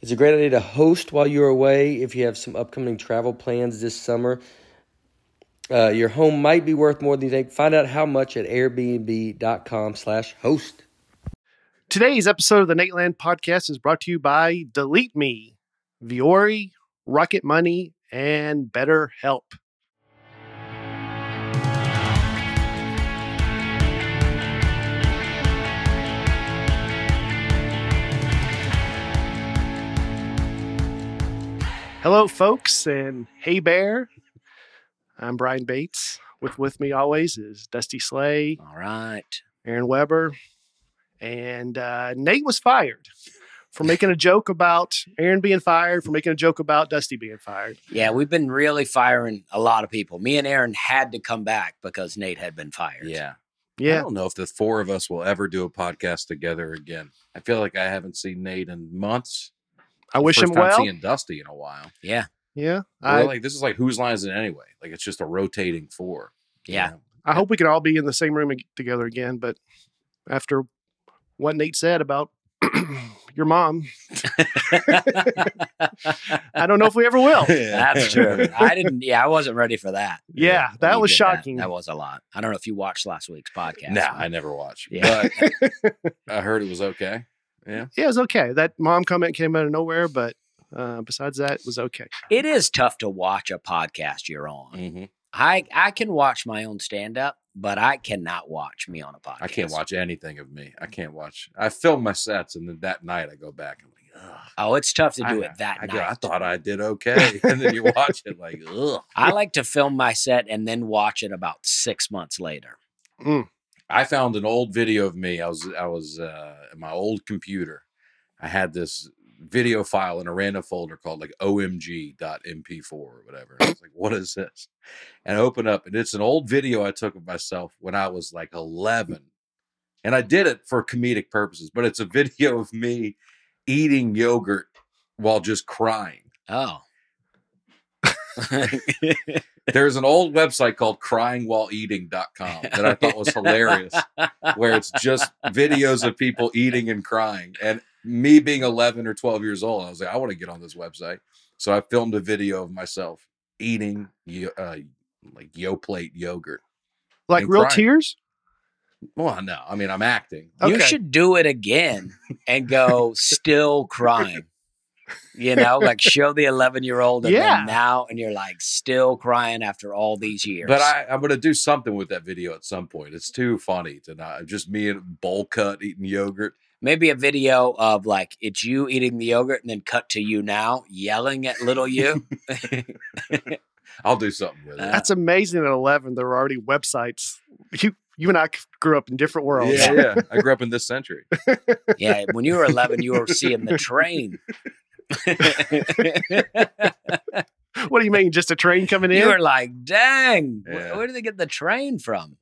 It's a great idea to host while you're away if you have some upcoming travel plans this summer. Uh, your home might be worth more than you think. Find out how much at airbnb.com/slash/host. Today's episode of the Nate Land podcast is brought to you by Delete Me, Viori, Rocket Money, and Better Help. Hello, folks, and hey, Bear. I'm Brian Bates. With with me always is Dusty Slay, All right. Aaron Weber, and uh, Nate was fired for making a joke about Aaron being fired, for making a joke about Dusty being fired. Yeah, we've been really firing a lot of people. Me and Aaron had to come back because Nate had been fired. Yeah. I Yeah, don't know if the four of us will ever do a podcast together again. I feel like I haven't seen Nate in months. I wish First him time well. Seeing Dusty in a while. Yeah. Yeah, I, I, like this is like whose line is it anyway? Like it's just a rotating four. you Yeah. know? I hope we could all be in the same room ag- together again. But after what Nate said about your mom, I don't know if we ever will. Oh, That's true. I didn't yeah, I wasn't ready for that. Yeah, that You was did shocking. That. was a lot. I don't know if you watched last week's podcast. Nah, I never watched. Yeah. But I heard it was okay. Yeah. yeah, it was okay. That mom comment came out of nowhere, but uh, besides that, it was okay. It is tough to watch a podcast you're on. hmm I I can watch my own stand up, but I cannot watch me on a podcast. I can't watch anything of me. I can't watch. I film my sets and then that night I go back and I'm like, ugh. Oh, it's tough to do I- it that I, night. go, I thought I did okay. And then you watch it like, ugh. I like to film my set and then watch it about six months later. I found an old video of me. I was I was uh, at my old computer. I had this video file in a random folder called like omg.mp4 or whatever. And I was like, what is this? And I open up and it's an old video I took of myself when I was like 11. And I did it for comedic purposes, but it's a video of me eating yogurt while just crying. Oh. There's an old website called cryingwhileeating.com that I thought was hilarious. where it's just videos of people eating and crying. And me being 11 or 12 years old, I was like, I want to get on this website. So I filmed a video of myself eating yo- uh, like Yo Plate yogurt. Like And real crying. tears. Well, no, I mean, I'm acting. You Okay. should do it again and go still crying. You know, like show the 11 year old and Yeah. then now, and you're like still crying after all these years. But I, I'm going to do something with that video at some point. It's too funny to not uh, just me and bowl cut eating yogurt. maybe a video of like it's you eating the yogurt and then cut to you now yelling at little you. I'll do something with it. Uh, That's amazing. At eleven, there were already websites. You you and I c- grew up in different worlds. yeah, yeah. I grew up in this century. yeah. When you were 11, you were seeing the train. What do you mean? Just a train coming in? You were like, dang, wh- Yeah. where did they get the train from?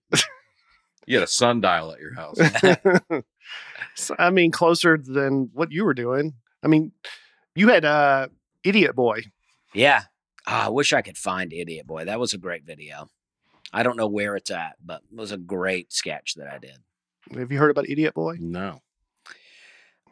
You had a sundial at your house. So, I mean, closer than what you were doing. I mean, you had uh, Idiot Boy. Yeah. Ah, I wish I could find Idiot Boy. That was a great video. I don't know where it's at, but it was a great sketch that I did. Have you heard about Idiot Boy? No.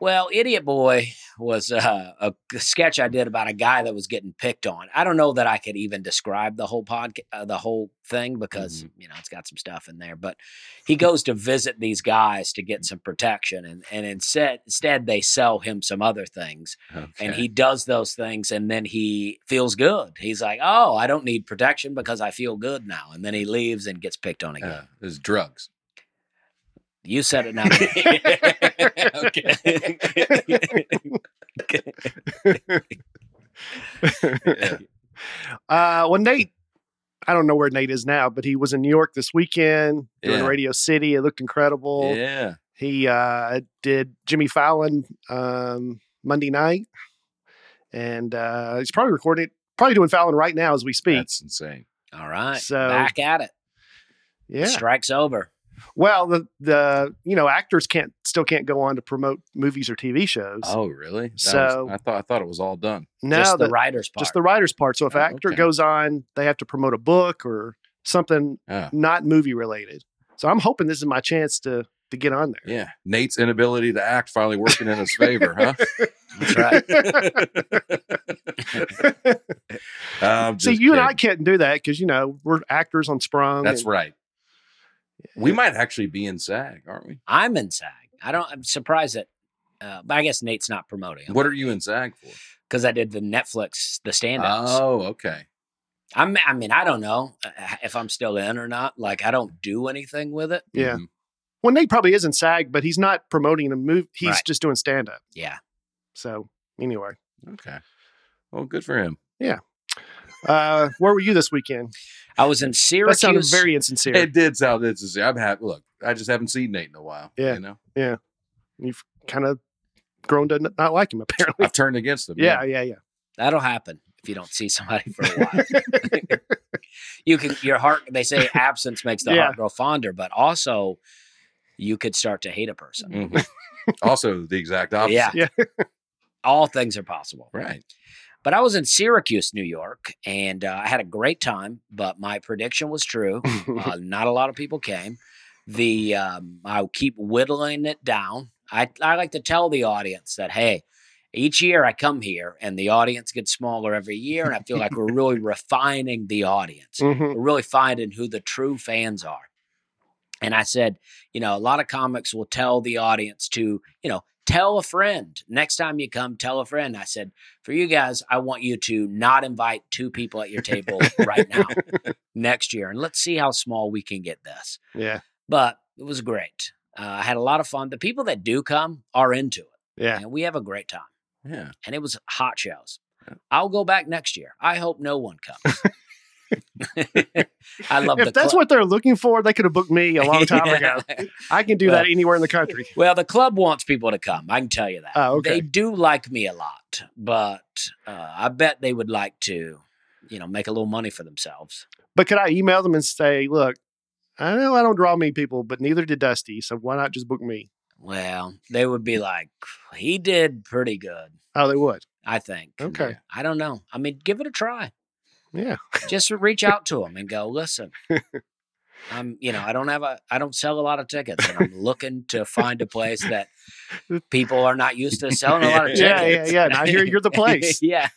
Well, Idiot Boy was uh, a sketch I did about a guy that was getting picked on. I don't know that I could even describe the whole podcast, uh, the whole thing, because you know it's got some stuff in there. But he goes to visit these guys to get some protection, and and instead instead they sell him some other things, and he does those things, and then he feels good. He's like, "Oh, I don't need protection because I feel good now." And then he leaves and gets picked on again. uh, is drugs. You said it now. okay. Yeah. Uh, well, Nate, I don't know where Nate is now, but he was in New York this weekend doing Yeah. Radio City. It looked incredible. Yeah. He uh, did Jimmy Fallon um, Monday night, and uh, he's probably recording, probably doing Fallon right now as we speak. That's insane. All right, So- back at it. yeah. Strikes over. Well, the the you know actors can't still can't go on to promote movies or TV shows. Oh, really? That was- So- I thought I thought it was all done. no, just the, the- writer's part. just the writer's part. So if Oh, an actor okay. goes on, they have to promote a book or something Oh, not movie related. So I'm hoping this is my chance to to get on there. yeah. Nate's inability to act finally working in his favor, huh? That's right. Um, See, you and I can't do that because you know we're actors on Sprung. That's and- right. We might actually be in SAG, aren't we? I'm in SAG. I don't. I'm surprised that. Uh, but I guess Nate's not promoting What are you in SAG for? because I did the Netflix the stand-ups. Oh, okay. I'm. I mean, I don't know uh, if I'm still in or not. Like, I don't do anything with it. Yeah. Mhm. Well, Nate probably is in SAG, but he's not promoting a movie. He's Right. just doing stand up. Yeah. So anyway, Mm-hmm. Okay. Well, good for him. uh, where were you this weekend? I was in That Syracuse. sounded very insincere. It did sound it's I'm happy. Look, I just haven't seen Nate in a while. Yeah. You know, You've kind of grown to n- not like him apparently. I've turned against him. Yeah, yeah, yeah. That'll happen if you don't see somebody for a while. you can. Your heart. They say absence makes the Yeah. heart grow fonder, but also you could start to hate a person. Mhm. also, the exact opposite. Yeah. Yeah. All things are possible. Right. But I was in Syracuse, New York, and uh, I had a great time. But my prediction was true. Uh, not a lot of people came. The um, I'll keep whittling it down. I I like to tell the audience that hey, each year I come here and the audience gets smaller every year, and I feel like we're really refining the audience. Mhm. We're really finding who the true fans are. And I said, you know, a lot of comics will tell the audience to, you know, tell a friend. Next time you come, tell a friend. I said, for you guys, I want you to not invite two people at your table right now next year. And let's see how small we can get this. Yeah, But it was great. Uh, I had a lot of fun. The people that do come are into it. yeah. And we have a great time. Yeah. And it was hot shows. I'll go back next year. I hope no one comes. I love the If that's cl- what they're looking for, they could have booked me a long time ago. I can do that Well- anywhere in the country. Well, the club wants people to come. I can tell you that. Oh, okay. They do like me a lot, but uh, I bet they would like to, you know, make a little money for themselves. But could I email them and say, look, I know I don't draw many people, but neither did Dusty, so why not just book me? Well, they would be like, he did pretty good, Oh, they would. I think. Okay. I don't know. I mean, give it a try. Yeah. Just reach out to them and go, listen. I'm, you know, I don't have a, I don't sell a lot of tickets, and I'm looking to find a place that people are not used to selling a lot of tickets. Yeah, yeah, yeah. And I hear you're the place. yeah.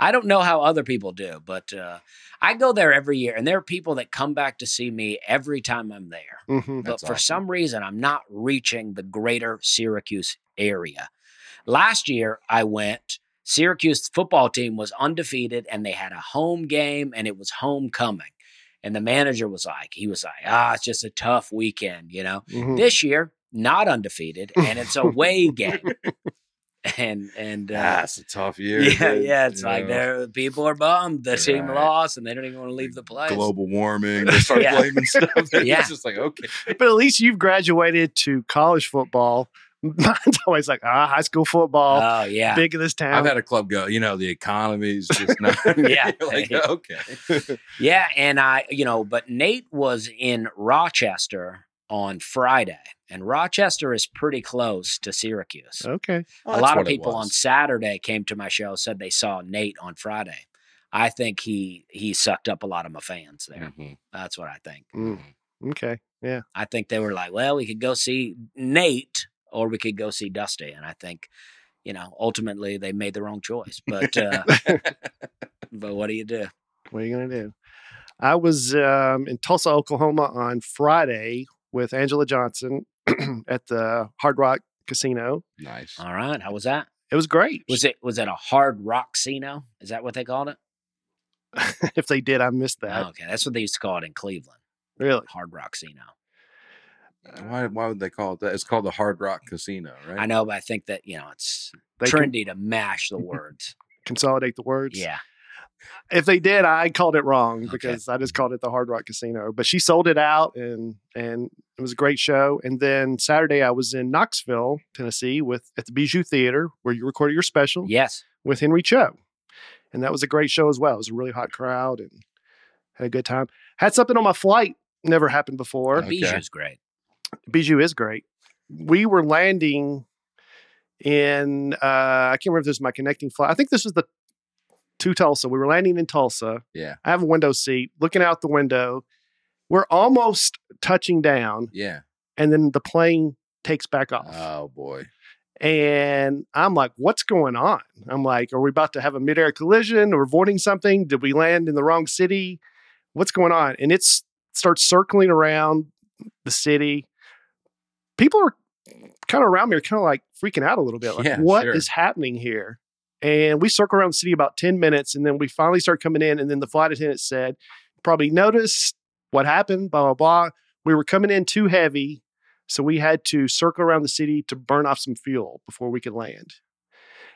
I don't know how other people do, but uh, I go there every year, and there are people that come back to see me every time I'm there. hmm That's but for awesome. some reason, I'm not reaching the greater Syracuse area. Last year, I went. Syracuse football team was undefeated, and they had a home game, and it was homecoming. And the manager was like, he was like, ah, it's just a tough weekend, you know. Hmm. Mhm. This year, not undefeated, and it's a away game. And and uh, That's a tough year. yeah, dude. yeah. It's Ah, You like know, there people are bummed. The team Right. lost, and they don't even want to leave the place. global warming. They start Yeah. blaming stuff. Yeah. It's just like okay. But at least you've graduated to college football. Mine's always like, ah, high school football, Oh yeah, big in this town. I've had a club go. You know, the economy's just not. Yeah. You're like okay. yeah. And I, you know, but Nate was in Rochester on Friday, and Rochester is pretty close to Syracuse. okay. Well, a Oh, that's lot of what it people on was. Saturday came to my show said they saw Nate on Friday. I think he he sucked up a lot of my fans there. Mhm. That's what I think. Mm. Okay. I think they were like, well, we could go see Nate or we could go see Dusty. And I think, you know, ultimately they made the wrong choice. But uh, but what do you do? What are you going to do? I was um, in Tulsa, Oklahoma on Friday with Angela Johnson at the Hard Rock Casino. Nice. All right, how was that? It was great. Was it was it a hard rock casino? Is that what they called it? if they did, I missed that. Oh, okay, that's what they used to call it in Cleveland, Uh, Really? hard rock casino. Why, why would they call it that? It's called the Hard Rock Casino, right? I know, but I think that you know it's They can trendy to mash the words. consolidate the words. yeah, If they did, I called it wrong Okay. because I just called it the Hard Rock Casino. But she sold it out and and it was a great show. And then Saturday I was in Knoxville, Tennessee with at the Bijou Theater where you recorded your special yes. with Henry Cho. And that was a great show as well. It was a really hot crowd and had a good time. Had something on my flight, never happened before. Okay. Bijou's great. Bijou is great. We were landing in uh I can't remember if this is my connecting flight. I think this was the to Tulsa. We were landing in Tulsa. Yeah. I have a window seat, looking out the window. We're almost touching down, Yeah. and then the plane takes back off. Oh boy. and I'm like, what's going on? I'm like, are we about to have a midair collision or avoiding something? Did we land in the wrong city? What's going on? And it's starts circling around the city. People are kind of around me are kind of like freaking out a little bit. Like, Yeah, what is sure. happening here? And we circle around the city about 10 minutes and then we finally start coming in. And then the flight attendant said, probably noticed what happened, blah, blah, blah. We were coming in too heavy. So we had to circle around the city to burn off some fuel before we could land.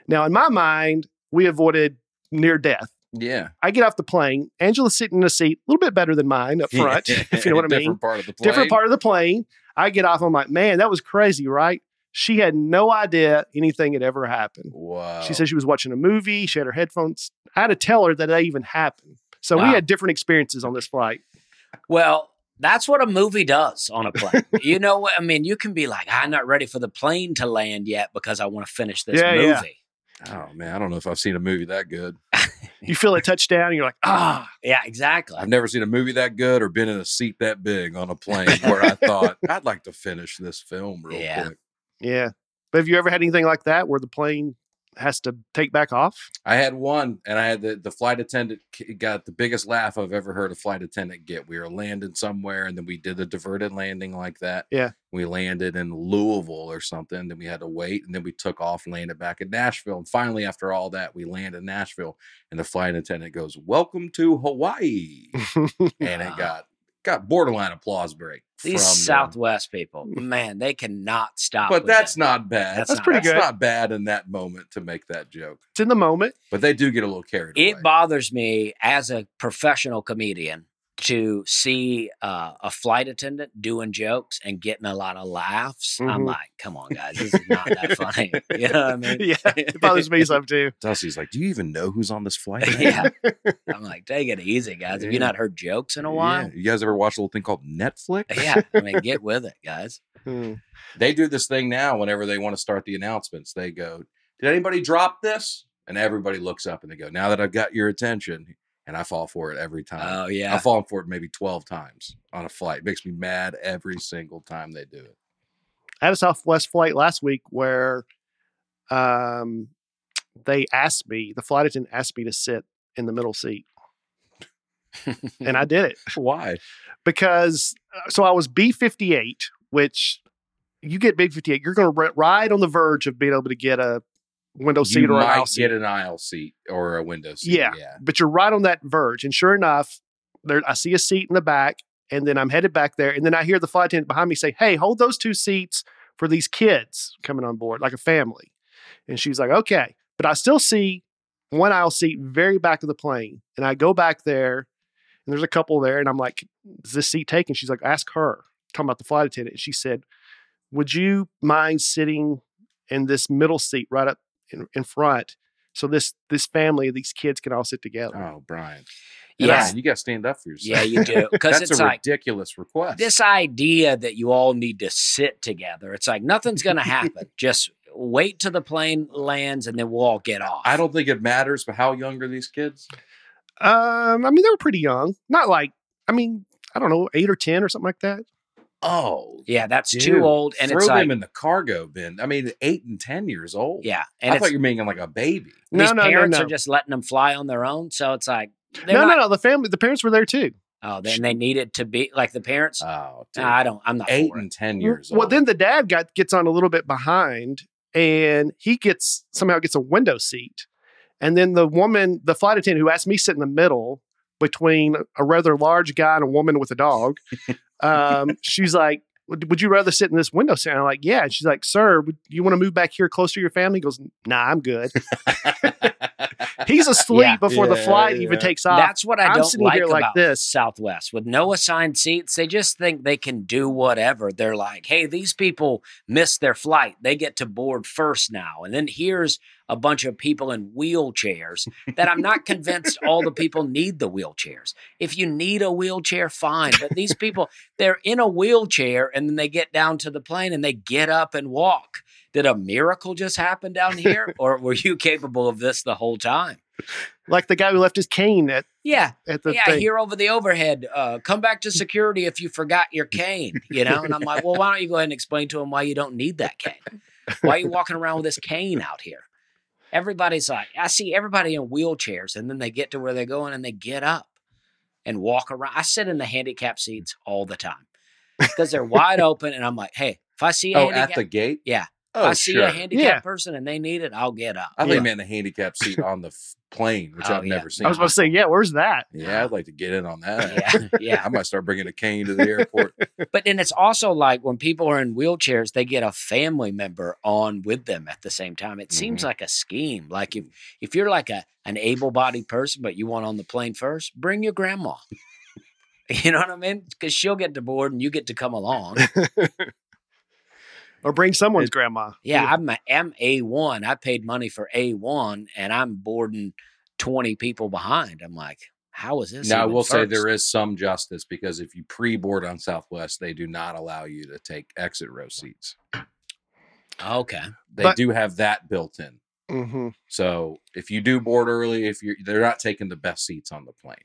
Now, in my mind, we avoided near death. Yeah. I get off the plane. Angela's sitting in a seat, a little bit better than mine up front, if you know what I mean. Different part of the plane. Different part of the plane. I get off. I'm like, man, that was crazy, right? She had no idea anything had ever happened. Wow. She said she was watching a movie. She had her headphones. I had to tell her that that even happened. So we Wow. had different experiences on this flight. Well, that's what a movie does on a plane. you know what? I mean, you can be like, I'm not ready for the plane to land yet because I want to finish this Yeah, movie. yeah. "Oh man, I don't know if I've seen a movie that good. You feel a touchdown, and you're like, ah, Yeah, exactly. I've never seen a movie that good or been in a seat that big on a plane where I thought I'd like to finish this film real Yeah. quick." yeah. But have you ever had anything like that where the plane has to take back off? I had one, and I had the, the flight attendant k- got the biggest laugh I've ever heard a flight attendant get. We were landing somewhere, and then we did a diverted landing like that. Yeah. we landed in Louisville or something. Then we had to wait, and then we took off, and landed back in Nashville, and finally, after all that, we land in Nashville, and the flight attendant goes, "Welcome to Hawaii," and Wow. it got got borderline applause break. These from them. Southwest people, man, they cannot stop. but with that's it. not bad. That's That's, not pretty bad. good. Not bad in that moment to make that joke, It's in the moment. but they do get a little carried away. It bothers me as a professional comedian to see uh, a flight attendant doing jokes and getting a lot of laughs. I'm Mhm. like, come on, guys, this is not that funny. You know what I mean? yeah, it bothers me some too. Dusty's like, "Do you even know who's on this flight?" yeah. I'm like, take it easy, guys. Have you Yeah. not heard jokes in a Yeah. while? You guys ever watch a little thing called Netflix? Yeah. I mean, get with it, guys. Hmm. They do this thing now whenever they want to start the announcements. They go, "Did anybody drop this?" And everybody looks up and they go, "Now that I've got your attention," and I fall for it every time. Oh, I've yeah. fallen for it maybe twelve times on a flight. It makes me mad every single time they do it. I had a Southwest flight last week where um, they asked me, the flight attendant asked me to sit in the middle seat. and Mm-hmm. I did it Why? because, uh, so I was B58, which you get B58, you're going to r- ride on the verge of being able to get a window you seat or an might aisle get seat. an aisle seat or a window seat. Yeah. But you're right on that verge. And sure enough, there I see a seat in the back and then I'm headed back there. And then I hear the flight attendant behind me say, Hey, hold those two seats for these kids coming on board, like a family. And she's like, Okay. But I still see one aisle seat very back of the plane. And I go back there and there's a couple there. And I'm like, Is this seat taken? She's like, Ask her. Talking about the flight attendant. And she said, Would you mind sitting in this middle seat right up in, in front? So this this family, these kids can all sit together. Oh, Brian. Yeah. Brian, you got to stand up for yourself. Yeah, you do. Because That's it's a like, ridiculous request. this idea that you all need to sit together. It's like nothing's going to happen. Just wait till the plane lands and then we'll all get off. I don't think it matters, but how young are these kids? Um, I mean, they were pretty young. Not like, I mean, I don't know, eight or ten or something like that. Oh, Yeah, that's dude, too old, and throw it's them like, in the cargo bin. I mean, eight and ten years old. yeah, and and I it's thought you were making like a baby. No, these no, no, parents no. are just letting them fly on their own. So it's like, they're No, not, no, no. The family, the parents were there too. Oh, then they need it to be like the parents. Oh, dude. Nah, I don't. I'm not eight for it. and ten years well, old. then the dad got gets on a little bit behind, and he gets somehow gets a window seat, and then the woman, the flight attendant who asked me to sit in the middle between a rather large guy and a woman with a dog, um, she's like. "Would would you rather sit in this window seat? And I'm like, yeah. And she's like, sir, would you want to move back here closer to your family? He goes, nah, I'm good. He's asleep Yeah. before the Yeah, flight even yeah. takes off. That's what I I'm don't sitting like here about like this this. Southwest with no assigned seats. They just think they can do whatever. They're like, hey, these people missed their flight. They get to board first now. And then here's a bunch of people in wheelchairs that I'm not convinced all the people need the wheelchairs. If you need a wheelchair, fine. But these people, they're in a wheelchair and then they get down to the plane and they get up and walk. Did a miracle just happen down here? or were you capable of this the whole time? like the guy who left his cane at, Yeah at the yeah, thing. here over the overhead. Uh, come back to security if you forgot your cane. You know, and I'm like, well, why don't you go ahead and explain to him why you don't need that cane? Why are you walking around with this cane out here? Everybody's like, I see everybody in wheelchairs, and then they get to where they're going and they get up and walk around. I sit in the handicap seats all the time because they're wide open, and I'm like, hey, if I see a oh, handicap, at the gate. Yeah. Oh, if I see sure. a handicapped Yeah. person and they need it, I'll get up. I think Yeah. you meant a handicap seat on the f- plane, which Oh, I've yeah. never seen. I was about to say, yeah, where's that? yeah, I'd like to get in on that. yeah, yeah. I might start bringing a cane to the airport. But then it's also like when people are in wheelchairs, they get a family member on with them at the same time. It Mm-hmm. seems like a scheme. Like if if you're like a an able bodied person, but you want on the plane first, bring your grandma. you know what I mean? Because she'll get to board and you get to come along. Or bring someone's grandma. Yeah, I'm a, I'm a one. I paid money for a one, and I'm boarding twenty people behind. I'm like, how is this? now, I even will say first? there is some justice because if you pre-board on Southwest, they do not allow you to take exit row seats. okay. They But- do have that built in. Mm-hmm. So if you do board early, if you're they're not taking the best seats on the plane.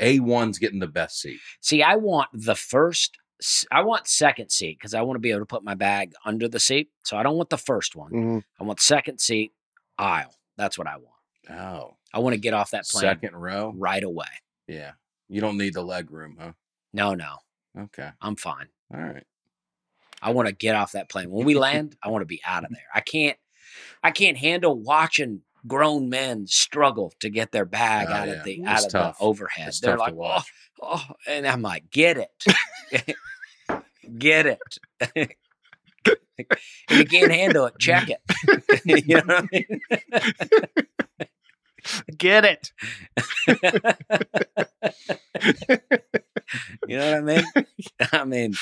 A one's getting the best seat. See, I want the first, s- I want second seat because I want to be able to put my bag under the seat. So I don't want the first one. Mm-hmm. I want second seat aisle. That's what I want. Oh, I want to get off that plane second row. right away. Yeah, you don't need the leg room, huh? No, no, Okay, I'm fine. all right. I want to get off that plane. When we land, I want to be out of there. I can't, I can't handle watching grown men struggle to get their bag Oh, out yeah. of the It's out of tough. the overhead. It's They're tough like, to oh, watch. oh, and I'm like, get it, get it. if you can't handle it, check it. you know what I mean? Get it. You know what I mean? I mean,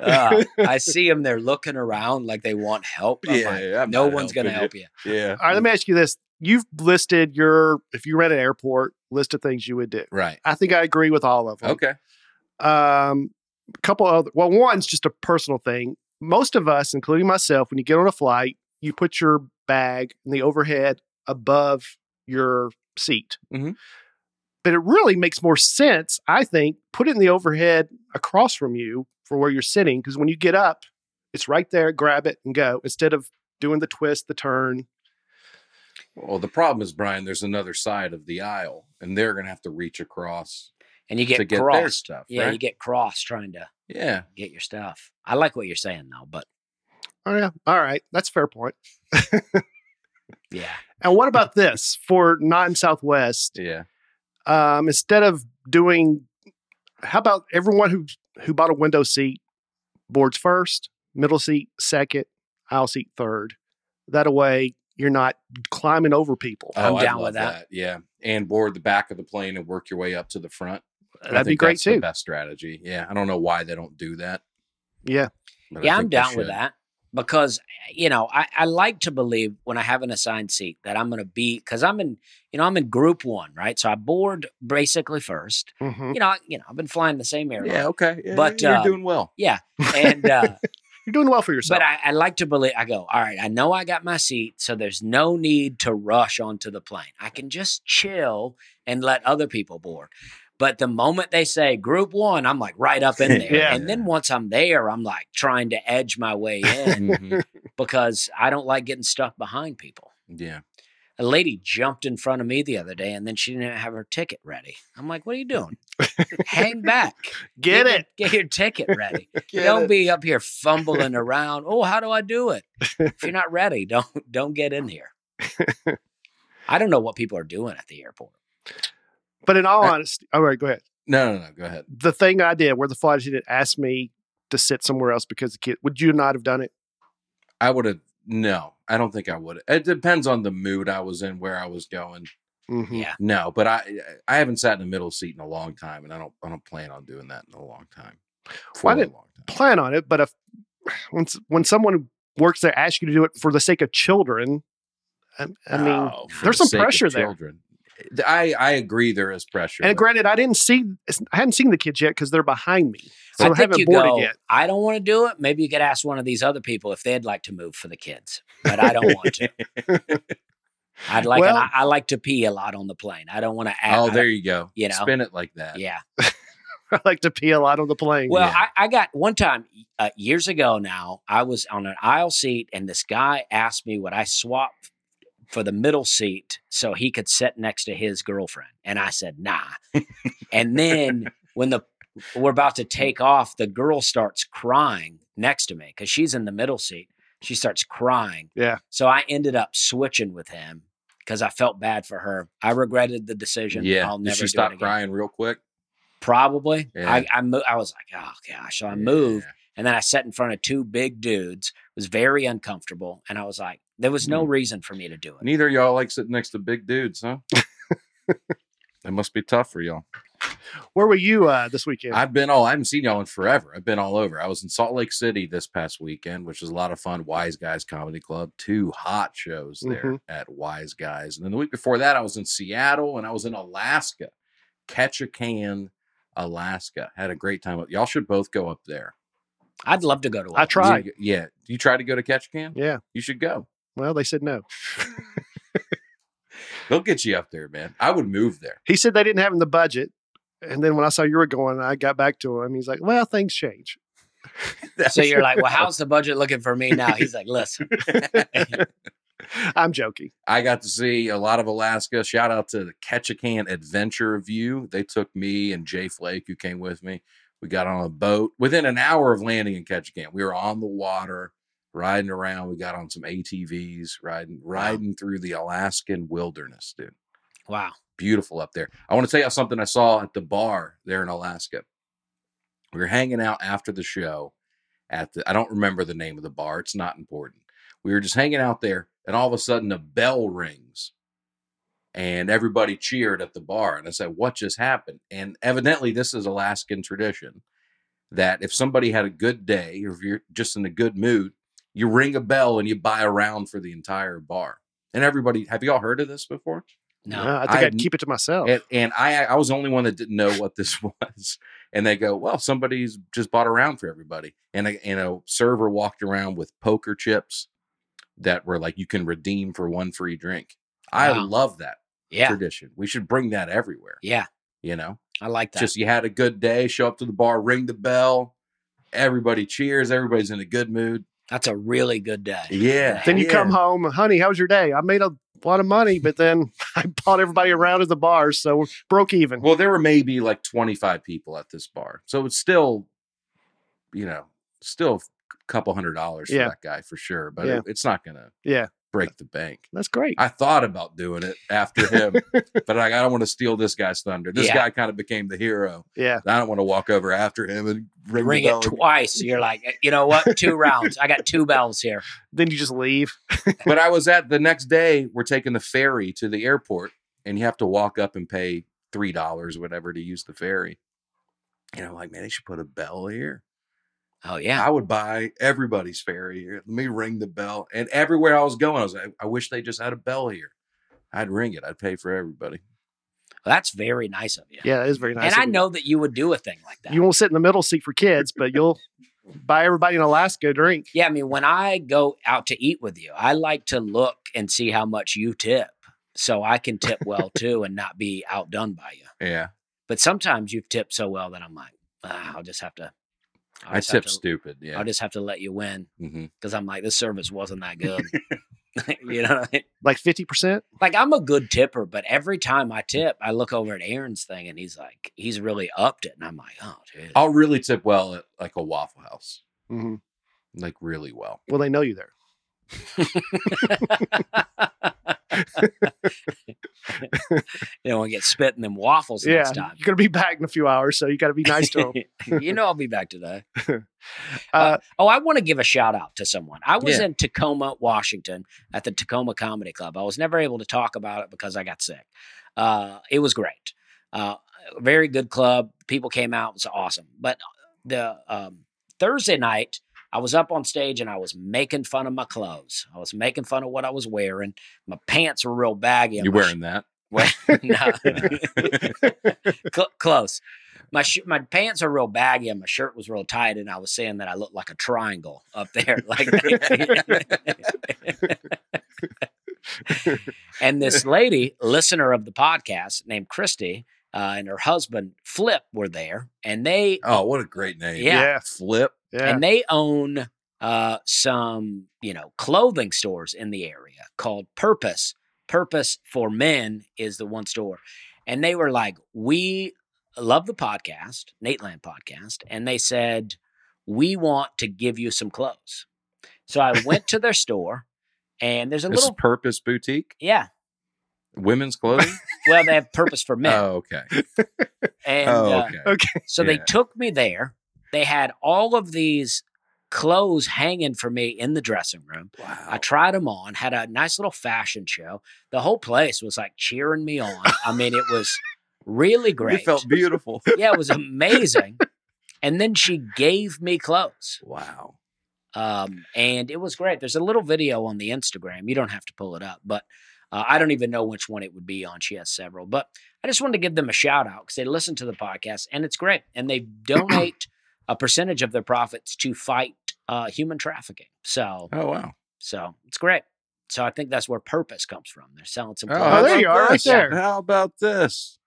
uh, I see them. They're looking around like they want help. I'm like, I'm no not one's going to helping help you. you. Yeah, All right, let me ask you this. You've listed your, if you ran an airport, list of things you would do. right. I think I agree with all of them. Mm-hmm. Okay. Um, a couple other, well, one's just a personal thing. Most of us, including myself, when you get on a flight, you put your bag in the overhead above your seat. Mhm. But it really makes more sense, I think, put it in the overhead across from you for where you're sitting. Because when you get up, it's right there, grab it and go instead of doing the twist, the turn. Well, the problem is, Brian, there's another side of the aisle, and they're going to have to reach across And you get to get their crossed. stuff. yeah, right? you get cross trying to yeah. get your stuff. I like what you're saying though, but Oh, yeah. All right. That's a fair point. yeah, And what about this for non Southwest? Yeah. um, instead of doing how about everyone who who bought a window seat boards first middle seat second aisle seat third that way you're not climbing over people I'm Oh, I'd down with love that. Yeah, and board the back of the plane and work your way up to the front. I that'd be think great that's the too best strategy. Yeah, I don't know why they don't do that. yeah but I yeah, I'm think they down with should. that because you know I, I like to believe when I have an assigned seat that I'm going to be because I'm in you know I'm in group one right, so I board basically first. Mhm. You know, I, you know I've been flying the same airline. Mm-hmm. Yeah, okay. Yeah, But, you're uh, um, doing well. And uh, you're doing well for yourself But I, I like to believe I go, all right, I know I got my seat, so there's no need to rush onto the plane. I can just chill and let other people board. But the moment they say group one, I'm like right up in there. Yeah. And then once I'm there, I'm like trying to edge my way in Mhm. because I don't like getting stuck behind people. yeah. A lady jumped in front of me the other day and then she didn't have her ticket ready. I'm like, what are you doing? Hang back. Get your- it. Get your ticket ready. don't be up here fumbling around. Oh, how do I do it? If you're not ready, don't don't get in here. I don't know what people are doing at the airport. But in all Uh, honesty, all right, go ahead. No, no, no. Go ahead. The thing I did where the flight attendant asked me to sit somewhere else because the kid, would you not have done it? I would have. No, I don't think I would. It depends on the mood I was in, where I was going. Mhm. Yeah. No, but I eh, I haven't sat in the middle seat in a long time, and I don't I don't plan on doing that in a long time. For Why a did- long time. Plan on it, but if when s- when someone works there asks you to do it for the sake of children, I, I mean, Oh, No, Oh, for there's the some sake of pressure there. Children. Eh, I I agree there is pressure. and but granted, I didn't see I hadn't seen the kids yet because they're behind me, so I, I think haven't you boarded go, yet. I don't want to do it. Maybe you could ask one of these other people if they'd like to move for the kids, but I don't want to. I'd like, Well- I, I like to pee a lot on the plane. I don't want to add. oh, I there you go. you know. spin it like that. don't- yeah. I like to pee a lot on the plane. Well, Yeah. I, I got one time uh, years ago now, I was on an aisle seat and this guy asked me would I swap for the middle seat so he could sit next to his girlfriend. And I said, nah. and then when the we're about to take off, the girl starts crying next to me because she's in the middle seat. She starts crying. Yeah. So I ended up switching with him because I felt bad for her. I regretted the decision. Yeah. I'll never Did she do stop it again. crying real quick? Probably. Yeah. I I, mo- I was like, oh gosh. So I moved. And then I sat in front of two big dudes, was very uncomfortable. And I was like, there was no Hmm. reason for me to do it. Neither of y'all like sitting next to big dudes, huh? it must be tough for y'all. Where were you uh, this weekend? I've been all I haven't seen y'all in forever. I've been all over. I was in Salt Lake City this past weekend, which is a lot of fun. Wise Guys Comedy Club, two hot shows there Mm-hmm. Mhm. at Wise Guys. And then the week before that, I was in Seattle and I was in Alaska, Ketchikan, Alaska. Had a great time. up- Y'all should both go up there. I'd love to go to I Alaska. You need tried. to go- Yeah, you try to go to Ketchikan. yeah. You should go. Well, they said no. They'll get you up there, man. I would move there. He said they didn't have in the budget. And then when I saw you were going, I got back to him. He's like, "Well, things change." So you're like, well, how's the budget looking for me now? He's like, listen, I'm joking. I got to see a lot of Alaska. Shout out to the Ketchikan Adventure View. They took me and Jay Flake, who came with me. We got on a boat within an hour of landing in Ketchikan. We were on the water, riding around. We got on some ATVs, riding riding through the Alaskan wilderness, dude. wow. Beautiful up there. I want to tell you something I saw at the bar there in Alaska. We were hanging out after the show at the I don't remember the name of the bar. It's not important. We were just hanging out there, and all of a sudden a bell rings. And everybody cheered at the bar. And I said, What just happened? And evidently, this is Alaskan tradition that if somebody had a good day or if you're just in a good mood, you ring a bell and you buy a round for the entire bar. And everybody, have y'all heard of this before? No. Uh, I think I I- would keep it to myself. And, and I I was the only one that didn't know what this was. And they go, well, somebody's just bought a round for everybody. And a, and a server walked around with poker chips that were like you can redeem for one free drink. I Wow. love that Yeah. tradition. We should bring that everywhere. Yeah. You know, I like that. just you had a good day, show up to the bar, ring the bell, everybody cheers, everybody's in a good mood. That's a really good day. Yeah. then you yeah. come home, honey. How was your day? I made a lot of money, but then I bought everybody around at the bar, so we're broke even. Well, there were maybe like 25 people at this bar. So it's still, you know, still a couple hundred dollars Yeah. for that guy for sure. But Yeah. it- it's not going to Yeah. break the bank. That's great. I thought about doing it after him, but like, I don't want to steal this guy's thunder. This Yeah. guy kind of became the hero. yeah. I don't want to walk over after him and ring, Ring the it bell. twice. You're like, "Eh, you know what? Two rounds. I got two bells here. Then you just leave. but I was at the next day, we're taking the ferry to the airport, and you have to walk up and pay three dollars, whatever, to use the ferry. And I'm like, man, they should put a bell here. Oh, yeah. I would buy everybody's ferry here. Let me ring the bell. And everywhere I was going, I was like, I wish they just had a bell here. I'd ring it. I'd pay for everybody. Well, that's very nice of you. Yeah, it is very nice. and of I you. know that you would do a thing like that. you won't sit in the middle seat for kids, but you'll buy everybody in Alaska a drink. Yeah, I mean, when I go out to eat with you, I like to look and see how much you tip so I can tip well too and not be outdone by you. Yeah. But sometimes you've tipped so well that I'm like, ah, I'll just have to. I'll I just have tip to- stupid. Yeah. I'll just have to let you win hmm because I'm like, this service wasn't that good. you know what I mean? Like 50%? Like, I'm a good tipper, but every time I tip, I look over at Aaron's thing and he's like, he's really upped it. And I'm like, oh, dude. I'll really tip well at like a Waffle House, hmm like really well. Well, they know you there. you know, I get spit in them waffles yeah. next time. You're going to be back in a few hours, so you got to be nice to them. you know, I'll be back today. Uh, Oh, I want to give a shout out to someone. I was Yeah. in Tacoma, Washington at the Tacoma Comedy Club. I was never able to talk about it because I got sick. Uh, it was great. Uh, very good club. People came out. It was awesome. But the um, Thursday night, I was up on stage and I was making fun of my clothes. I was making fun of what I was wearing. My pants were real baggy. and you my sh- wearing that? well, no. Cl- close. My sh- my pants are real baggy and my shirt was real tight, and I was saying that I looked like a triangle up there, like. and this lady, listener of the podcast, named Christy, uh, and her husband Flip were there, and they Oh, what a great name. Yeah. Flip. Yeah. and they own uh, some you know clothing stores in the area called purpose purpose for men is the one store and they were like we love the podcast nateland podcast and they said we want to give you some clothes so i went to their store and there's a This is little Purpose Boutique. yeah Women's clothing. well they have purpose for men oh, okay. and oh, uh, okay. So they Yeah. took me there. They had all of these clothes hanging for me in the dressing room. Wow. I tried them on, had a nice little fashion show. The whole place was like cheering me on. I mean, it was really You great. felt beautiful. yeah, it was amazing. and then she gave me clothes. wow. Um, and it was great. There's a little video on the Instagram. You don't have to pull it up, but uh, I don't even know which one it would be on. She has several, but I just wanted to give them a shout out because they listen to the podcast and it's great. And they donate a percentage of their profits to fight uh, human trafficking. So, Oh, wow. so it's great. So I think that's where purpose comes from. They're selling some. how Oh, clothes. there you about are, right this? there. How about this?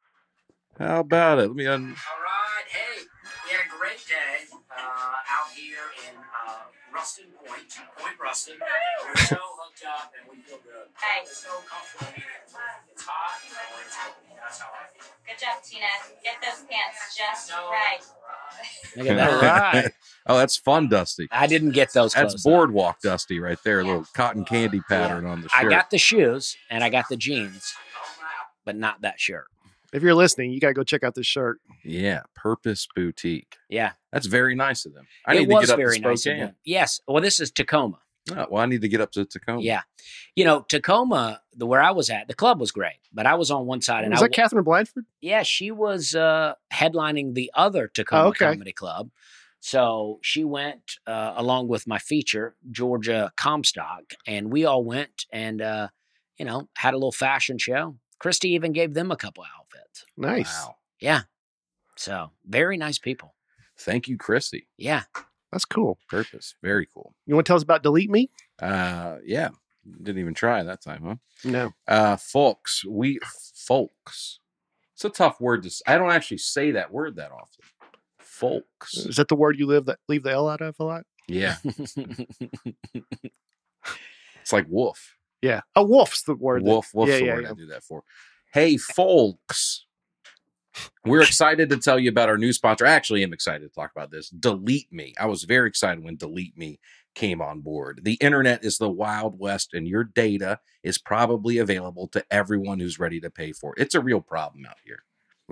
How about it? Let me un- All right. Hey, we had a great day uh, out here in uh, Ruston Point, Point Ruston. We're so hooked up and we feel good. Hey. It's so comfortable here. It's hot or it's cold. That's how I feel. Good job, Tina. Get those pants just No. right. Look at that. All right. Oh, that's fun, Dusty. I didn't get those That's clothes. though. boardwalk Dusty right there. A little cotton candy pattern on the Uh, I shirt. got the shoes and I got the jeans, but not that shirt. If you're listening, you got to go check out this shirt. yeah, Purpose Boutique. Yeah, That's very nice of them. I it need to was get up very to nice of Spokane. them. Yes. Well, this is Tacoma. Oh, well, I need to get up to Tacoma. Yeah, you know Tacoma, the where I was at, the club was great, but I was on one side and Was I that Catherine Blanford? yeah, she was uh, headlining the other Tacoma Oh, okay. Comedy Club. So she went uh, along with my feature, Georgia Comstock, and we all went and, uh, you know, had a little fashion show. Christy even gave them a couple outfits. Nice. Wow. Yeah. So very nice people. Thank you, Christy. Yeah. That's cool. Purpose. Very cool. You want to tell us about Delete Me? Uh, yeah. Didn't even try that time, huh? No. Uh, folks, we folks. It's a tough word to. s- I don't actually say that word that often. Folks. Is that the word you live that leave the L out of a lot? Yeah, it's like wolf. Yeah. A wolf's the word. that- Wolf. Wolf's yeah, the yeah, word yeah. I do that for. Hey, folks. We're excited to tell you about our new sponsor. I actually am excited to talk about this. Delete Me. I was very excited when Delete Me came on board. The internet is the Wild West, and your data is probably available to everyone who's ready to pay for it. It's a real problem out here.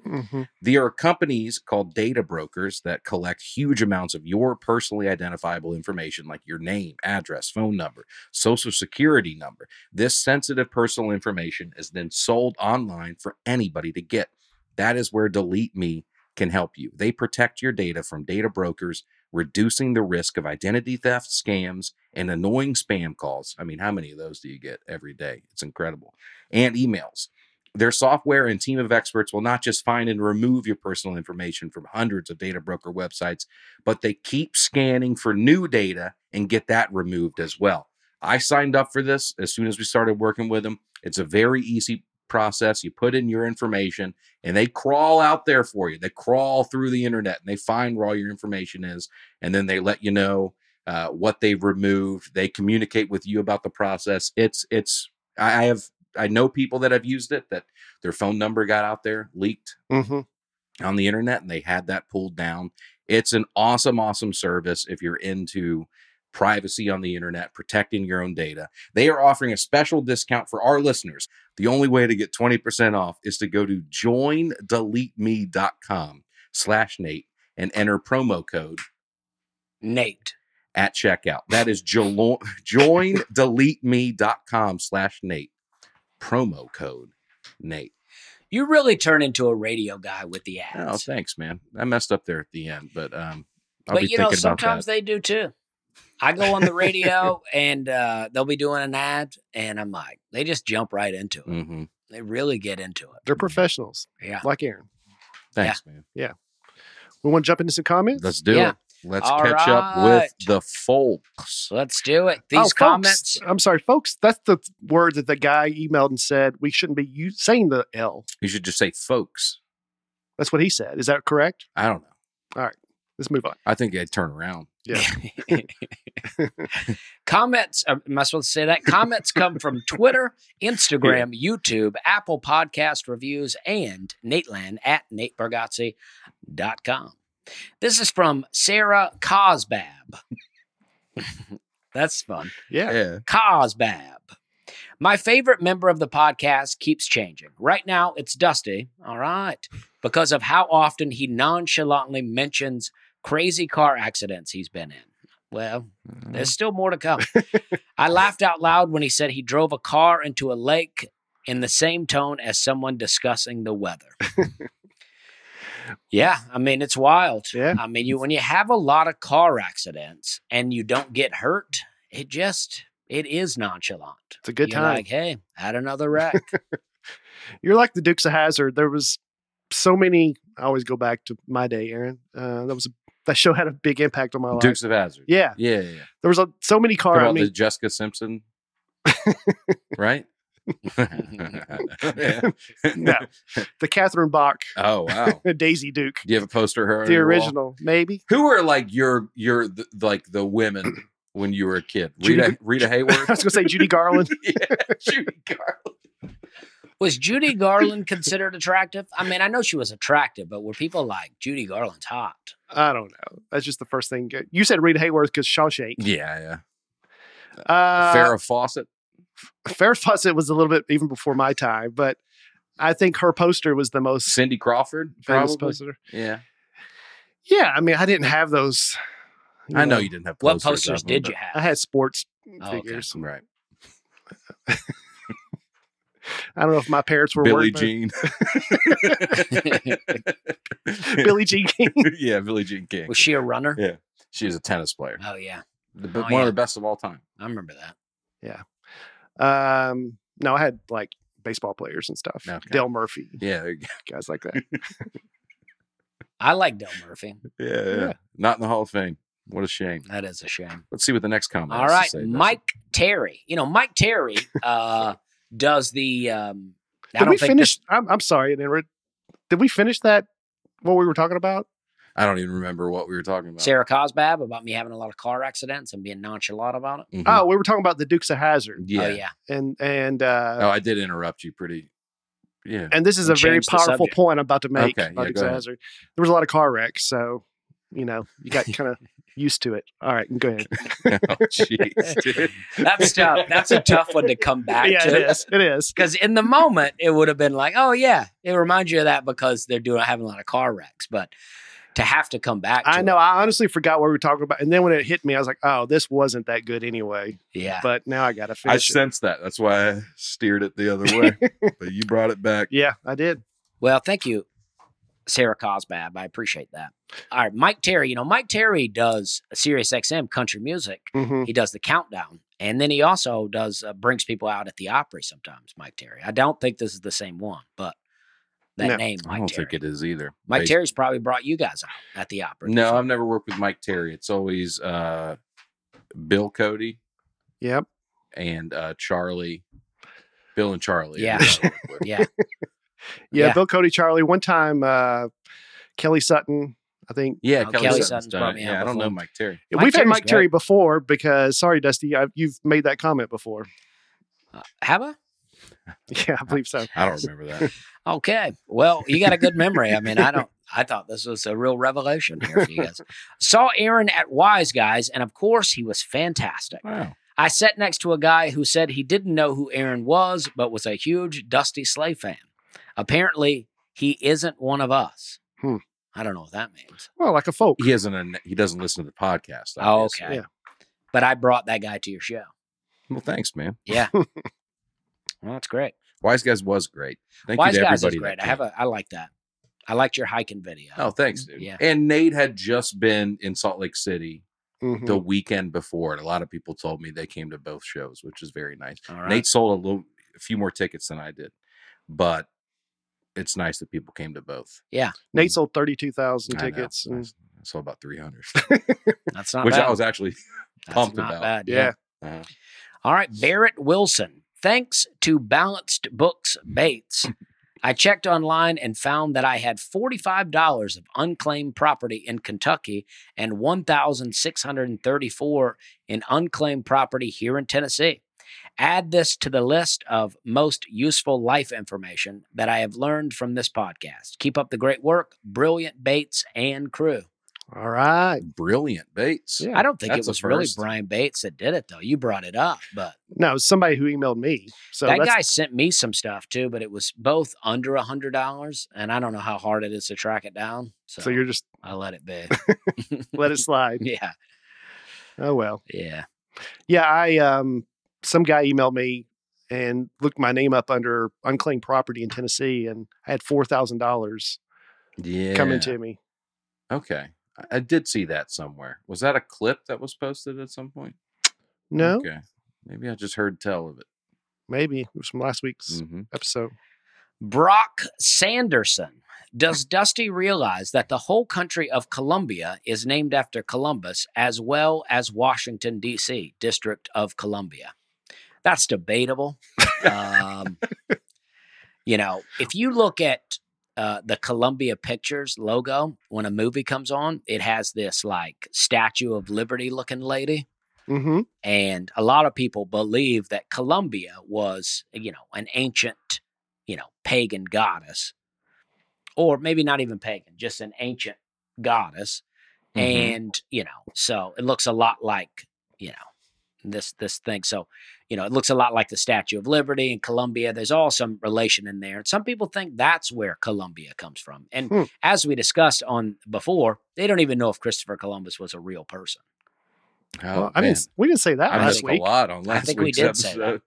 Mhm. There are companies called data brokers that collect huge amounts of your personally identifiable information, like your name, address, phone number, social security number. This sensitive personal information is then sold online for anybody to get. That is where Delete Me can help you. They protect your data from data brokers, reducing the risk of identity theft, scams, and annoying spam calls. I mean, how many of those do you get every day? It's incredible. And emails. Their software and team of experts will not just find and remove your personal information from hundreds of data broker websites, but they keep scanning for new data and get that removed as well. I signed up for this as soon as we started working with them. It's a very easy process. You put in your information, and they crawl out there for you. They crawl through the internet and they find where all your information is, and then they let you know uh, what they've removed. They communicate with you about the process. It's it's I I have I know people that have used it that their phone number got out there leaked Mm-hmm. on the internet and they had that pulled down. It's an awesome, awesome service if you're into privacy on the internet, protecting your own data. They are offering a special discount for our listeners. The only way to get 20% off is to go to joindeleteme.com slash Nate and enter promo code Nate. at checkout. That is jolo- joindeleteme.com slash Nate. Promo code Nate. You really turn into a radio guy with the Oh, ads. thanks, man. I messed up there at the end, but um, I'll but be you know, thinking about sometimes that. they do too. I go on the radio and uh, they'll be doing an ad, and I'm like, they just jump right into it. hmm They really get into it. They're professionals, Yeah. like Aaron. Thanks, man. We want to jump into some comments. Let's do Yeah. it. Let's All catch up right. with the folks. Let's do it. These Oh, folks. comments. I'm sorry, folks. That's the word that the guy emailed and said we shouldn't be u- saying the L. You should just say folks. That's what he said. Is that correct? I don't know. Let's move on. I think they turn around. Yeah. Comments, uh, am I supposed to say that? Comments come from Twitter, Instagram, YouTube, Apple Podcast reviews, and Nateland at natebergazzi.com. This is from Sarah Cosbab. That's fun. Yeah. Cosbab. My favorite member of the podcast keeps changing. Right now, it's Dusty. All right. Because of how often he nonchalantly mentions crazy car accidents he's been in. Well, there's still more to come. I laughed out loud when he said he drove a car into a lake in the same tone as someone discussing the weather. yeah, I mean it's wild. Yeah. I mean you when you have a lot of car accidents and you don't get hurt, it just it is nonchalant. It's a good You're time. Like, hey, had another wreck. You're like the Dukes of Hazard. There was so many. I always go back to my day, Aaron. Uh, that was a, that show had a big impact on my life. Dukes of Hazard. Yeah, Yeah. yeah, yeah. there was a, so many How car. I about mean, the Jessica Simpson? right? no, the Catherine Bach, Oh wow. Daisy Duke, Do you have a poster of her? on the your wall? original, maybe. Who were like your your the, like the women when you were a kid? Judy- Rita Rita I Hayworth. was gonna say Judy Garland. yeah, Judy Garland. was Judy Garland considered attractive? I mean, I know she was attractive, but were people like Judy Garland's hot? I don't know. That's just the first thing. You said Rita Hayworth because Shawshank. Yeah, yeah. Uh, Farrah Fawcett. Farrah Fawcett was a little bit even before my time, but I think her poster was the most Cindy Crawford. famous probably. poster. Yeah. Yeah, I mean, I didn't have those. I know you didn't have What posters. posters of them, did but- you have? I had sports Oh, okay. figures. Right. I don't know if my parents were Billie worried, but- Jean. Billie Jean King. yeah, Billie Jean King. Was she a runner? Yeah. She was a tennis player. Oh yeah, The- Oh, one yeah. of the best of all time. I remember that. Um, no, I had like baseball players and stuff. Okay. Dale Murphy, Yeah. there you go. guys like that. I like Del Murphy. Yeah, yeah. Yeah. Not in the Hall of Fame. What a shame. That is a shame. Let's see what the next comment All has to right, say, Dustin. Mike Terry. You know, Mike Terry uh, does the. Um, I Did don't we think finish? I'm, I'm sorry, and then we're- did we finish that? What we were talking about? I don't even remember what we were talking about. this- Sarah Cosbab about me having a lot of car accidents and being nonchalant about it. Mhm. Oh, we were talking about the Dukes of Hazard, yeah. Oh yeah, and and uh, Oh, I did interrupt you pretty. Yeah. and this is a And very change the powerful subject. point I'm about to make. Okay, about yeah, Dukes go of ahead. Hazzard. There was a lot of car wrecks, so you know you got kind of used to it. All right, go ahead. Oh, jeez. dude. that's tough. That's a tough one to come back yeah, it to. is. It is. Because in the moment, it would have been like, oh yeah, it reminds you of that because they're doing having a lot of car wrecks. But to have to come back, to I know. it, I honestly forgot what we were talking about, and then when it hit me, I was like, "Oh, this wasn't that good anyway." yeah, But now I got to I finish. it. sensed that. That's why I steered it the other way. but you brought it back. Yeah, I did. Well, thank you, Sarah Cosbab. I appreciate that. All right, Mike Terry. You know, Mike Terry does Sirius XM country music. hmm He does the countdown, and then he also does uh, brings people out at the Opry sometimes. Mike Terry. I don't think this is the same one, but that No, name, I Mike don't Terry. think it is either. Mike Based- Terry's probably brought you guys out at the Opry. No, I've never worked with Mike Terry. It's always uh, Bill Cody Yep. and uh, Charlie. Bill and Charlie. Yeah. Yeah. Yeah, Yeah. Bill Cody Charlie. One time, uh, Kelly Sutton. I think Yeah, Oh, Kelly, Kelly Sutton's, Sutton's done brought me it. out Yeah, I don't know before. Mike Terry. Mike We've had Terry's Mike great. Terry before because sorry, Dusty, I, you've made that comment before. Uh, have I? Yeah, I believe so. I don't remember that. Okay. Well, you got a good memory. I mean, I don't. I thought this was a real revelation here for you guys. Saw Aaron at Wise Guys, and of course, he was fantastic. Wow. I sat next to a guy who said he didn't know who Aaron was, but was a huge Dusty Slay fan. Apparently, he isn't one of us. Hmm. I don't know what that means. Well, like a folk. He isn't. An, he doesn't listen to the podcast. Oh, obviously. okay. yeah. But I brought that guy to your show. Well, thanks, man. Yeah. well, that's great. Wise Guys was great. Thank Wise you to Guys is everybody. that great. I came. have a. I like that. I liked your hiking video. Oh, thanks, dude. Yeah. And Nate had just been in Salt Lake City Mhm. the weekend before, and a lot of people told me they came to both shows, which is very nice. All right. Nate sold a little, a few more tickets than I did, but it's nice that people came to both. Nate sold thirty-two thousand Mm. I know. tickets. mm. I and- s- I sold about three hundred, that's not which bad. I was actually That's pumped not about. bad, yeah. uh, All right, Barrett Wilson. Thanks to Balanced Books Bates, I checked online and found that I had $45 of unclaimed property in Kentucky and 1,634 in unclaimed property here in Tennessee. Add this to the list of most useful life information that I have learned from this podcast. Keep up the great work, brilliant Bates and crew. All right. Brilliant Bates. Yeah. I don't think it that's a was really first. Brian Bates that did it though. You brought it up, but No, it was somebody who emailed me. So that that's guy sent me some stuff too, but it was both under a hundred dollars, and I don't know how hard it is to track it down. So, so you're just I let it be. let it slide. yeah, Oh well. yeah. Yeah, I um some guy emailed me and looked my name up under unclaimed property in Tennessee and I had four thousand dollars Yeah. coming to me. Okay. I- I did see that somewhere. Was that a clip that was posted at some point? No, Okay. Maybe I just heard tell of it. maybe. It was from last week's Mhm. episode. Brock Sanderson. Does Dusty realize that the whole country of Columbia is named after Columbus as well as Washington, D.C., District of Columbia? That's debatable. um, you know, if you look at uh, the Columbia Pictures logo, when a movie comes on, it has this like Statue of Liberty looking lady. Mm-hmm. And a lot of people believe that Columbia was, you know, an ancient, you know, pagan goddess, or maybe not even pagan, just an ancient goddess. Mhm. And, you know, so it looks a lot like, you know, this this thing. So, you know, it looks a lot like the Statue of Liberty in Columbia. There's all some relation in there. And some people think that's where Columbia comes from. And Hmm. as we discussed on before, they don't even know if Christopher Columbus was a real person. Oh, I man. didn't we didn't say that I last missed week. a lot on last think we week's did say that. episode.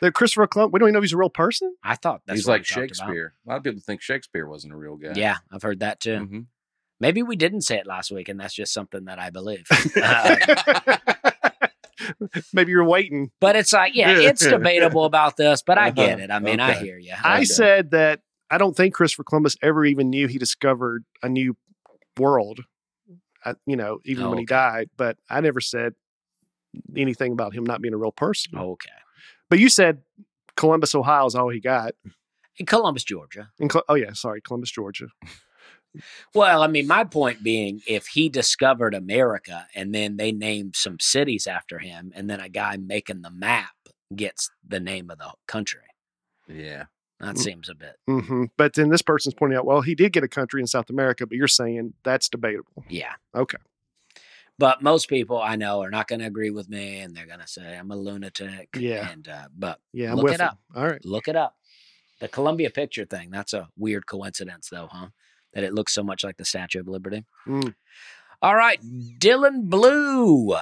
The Christopher Columbus, we don't even know if he's a real person. I thought that's He's what we like talked about. Shakespeare. A lot of people think Shakespeare wasn't a real guy. Yeah. I've heard that too. Mhm. Maybe we didn't say it last week, and that's just something that I believe. Um, Maybe you're waiting. but it's like, yeah, it's debatable about this, but I get Uh-huh. it. I mean, I Okay. hear you. I Okay. said that I don't think Christopher Columbus ever even knew he discovered a new world, I, you know, even when he Oh, Okay. died. But I never said anything about him not being a real person. okay. But you said Columbus, Ohio is all he got. In Columbus, Georgia. And Col- oh, yeah, sorry, Columbus, Georgia. Well, I mean, my point being, if he discovered America and then they named some cities after him, and then a guy making the map gets the name of the country, Yeah. that Mm. seems a bit, hmm But then this person's pointing out, well, he did get a country in South America, but you're saying that's debatable. yeah. Okay. But most people I know are not going to agree with me, and they're going to say I'm a lunatic. Yeah. And uh, but Yeah, I'm Look with it him. up. All right. Look it up. The Columbia picture thing. That's a weird coincidence, though, huh? That it looks so much like the Statue of Liberty. Mm. All right, Dylan Blue.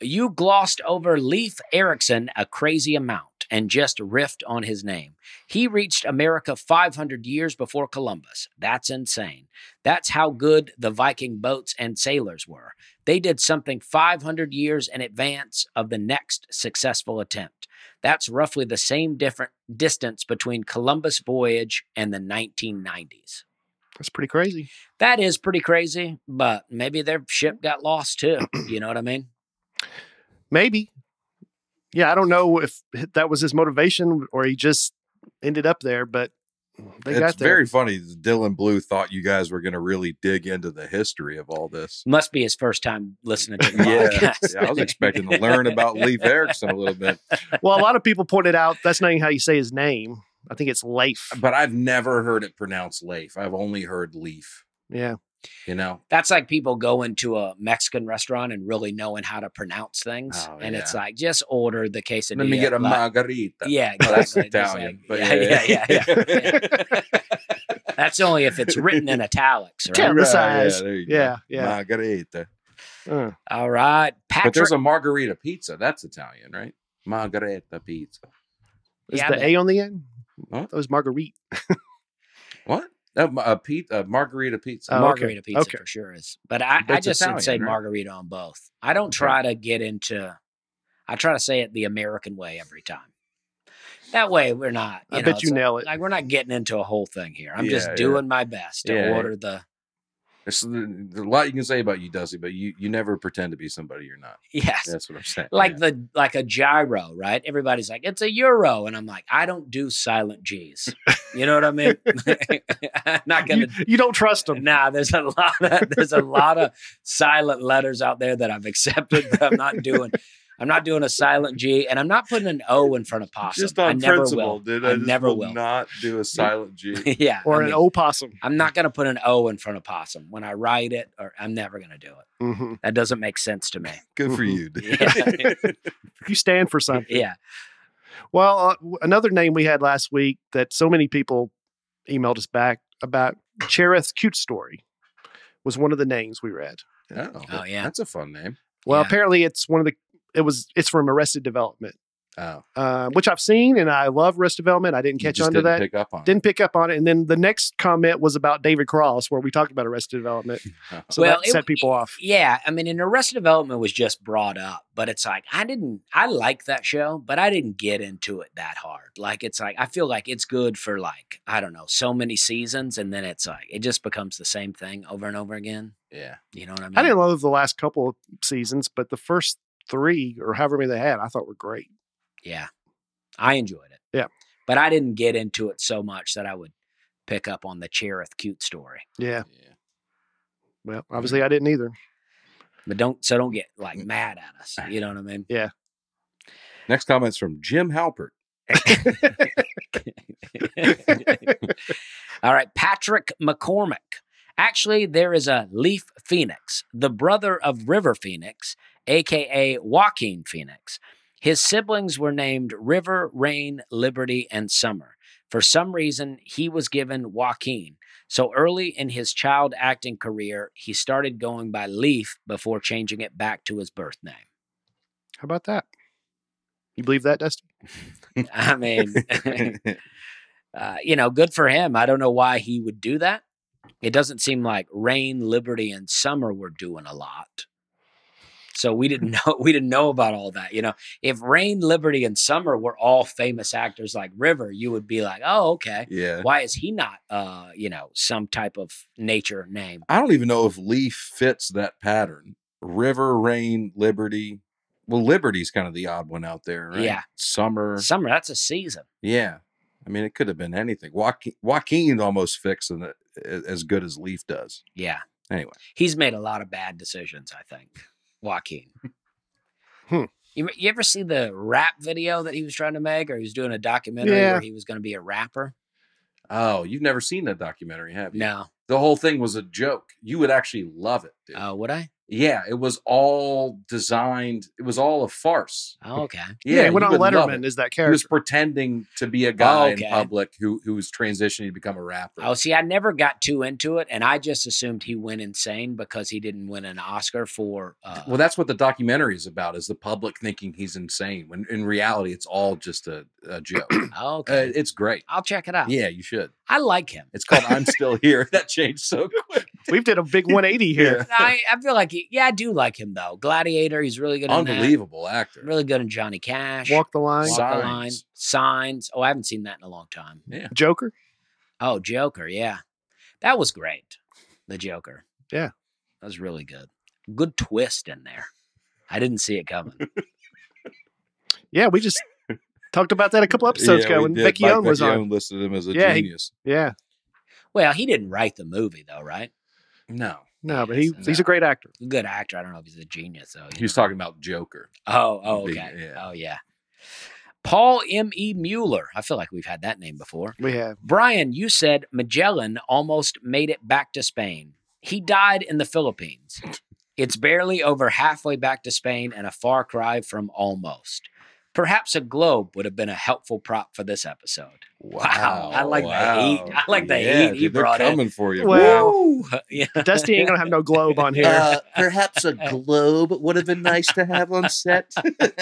You glossed over Leif Erikson a crazy amount and just riffed on his name. He reached America 500 years before Columbus. That's insane. That's how good the Viking boats and sailors were. They did something 500 years in advance of the next successful attempt. That's roughly the same different distance between Columbus voyage and the 1990s. That's pretty crazy. That is pretty crazy, but Mm. maybe their ship got lost too. You know what I mean? Maybe. yeah, I don't know if that was his motivation or he just ended up there, but they it's got there. very funny. that Dylan Blue thought you guys were going to really dig into the history of all this. Must be his first time listening to the Yeah. podcast. Yeah, I was expecting to learn about Leif Erickson a little bit, well, a lot of people pointed out that's not even how you say his name. I think it's Leif. but I've never heard it pronounced Leif. I've only heard Leaf. Yeah. You know, That's like people going to a Mexican restaurant and really knowing how to pronounce things, Oh, and it's yeah. like just order the quesadilla. let me get a like- margarita. Yeah, Well, that's exactly. Just like- Italian, but yeah, yeah, yeah, yeah, yeah. yeah. That's only if it's written in italics, right? Tell- Italicize. there you go. Yeah. Yeah. Margarita. Uh, All right, But Patrick. there's a margarita pizza. That's Italian, right? Margarita pizza. is Yeah, the but- A on the end? Huh? That was Marguerite. What? A, a, pe- a margarita pizza. Oh, okay. margarita pizza Okay. for sure is. But I, But I it's just Italian, would say right? margarita on both. I don't Okay. try to get into. I try to say it the American way every time. That way we're not. I you know, bet it's you like- nail it. Like we're not getting into a whole thing here. I'm Yeah, just yeah. doing my best to Yeah, yeah. order the. There's, there's a lot you can say about you, Dusty, but you, you never pretend to be somebody you're not. Yes. That's what I'm saying. Like Yeah. the like a gyro, right? Everybody's like, it's a euro, and I'm like, I don't do silent G's. You know what I mean? I'm not gonna You, you don't trust him. Nah, there's a lot of there's a lot of silent letters out there that I've accepted that I'm not doing. I'm not doing a silent G, and I'm not putting an O in front of possum. just on I never principle, will. dude. I, I, just never will, will. not do a silent G. yeah, Or I an mean, opossum. I'm not going to put an O in front of possum when I write it, or I'm never going to do it. Mhm. That doesn't make sense to me. Good for you, dude. Yeah. You stand for something. Yeah, Well, uh, w- another name we had last week that so many people emailed us back about Cherith Cute Story was one of the names we read. Oh, Oh, yeah. That's a fun name. Well, Yeah. apparently it's one of the it was it's from Arrested Development, Oh. uh, which I've seen and I love Arrested Development. I you didn't catch just on to didn't that. Pick up on didn't pick up on it. And then the next comment was about David Cross, where we talked about Arrested Development. it. So Well, that it- set people off. yeah. I mean, and Arrested Development was just brought up, but it's like I didn't. I like that show, but I didn't get into it that hard. Like it's like I feel like it's good for like I don't know so many seasons, and then it's like it just becomes the same thing over and over again. Yeah. You know what I Mm. mean? I didn't love the last couple of seasons, but the first three or however many they had, I thought were great. Yeah, I enjoyed it. Yeah. but I didn't get into it so much that I would pick up on the Cherith cute story. Yeah. yeah. Well, obviously I didn't either. But don't so don't get like Mm. mad at us. You know what I mean? Next comment's from Jim Halpert. All right, Patrick McCormick. Actually, there is a Leaf Phoenix, the brother of River Phoenix, aka Joaquin Phoenix. His siblings were named River, Rain, Liberty, and Summer. For some reason, he was given Joaquin. So early in his child acting career, he started going by Leaf before changing it back to his birth name. How about that? You believe that, Dusty? I mean, uh, you know, good for him. I don't know why he would do that. It doesn't seem like rain, liberty, and summer were doing a lot. So we didn't know we didn't know about all that. You know, if Rain, Liberty, and Summer were all famous actors like River, you would be like, oh, okay. yeah. Why is he not uh, you know, some type of nature name? I don't even know if Leaf fits that pattern. River, rain, liberty. Well, liberty's kind of the odd one out there, right? Yeah. Summer. Summer, that's a season. Yeah. I mean, it could have been anything. Joaquin, Joaquin almost fits in it a- as good as Leaf does. Yeah. Anyway, He's made a lot of bad decisions, I think. Joaquin. Hmm. You, you ever see the rap video that he was trying to make, or he was doing a documentary Yeah. where he was going to be a rapper? oh, you've never seen that documentary, have you? No. The whole thing was a joke. You would actually love it, dude. Oh, would I? Yeah, it was all designed. It was all a farce. Oh, okay. Yeah, when you on would love it. Letterman is that he was character. pretending to be a guy okay. in public who who was transitioning to become a rapper. Oh, see, I never got too into it, and I just assumed he went insane because he didn't win an Oscar for. Uh, well, that's what the documentary is about: is the public thinking he's insane when in reality it's all just a, a joke. uh, oh, okay. it's great. I'll check it out. Yeah, you should. I like him. It's called "I'm Still Here." That changed so quick. We've did a big 180 here. I, I feel like, he, yeah, I do like him though. Gladiator, he's really good. in that. Unbelievable actor. Really good in Johnny Cash. Walk the line. Walk the line. Signs. Signs. Oh, I haven't seen that in a long time. Joker. Oh, Joker, yeah. That was great. The Joker. Yeah. That was really good. Good twist in there. I didn't see it coming. Yeah, we just talked about that a couple episodes Yeah, ago we when did. Becky Mike Owen was on. Vecchione listed him as a Yeah, he- genius. Yeah, Well, he didn't write the movie though, right? no, no, but he Yes, he's no. a great actor. Good actor. I don't know if he's a genius though. you he was know. talking about Joker. Oh, oh, Big- okay. yeah. Oh, yeah. Paul M. E. Mueller. I feel like we've had that name before. We have Brian, you said Magellan almost made it back to Spain. He died in the Philippines. It's barely over halfway back to Spain and a far cry from almost. Perhaps a globe would have been a helpful prop for this episode. Wow. I like the heat. I like the heat he dude, they're brought in. coming for you. Well, Woo! yeah. Dusty ain't gonna have no globe on here. Uh, perhaps a globe would have been nice to have on set.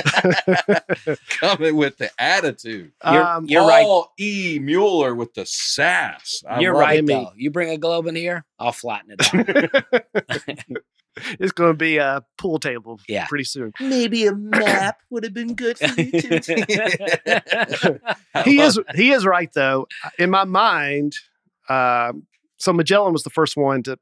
coming with the attitude. You're, um, you're right. Paul E. Mueller with the sass. I You're love right, it. Emmy. though. You bring a globe in here, I'll flatten it out. it's gonna be a pool table. Yeah. pretty soon. Maybe a map would have been good for you too. He is he is right though. In my mind, um, so Magellan was the first one to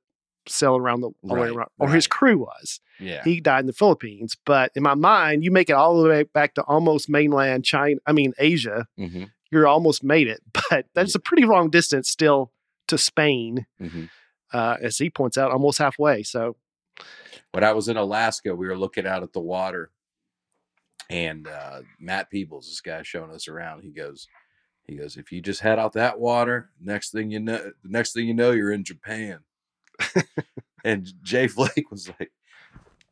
sail around the all the way Right, around, or his right. crew was. Yeah. He died in the Philippines, but in my mind, you make it all the way back to almost mainland China. I mean Asia. Mhm, You're almost made it, but that's a pretty long distance still to Spain. mhm. uh, as he points out, almost halfway. So when I was in Alaska, we were looking out at the water, and uh, Matt Peebles, this guy showing us around, he goes, he goes, if you just head out that water, next thing you know, the next thing you know, you're in Japan. and Jay Flake was like,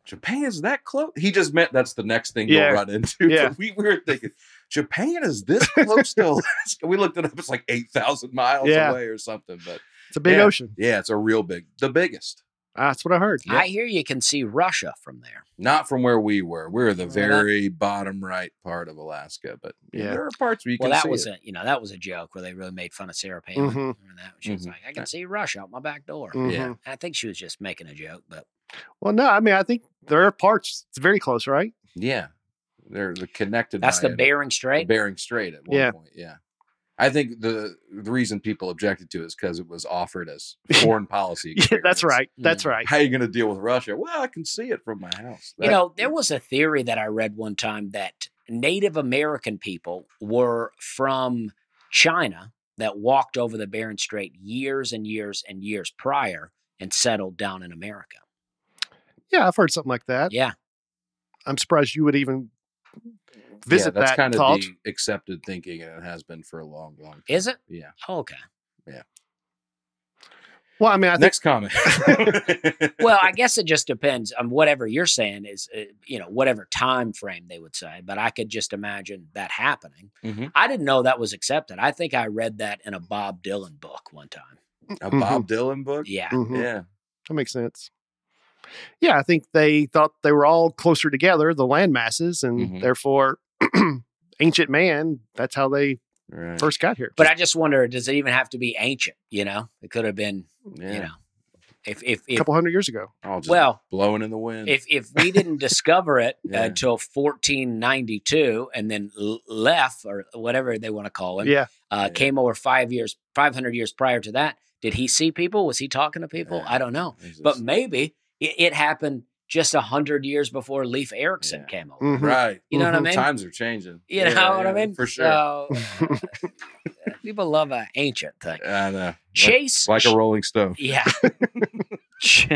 Japan's that close. He just meant that's the next thing Yeah. you'll run into. Yeah. But we were thinking, Japan is this close to Alaska. We looked it up, it's like 8,000 miles Yeah. away or something. But it's a big Yeah. ocean. yeah, it's a real big, the biggest. That's what I heard. I hear you can see Russia from there. not from where we were. We're the Well, that- very bottom right part of Alaska, but Yeah. yeah. there are parts where you well, can that see was it. a you know that was a joke where they really made fun of Sarah Palin. Mhm. Remember that? She was Mhm. like, "I can see Rush out my back door." Mhm. yeah. I think she was just making a joke, but Well, no, I mean, I think there are parts. It's very close, right? Yeah, they're the connected. that's by the a- Bering a Strait. Bering Strait at one Yeah. point. Yeah, I think the the reason people objected to it is because it was offered as foreign policy. Yeah, that's experiments. right. That's right. How are you going to deal with Russia? Well, I can see it from my house. you know, there was a theory that I read one time that Native American people were from China that walked over the Bering Strait years and years and years prior and settled down in America. Yeah, I've heard something like that. Yeah, I'm surprised you would even visit that's that kind of thought. the accepted thinking, and it has been for a long, long. time. is it? Yeah. Oh, okay. Well, I mean, I think Next comment. well, I guess it just depends on whatever you're saying is, uh, you know, whatever time frame they would say. But I could just imagine that happening. Mhm. I didn't know that was accepted. I think I read that in a Bob Dylan book one time. a Bob Dylan book. Yeah, Mhm. yeah. that makes sense. Yeah, I think they thought they were all closer together, the land masses, and Mhm. therefore ancient man. That's how they Right. first got here. but I just wonder, does it even have to be ancient? You know, it could have been, yeah. you know, if if a if couple hundred years ago. I'll just well, blowing in the wind. if if we didn't discover it Yeah. until 1492 and then l- left or whatever they want to call him, Yeah, uh, Yeah. came over five years, 500 years prior to that. Did he see people? Was he talking to people? I don't know. Is But this- maybe it, it happened just a 100 years before Leif Erikson Yeah. came over. Mhm. right, You know what I Mhm. mean? times are changing. you Yeah, know what I yeah, mean? For sure. So, uh, people love an ancient thing. I know. uh, Like- Chase. like, a Rolling Stone. Yeah. Ch-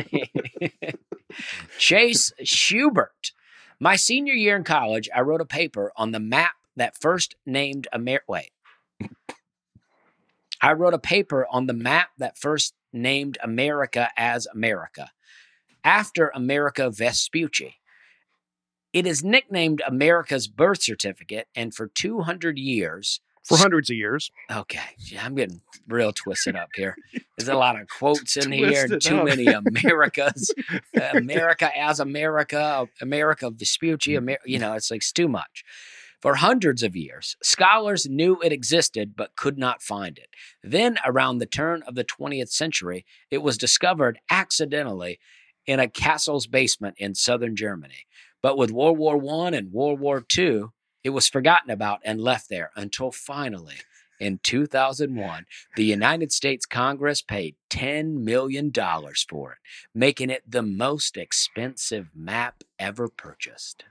Chase Schubert. My senior year in college, I wrote a paper on the map that first named America. Wait. I wrote a paper on the map that first named America as America after America Vespucci. It is nicknamed America's birth certificate, and for 200 years, for hundreds of years. Okay, yeah, I'm getting real twisted up here. There's a lot of quotes in here, and Twisted too up. many Americas, America as America, America Mm. Vespucci, Amer- you know, it's like it's too much. For hundreds of years, scholars knew it existed but could not find it. Then, around the turn of the 20th century, it was discovered accidentally in a castle's basement in southern Germany. But with World War One and World War II, it was forgotten about and left there until finally in 2001, the United States Congress paid $10 million for it, making it the most expensive map ever purchased.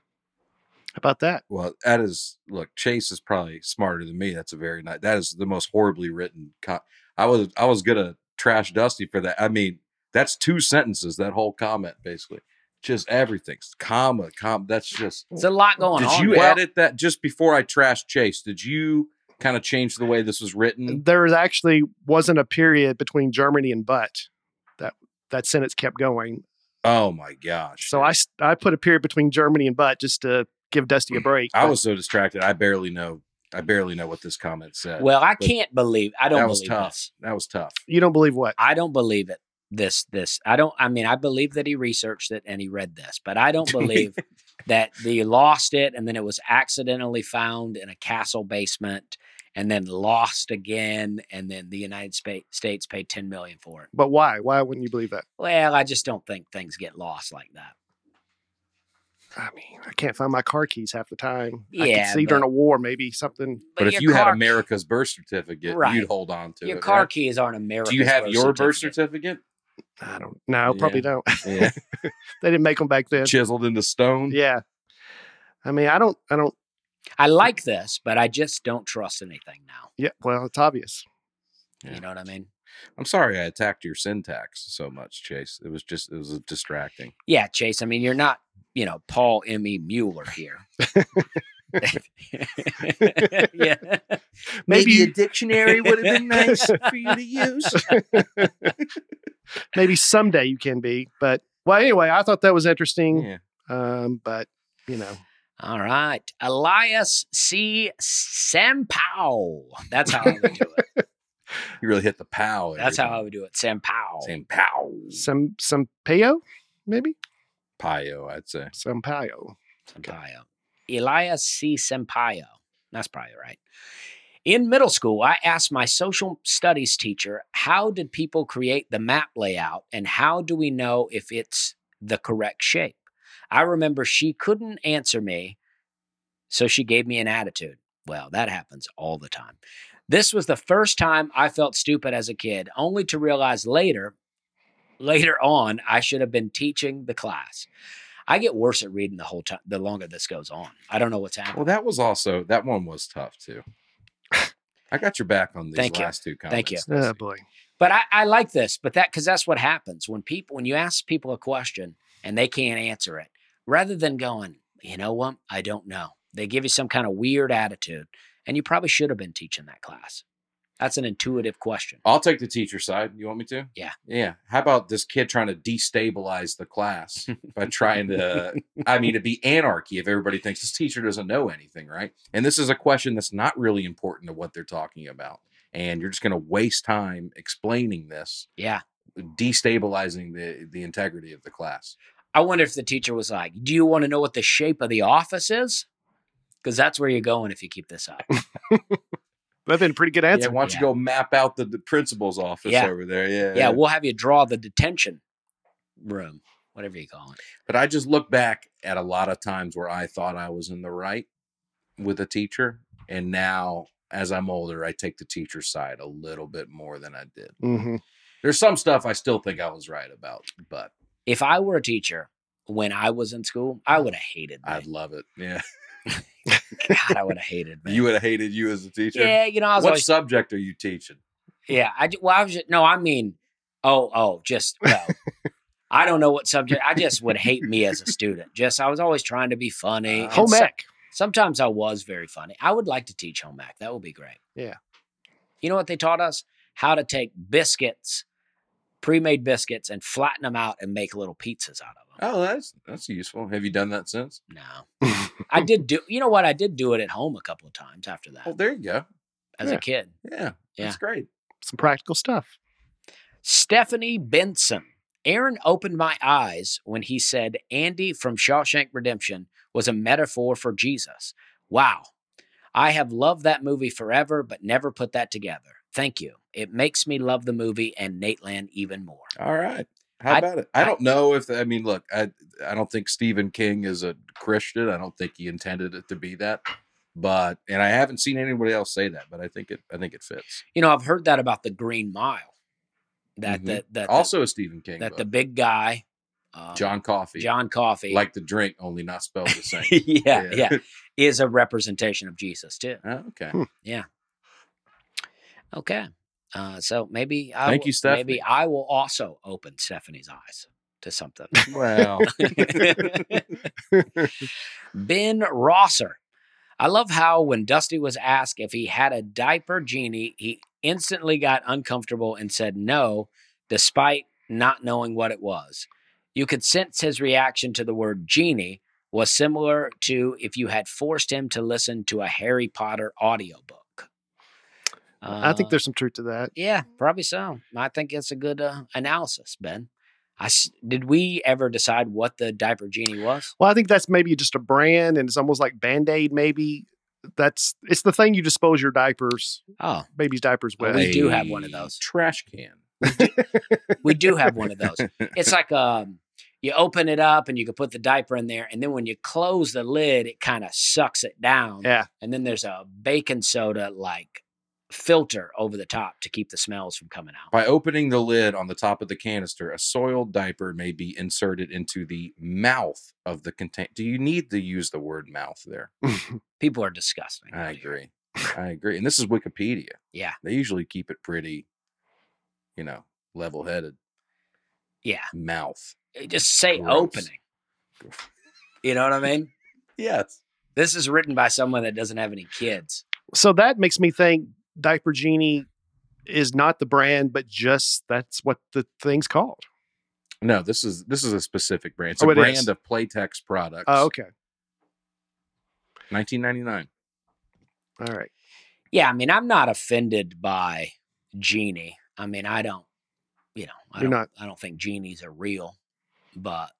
about that? Well, that is look. Chase is probably smarter than me. That's a very nice. That is the most horribly written. Co- I was I was gonna trash Dusty for that. I mean, that's two sentences. That whole comment basically, just everything. Comma, comma. That's just. It's a lot going Did on. you Well, edit that just before I trashed Chase? Did you kind of change the way this was written? There was actually wasn't a period between Germany and but that that sentence kept going. Oh my gosh! So I s- I put a period between Germany and but just to give Dusty a break. I but was so distracted. I barely know. I barely know what this comment said. Well, I But can't believe. I don't that was believe tough. this. That was tough. you don't believe what? I don't believe it. This, this, I don't, I mean, I believe that he researched it and he read this, but I don't believe that he lost it and then it was accidentally found in a castle basement and then lost again. And then the United Spa- States paid 10 million for it. But why? Why wouldn't you believe that? Well, I just don't think things get lost like that. I mean, I can't find my car keys half the time. I can Yeah, see during but- a war maybe something. But, if your you had car- America's birth certificate, Right. you'd hold on to your it. car right? keys aren't American. Do you have your birth certificate? I don't. No, probably don't. Yeah. they didn't make them back then. Chiseled into stone? Yeah. I mean, I don't. I don't. I like this, but I just don't trust anything now. Yeah. Well, it's obvious. Yeah. You know what I mean? I'm sorry I attacked your syntax so much, Chase. It was just, it was distracting. Yeah, Chase. I mean, you're not, you know, Paul M. E. Mueller here. yeah. Maybe you- dictionary would have been nice for you to use. maybe someday you can be. But well, anyway, I thought that was interesting. Yeah. Um, but you know, All right. Elias C. Sampow. That's how I would do it. You really hit the pow. That's how I would do it. Sampow. Same pow. some some payo, maybe Pio, I'd say. some payo. Sampaio. Elias C. Sampaio. That's probably right. In middle school, I asked my social studies teacher, how did people create the map layout and how do we know if it's the correct shape? I remember she couldn't answer me, so she gave me an attitude. Well, that happens all the time. This was the first time I felt stupid as a kid, only to realize later, later on, I should have been teaching the class. I get worse at reading the whole time. The longer this goes on, I don't know what's happening. Well, that was also, that one was tough too. I got your back on these Thank you. last two comments. Thank you. Oh Dusty. boy, But I, I like this. But that because that's what happens when people when you ask people a question and they can't answer it, rather than going, you know what, I don't know. They give you some kind of weird attitude, and you probably should have been teaching that class. That's an intuitive question. I'll take the teacher side. You want me to? Yeah. Yeah. How about this kid trying to destabilize the class by trying to, I mean, it'd be anarchy if everybody thinks this teacher doesn't know anything, right? And this is a question that's not really important to what they're talking about. And you're just going to waste time explaining this, Yeah. destabilizing the, the integrity of the class. I wonder if the teacher was like, "Do you want to know what the shape of the office is?" Because that's where you're going if you keep this up. that'd been a pretty good Yeah, answer. why don't you yeah. go map out the, the principal's office Yeah. over there? Yeah. yeah, we'll have you draw the detention room, whatever you call it. But I just look back at a lot of times where I thought I was in the right with a teacher. And now, as I'm older, I take the teacher's side a little bit more than I did. hmm There's some stuff I still think I was right about, but if I were a teacher when I was in school, I would have hated me. I'd love it. Yeah. God, I would have hated me. You would have hated you as a teacher. yeah, you know, I was What always, subject are you teaching? yeah, I, ju- well, I was just, no, I mean, oh, oh, just, well, I don't know what subject, I just would hate me as a student. Just, I was always trying to be funny. and Home so- ec. sometimes I was very funny. I would like to teach home ec. That would be great. Yeah. You know what they taught us? How to take biscuits, pre-made biscuits, and flatten them out and make little pizzas out of them. Oh, that's that's useful. Have you done that since? No. I did do you know what? I did do it at home a couple of times after that Oh, there you go. as yeah. a kid. Yeah. Yeah. That's great. Some practical stuff. Stephanie Benson. Aaron opened my eyes when he said Andy from Shawshank Redemption was a metaphor for Jesus. Wow. I have loved that movie forever, but never put that together. Thank you. It makes me love the movie and Nateland even more. All right. How I- about it? I, I- don't know if I mean, look, I I don't think Stephen King is a Christian. I don't think he intended it to be that. But and I haven't seen anybody else say that, but I think it I think it fits. You know, I've heard that about the Green Mile. That Mhm. the that the- also a Stephen King. that the book. big guy um, John Coffee, John Coffee, like the drink, only not spelled the same. yeah, yeah, is a representation of Jesus too. Oh, okay. Okay. Uh, so maybe I Thank will, you, Stephanie. maybe I will also open Stephanie's eyes to something. Well, ben Rosser. I love how when Dusty was asked if he had a diaper genie, he instantly got uncomfortable and said no, despite not knowing what it was. You could sense his reaction to the word genie was similar to if you had forced him to listen to a Harry Potter audiobook. I think Uh, there's some truth to that. yeah, probably so. I think it's a good uh, analysis, Ben. I s- did we ever decide what the diaper genie was? Well, I think that's maybe just a brand, and it's almost like Band Aid. Maybe that's it's the thing you dispose your diapers, Oh, baby's diapers Well, with. we do a have one of those. trash can. we do have one of those. It's like um, you open it up and you can put the diaper in there, and then when you close the lid, it kind of sucks it down. yeah, And then there's a baking soda like filter over the top to keep the smells from coming out. By opening the lid on the top of the canister, a soiled diaper may be inserted into the mouth of the container. Do you need to use the word mouth there? People are disgusting. I out here. agree. I agree. And this is Wikipedia. Yeah. They usually keep it pretty, you know, level headed. Yeah. Mouth. Just say Gross. opening. You know what I mean? Yes. This is written by someone that doesn't have any kids. so that makes me think Diaper Genie is not the brand, but just that's what the thing's called. No, this is this is a specific brand. It's Oh, a it brand is. of Playtex products. Oh, okay, 1999. all right. Yeah, I mean, I'm not offended by Genie. I mean, I don't, you know, I You're don't, not. I don't think genies are real. But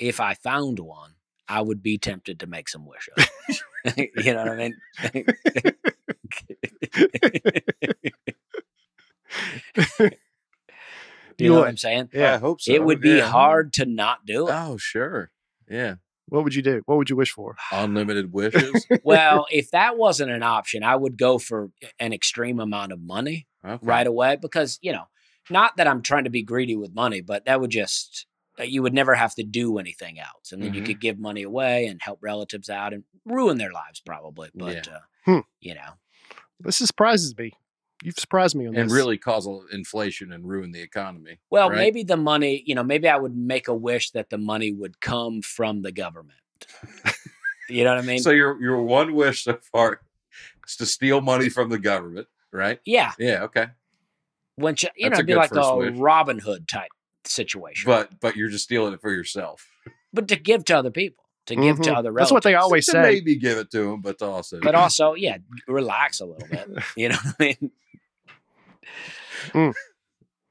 if I found one, I would be tempted to make some wish up. you know what I mean? Do you, You know what would. I'm saying? Yeah. I hope so. it would be yeah. hard to not do it. Oh, sure. Yeah. What would you do? What would you wish for? Unlimited wishes. well, if that wasn't an option, I would go for an extreme amount of money. Okay. right away because you know not that i'm trying to be greedy with money but that would just uh, you would never have to do anything else and then you Mhm. could give money away and help relatives out and ruin their lives probably but uh, Hmm. you know This surprises me. You've surprised me on And this. really cause a- inflation and ruin the economy. well right? maybe the money you know maybe i would make a wish that the money would come from the government you know what i mean So your your one wish so far is to steal money from the government, right? yeah Yeah, okay. when ch- you know That's a it'd be good like first a wish. robin hood type situation but, But but you're just stealing it for yourself. to give to other people to give to Mm-hmm. Mhm. other relatives That's what they always To say. maybe give it to them, but to also but also yeah relax a little bit you know what i mean Hmm. Mm.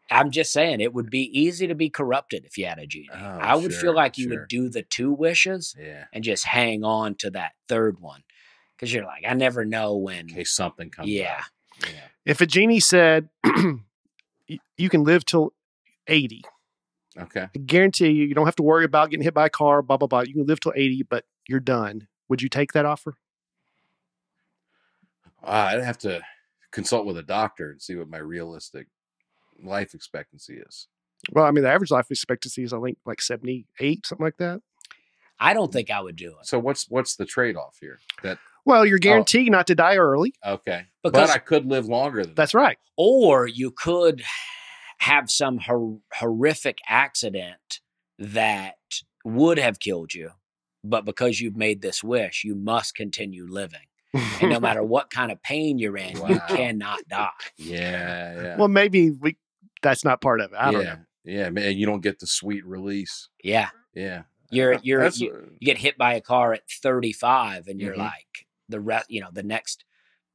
i'm just saying it would be easy to be corrupted if you had a genie Oh, i would sure, feel like you sure. would do the two wishes yeah, and just hang on to that third one because you're like i never know when in case something comes. Mm, yeah up. yeah. If a genie said, "You- "You can live till 80," Okay. I guarantee you, you don't have to worry about getting hit by a car. Blah blah blah. You can live till 80, but you're done. Would you take that offer? Uh, I'd have to consult with a doctor and see what my realistic life expectancy is. Well, I mean, the average life expectancy is, I think, like 78, something like that. i don't think i would do it So what's what's the trade off here? That Well, you're guaranteed not to die early. okay, Because- but I could live longer than That's right. or you could have some hor- horrific accident that would have killed you but because you've made this wish you must continue living and no matter what kind of pain you're in, you Wow. cannot die. that. Yeah, yeah. well, maybe we. That's not part of it. I yeah. don't know. Yeah, man, you don't get the sweet release. Yeah, Yeah. you're Uh, you're that's, you, uh, you get hit by a car at 35, and you're Mhm. like the rest. You know, the next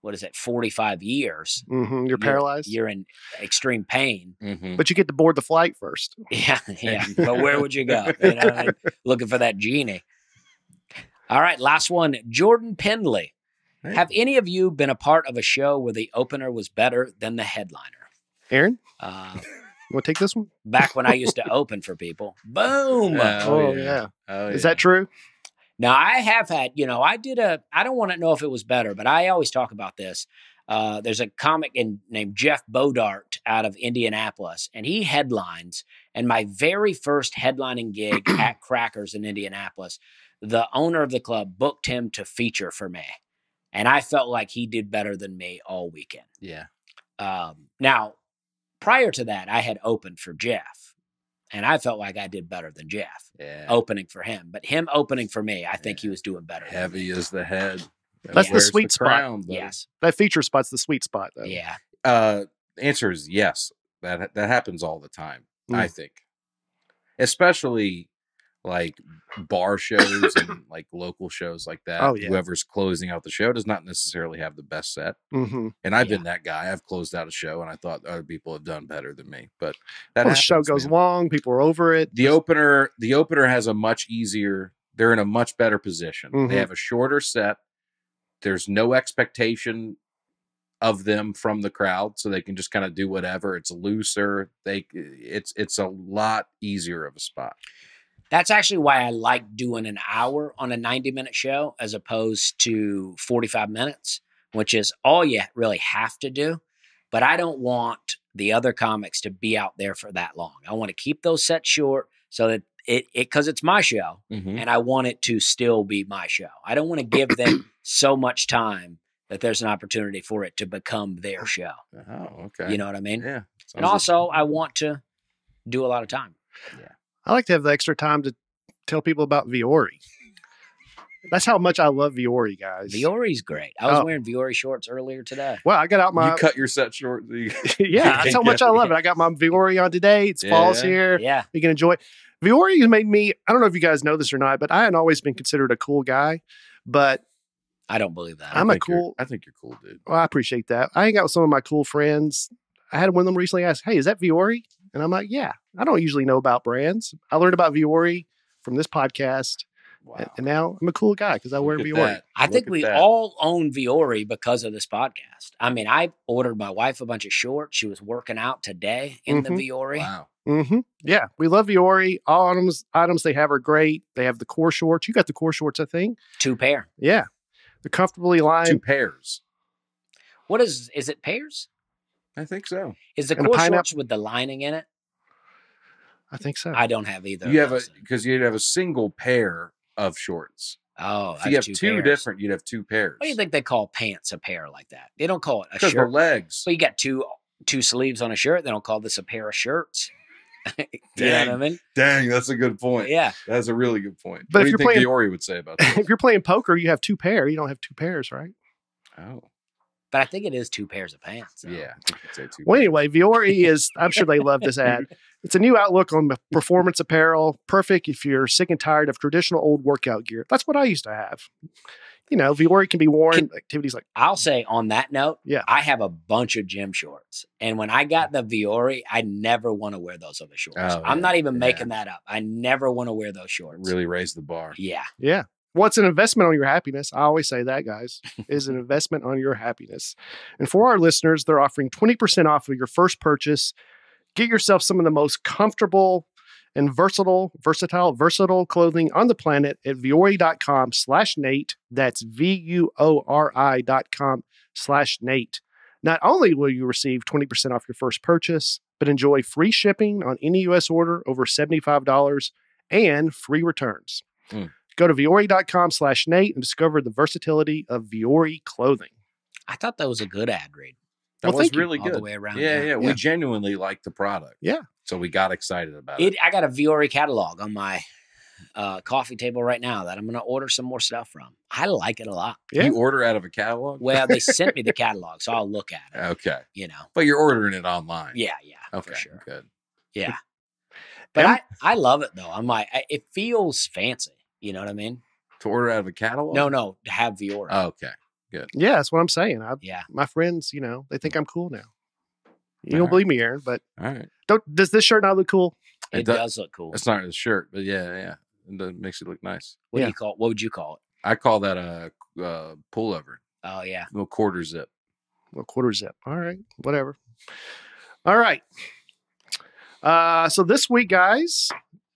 what is it, 45 years? hmm You're you're- paralyzed, You're in extreme pain. mhm. but you get to board the flight first. Yeah, yeah. but where would you go? You know, what I mean? looking for that genie. All right, last one. Jordan Pendley. Hey. Have any of you been a part of a show where the opener was better than the headliner? Aaron, Uh, you want to take this one? back when I used to open for people, boom. Oh, yeah. Oh, Is yeah. that true? Now I have had, you know, I did a I don't want to know if it was better, but I always talk about this. Uh, there's a comic in, named Jeff Bodart out of Indianapolis, and he headlines. And my very first headlining gig at Crackers in Indianapolis, the owner of the club booked him to feature for me, and I felt like he did better than me all weekend. Yeah. Um, now, prior to that, I had opened for Jeff, and I felt like I did better than Jeff Yeah. opening for him. But him opening for me, I think he was doing better. than Heavy me. as the head. that That's the wears sweet spot. crown, buddy. Yes. That feature spot's the sweet spot, though. Yeah. Uh, the answer is yes. That that happens all the time. Mm. I think, especially like bar shows and like local shows like that. Oh, yeah. Whoever's closing out the show does not necessarily have the best set. Mm-hmm. And I've been that guy. I've closed out a show, and I thought other people have done better than me. But that Well, the show happens, goes man. long. People are over it. The opener, the opener has a much easier. They're in a much better position. Mhm. They have a shorter set. There's no expectation of them from the crowd, so they can just kind of do whatever. It's looser. They, it's it's a lot easier of a spot. That's actually why I like doing an hour on a 90 minute show as opposed to 45 minutes, which is all you really have to do. But I don't want the other comics to be out there for that long. I want to keep those sets short so that it, because it's my show Mm-hmm. and I want it to still be my show. I don't want to give them so much time that there's an opportunity for it to become their show. Oh, okay. You know what I mean? yeah. and also, I want to do a lot of time. I like to have the extra time to tell people about Viore. That's how much I love Viore, guys. Viore's great. I was Oh. wearing Viore shorts earlier today. Well, I got out my you cut your set short. You- yeah. That's how much I love it. I got my Viore on today. It's Yeah, falls yeah. here. Yeah. You can enjoy. it. Viore has made me. I don't know if you guys know this or not, but I had always been considered a cool guy. But I don't believe that. I I'm a think you're- cool- I think you're cool, dude. well, I appreciate that. I hang out with some of my cool friends. I had one of them recently ask, "Hey, is that Viore?" And I'm like, "Yeah." I don't usually know about brands. I learned about Viore from this podcast, Wow. and, and now I'm a cool guy because I wear Look at Viore. that. I Look think at we that. all own Viore because of this podcast. I mean, I ordered my wife a bunch of shorts. She was working out today in Mhm. the Viore. Wow. Mm-hmm. Yeah, we love Viore. All items items they have are great. They have the core shorts. You got the core shorts, I think. Two pair. Yeah, they're comfortably Two lined. pairs. What is is it pairs? I think so. Is the And a core pineapple- shorts with the lining in it? I think so. I don't have either. Oh. You of have a those. because you'd have a single pair of shorts. oh, if that's you have two, pairs. different, you'd have two pairs. What do you think they call pants a pair like that? They don't call it a Because the shirt. legs. So you got two two sleeves on a shirt. They don't call this a pair of shirts. you know what I Dang. mean? Dang, that's a good point. Yeah. That's a really good point. But what if do you you're think Diori would say about that? if you're playing poker, you have two pair. You don't have two pairs, right? oh, But I think it is two pairs of pants. though. yeah. I think he'd say two Well, pairs. anyway, Viore is. I'm sure they love this ad. It's a new outlook on performance apparel. Perfect if you're sick and tired of traditional old workout gear. That's what I used to have. You know, Viore can be worn in activities like I'll say on that note, Yeah. I have a bunch of gym shorts. And when I got the Viore, I never want to wear those other shorts. Mm. Oh, I'm yeah, not even yeah. making that up. I never want to wear those shorts. Really raise the bar. Yeah. Yeah. Well, it's an investment on your happiness. I always say that, guys, It is an investment on your happiness. And for our listeners, they're offering 20% off of your first purchase. Get yourself some of the most comfortable and versatile, versatile, versatile clothing on the planet at viori.com slash Nate. That's V-U-O-R-I dot com slash Nate. Not only will you receive 20% off your first purchase, but enjoy free shipping on any U.S. order over $75 and free returns. Go to viori.com slash Nate and discover the versatility of Viori clothing. I thought that was a good ad read. That Well, was thank you. really all the good. way around. Yeah, yeah, We Yeah. genuinely liked the product. Yeah. So we got excited about It, it. I got a Viore catalog on my uh, coffee table right now that I'm going to order some more stuff from. I like it a lot. Yeah. You order out of a catalog? Well, they sent me the catalog, so I'll look at it. okay. You know, But you're ordering it online. yeah, yeah, Okay. for sure. Good. Yeah, but Em- I, I love it though. I'm like, I, it feels fancy. You know what I mean? To order out of a catalog? No, no, to have Viore. Okay. Yeah, that's what I'm saying. I, yeah, my friends, you know, they think I'm cool now. You All don't right. believe me, Aaron, but All right. don't does this shirt not look cool? It it, do- does, look cool. It's not a shirt, but yeah, yeah. It does- makes it look nice. What Yeah. do you call? What would you call it? I call that a, uh pullover, Oh yeah, little quarter zip. Well, quarter zip. All right, whatever. All right. Uh, so this week, guys,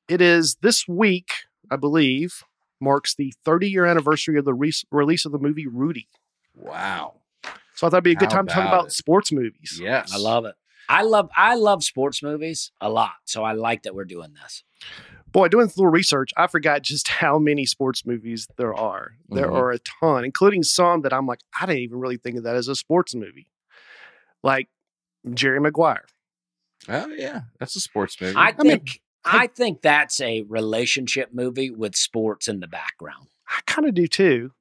it is this week, I believe, marks the 30 year anniversary of the re- release of the movie Rudy. Wow. So I thought it'd be a good How time to talk about about it? sports movies. Yes. I love it. I love I love sports movies a lot, so I like that we're doing this. Boy, doing a little research, I forgot just how many sports movies there are. There Mhm. are a ton, including some that I'm like, I didn't even really think of that as a sports movie. Like Jerry Maguire. Oh yeah, that's a sports movie. I I mean, think I think that's a relationship movie with sports in the background. I kind of do too.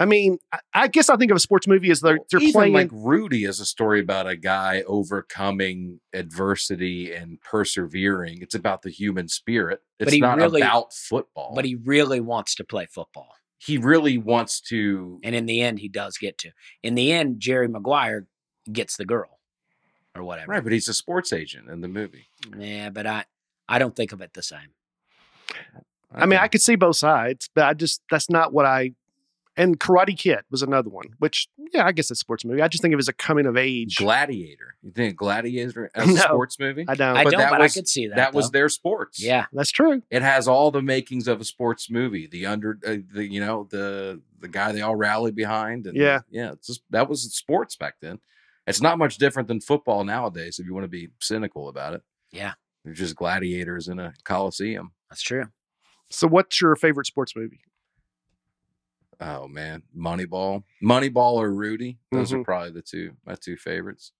I mean, I, I guess I think of a sports movie as they're, they're Even playing. like Rudy is a story about a guy overcoming adversity and persevering. It's about the human spirit. It's he not really- about football. But he really wants to play football. he really wants to. And in the end he does get to. In the end, Jerry Maguire gets the girl or whatever. Right, but he's a sports agent in the movie. Yeah, but I I don't think of it the same. I mean, Okay. I could see both sides, but I just, that's not what I. And Karate Kid was another one, which, yeah, I guess it's a sports movie. I just think of it as a coming of age. Gladiator. You think Gladiator as a No. sports movie? I don't. I Uh, But don't, that but was- I could see that. that was though. their sports. Yeah. that's true. it has all the makings of a sports movie. The under, uh, the you know, the the guy they all rally behind, and Yeah. yeah, it's just, that was sports back then. It's not much different than football nowadays. If you want to be cynical about it, Yeah. they're just gladiators in a coliseum. That's true. So, what's your favorite sports movie? Oh man, Moneyball, Moneyball or Rudy, those Mm-hmm. are probably the two my two favorites.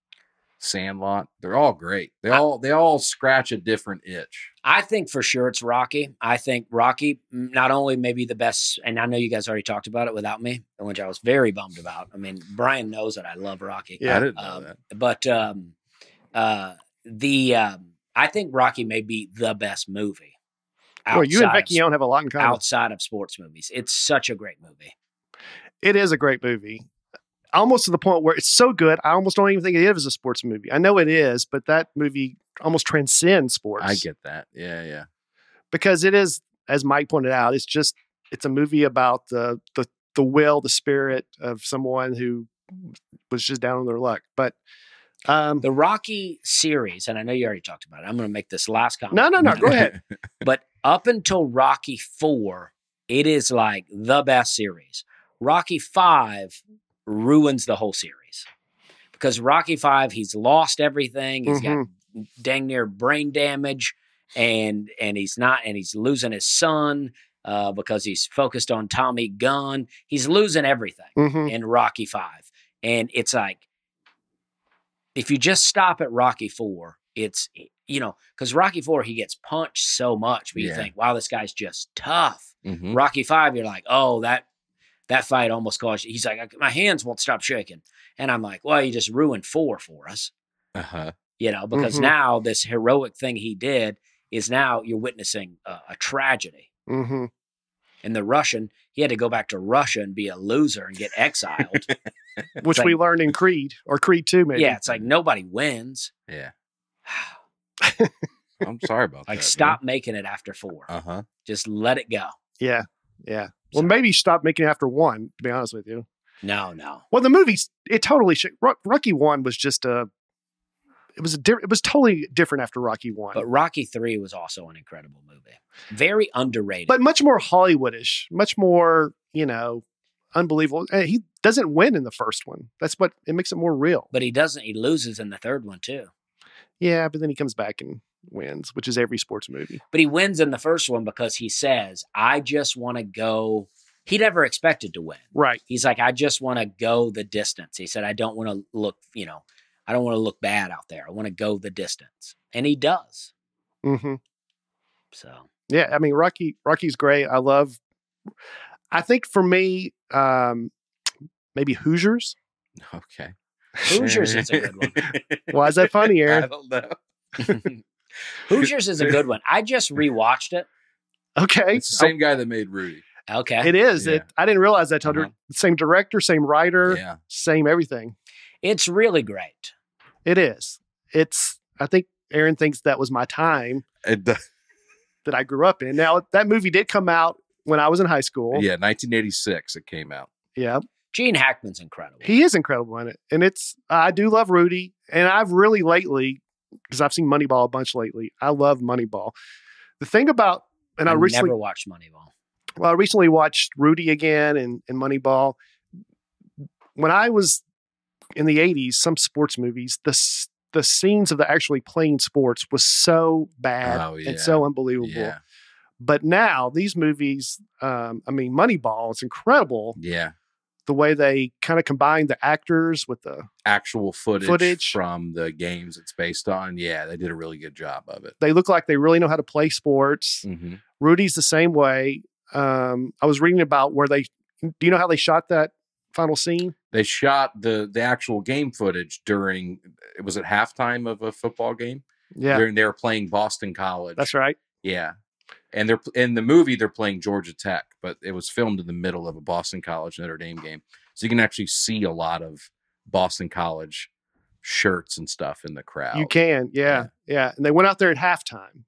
Sandlot, they're all great. They all they all scratch a different itch. I think for sure it's Rocky. I think Rocky m- not only maybe the best, and I know you guys already talked about it without me, which I was very bummed about. I mean, Brian knows that I love Rocky, I Yeah. didn't know Um, that. but um, uh, the um, I think Rocky may be the best movie. Well, you and outside of- Vecchione have a lot in common. outside of sports movies, it's such a great movie. It is a great movie. Almost to the point where it's so good, I almost don't even think of it is a sports movie. I know it is, but that movie almost transcends sports. I get that. Yeah, yeah. because it is, as Mike pointed out, it's just it's a movie about the the the will, the spirit of someone who was just down on their luck. But um, The Rocky series, and I know you already talked about it. I'm going to make this last comment. no, no, no, go ahead. But up until Rocky four, it is like the best series. Rocky five ruins the whole series because Rocky five, he's lost everything. He's got Mm-hmm. dang near brain damage, and and he's not, and he's losing his son uh, because he's focused on Tommy Gunn. He's losing everything Mhm. in Rocky Five, and it's like if you just stop at Rocky Four, it's eh, you know because Rocky Four he gets punched so much, but you Yeah. think, wow, this guy's just tough. Mhm. Rocky Five, you're like, oh that that fight almost caused. You. He's like, "I- my hands won't stop shaking, and I'm like, well, you just ruined four for us, Uh-huh. you know, because Mhm. now this heroic thing he did is now you're witnessing a, a tragedy. Mhm. And the Russian, he had to go back to Russia and be a loser and get exiled. Which It's we like- learned in Creed or Creed Two, maybe. yeah, it's like nobody wins. Yeah. I'm sorry about that. Like, stop making it after four. Uh huh. Just let it go. yeah, yeah. Well, maybe stop making it after one. To be honest with you. No, no. Well, the movies it totally should. Ro- Rocky One was just a. It was a di- It was totally different after Rocky One, But but, Rocky Three was also an incredible movie. Very underrated. much more Hollywoodish, much more you know, unbelievable. And he doesn't win in the first one. That's what it makes it more real. but he doesn't. He loses in the third one too. Yeah, but then he comes back and wins, which is every sports movie. But he wins in the first one because he says, "I just want to go." He never expected to win. Right. He's like, "I just want to go the distance." He said, "I don't want to look. You know, I don't want to look bad out there. I want to go the distance," and he does. hmm So Yeah, I mean Rocky. Rocky's great. I love. I think for me, um, maybe Hoosiers. Okay. Hoosiers is a good one. Why is that funny, I Aaron? don't know. Hoosiers is a good one. I just rewatched it. Okay, It's the same guy that made Rudy. Okay, it is. It, I didn't realize that. till dir- Uh-huh. Same director, same writer. Yeah. same everything. it's really great. It is. It's. I think Aaron thinks that was my time It does- that I grew up in. Now that movie did come out when I was in high school. yeah, 1986 it came out. Yeah. Gene Hackman's incredible. He is incredible in it, and it's. I do love Rudy, and I've really lately because I've seen Moneyball a bunch lately. I love Moneyball. The thing about and I, I recently never watched Moneyball. well, I recently watched Rudy again and, and Moneyball. When I was in the 80s some sports movies the s- the scenes of the actually playing sports was so bad Oh, yeah. and so unbelievable Yeah. but now these movies um, i mean moneyball it's incredible Yeah. the way they kind of combine the actors with the Actual footage, Footage. from the games it's based on. Yeah, they did a really good job of it. they look like they really know how to play sports Mm-hmm. rudy's the same way um, i was reading about where they do you know how they shot that final scene They shot the the actual game footage during it was at halftime of a football game. yeah During they were playing Boston College. that's right Yeah. And they're in the movie they're playing Georgia Tech, but it was filmed in the middle of a Boston College Notre Dame game. So you can actually see a lot of Boston College shirts and stuff in the crowd. You can, yeah, yeah, And they went out there at halftime.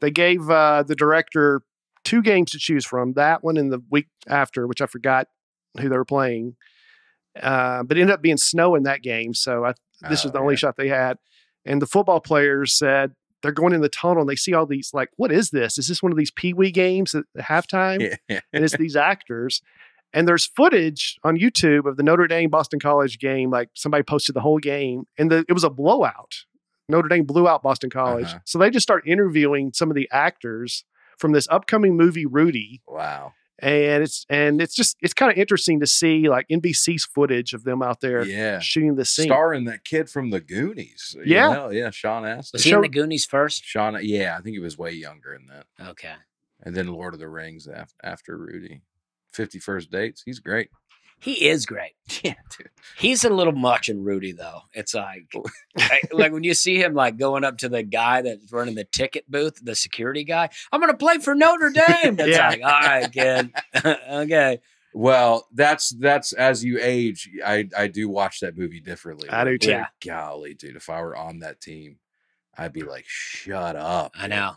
They gave uh, the director two games to choose from. That one and the week after, which I forgot who they were playing, uh, but it ended up being snow in that game. So I, this Oh, was the only yeah. shot they had. And the football players said they're going in the tunnel and they see all these like, what is this? Is this one of these pee wee games at halftime? Yeah. and it's these actors. And there's footage on YouTube of the Notre Dame Boston College game. Like somebody posted the whole game, and the, it was a blowout. Notre Dame blew out Boston College. Uh-huh. So they just start interviewing some of the actors from this upcoming movie Rudy, Wow. and it's and it's just it's kind of interesting to see like NBC's footage of them out there Yeah. shooting the scene. Starring that kid from the Goonies. you Yeah. know? Yeah. Sean Astin. Was he in Show- the Goonies first? Sean, yeah, I think he was way younger in that. Okay. And then Lord of the Rings af- after Rudy. 51st Dates. He's great. He is great. Yeah, dude. Oh. He's a little much in Rudy though. It's like I- like when you see him like going up to the guy that's running the ticket booth, the security guy, I'm gonna play for Notre Dame. It's Yeah. like, all right, kid. okay. Well, that's that's as you age, I I do watch that movie differently. I do Like, too. dear Golly, dude, if I were on that team, I'd be like, shut up. I dude. know.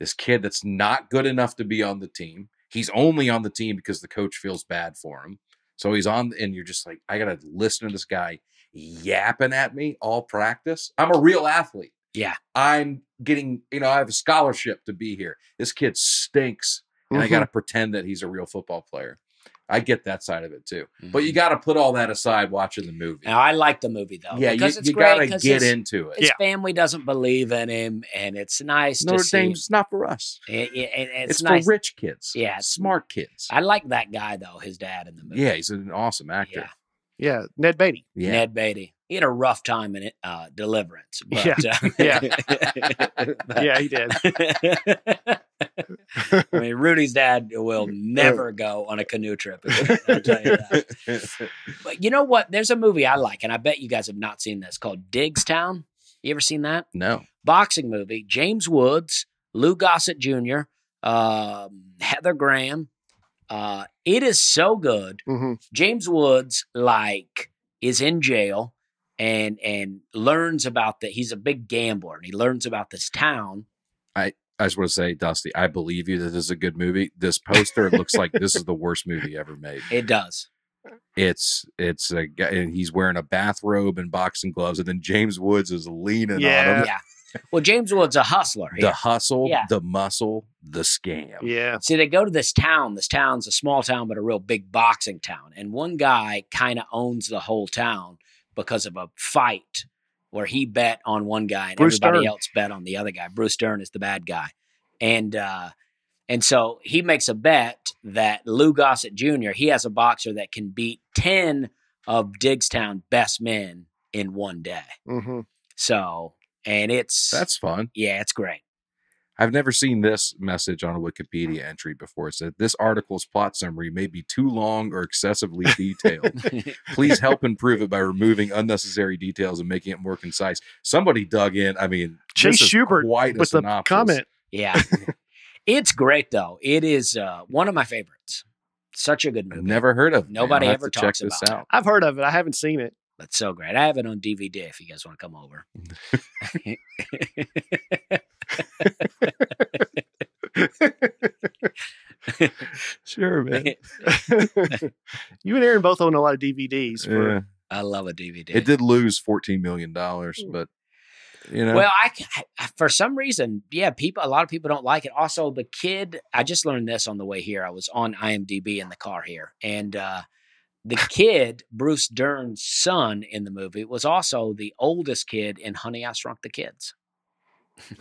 This kid that's not good enough to be on the team. He's only on the team because the coach feels bad for him. So he's on, and you're just like, I gotta listen to this guy yapping at me all practice. I'm a real athlete. Yeah. I'm getting, you know, I have a scholarship to be here. This kid stinks and I got Mm-hmm. to pretend that he's a real football player. I get that side of it too, but you got to put all that aside watching the movie. Mm-hmm. Mm. Now I like the movie though. yeah, you, because it's you great got to 'cause get his, into it. His Yeah. family doesn't believe in him, and it's nice Notre to see. Dame's not for us. it- it- it- it's, It's, nice. for rich kids. Yeah, it's- smart kids. I like that guy though. His dad in the movie. yeah, he's an awesome actor. yeah, Ned Beatty. Yeah, Ned Beatty. He had a rough time in it, uh, Deliverance. But, Yeah. uh, Yeah. but- Yeah, he did. I mean, Rudy's dad will never go on a canoe trip. Again, I'll tell you that. But you know what? There's a movie I like, and I bet you guys have not seen this called Digstown. You ever seen that? no, boxing movie. James Woods, Lou Gossett Jr., um, Heather Graham. Uh, it is so good. hmm James Woods like is in jail and and learns about that he's a big gambler and he learns about this town. I just want to say, Dusty, I believe you that this is a good movie. This poster, it looks like this is the worst movie ever made. It does. It's it's a guy, and he's wearing a bathrobe and boxing gloves, and then James Woods is leaning on him. Yeah. Yeah. Well, James Woods a hustler. the hustle, Yeah. the muscle, the scam. Yeah, See, they go to this town. This town's a small town, but a real big boxing town. And one guy kind of owns the whole town because of a fight where he bet on one guy and Bruce everybody Dern. else bet on the other guy. Bruce Stern is the bad guy. And uh, and so he makes a bet that Lou Gossett Jr., he has a boxer that can beat 10 of Digstown best men in one day. hmm So, and it's, That's fun. yeah, it's great. I've never seen this message on a Wikipedia entry before. It said, This article's plot summary may be too long or excessively detailed. Please help improve it by removing unnecessary details and making it more concise. Somebody dug in. I mean, Chase this is Schubert quite a with the synopsis. comment. Yeah. it's great though. It is uh, one of my favorites. Such a good I've movie. never heard of it, man. Nobody I'll have ever to talks check this about out. I've heard of it. I haven't seen it. But so great. I have it on DVD if you guys want to come over. Sure, man. You and Aaron both own a lot of DVDs. For, Yeah. I love a DVD. It did lose $14 million, Hmm. but, you know. Well, I, c- I- for some reason, yeah, people a lot of people don't like it. Also, the kid, I just learned this on the way here. I was on IMDb in the car here, and uh, The kid, Bruce Dern's son in the movie, was also the oldest kid in Honey, I Shrunk the Kids.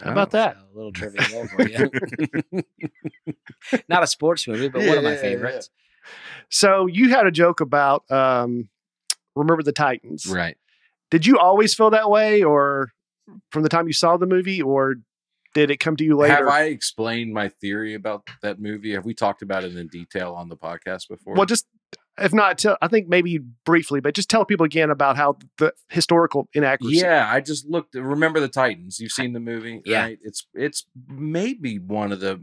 How about oh, that? So, a little trivia there for you. Not a sports movie, but one of Yeah, yeah, my yeah. favorites. So you had a joke about um, remember the Titans. Right. Did you always feel that way, or from the time you saw the movie, or did it come to you later? Have I explained my theory about that movie? Have we talked about it in detail on the podcast before? well, just if not, tell, I think maybe briefly, but just tell people again about how the historical inaccuracy. Yeah, I just looked. Remember the Titans? You've seen the movie, Yeah. right? It's it's maybe one of the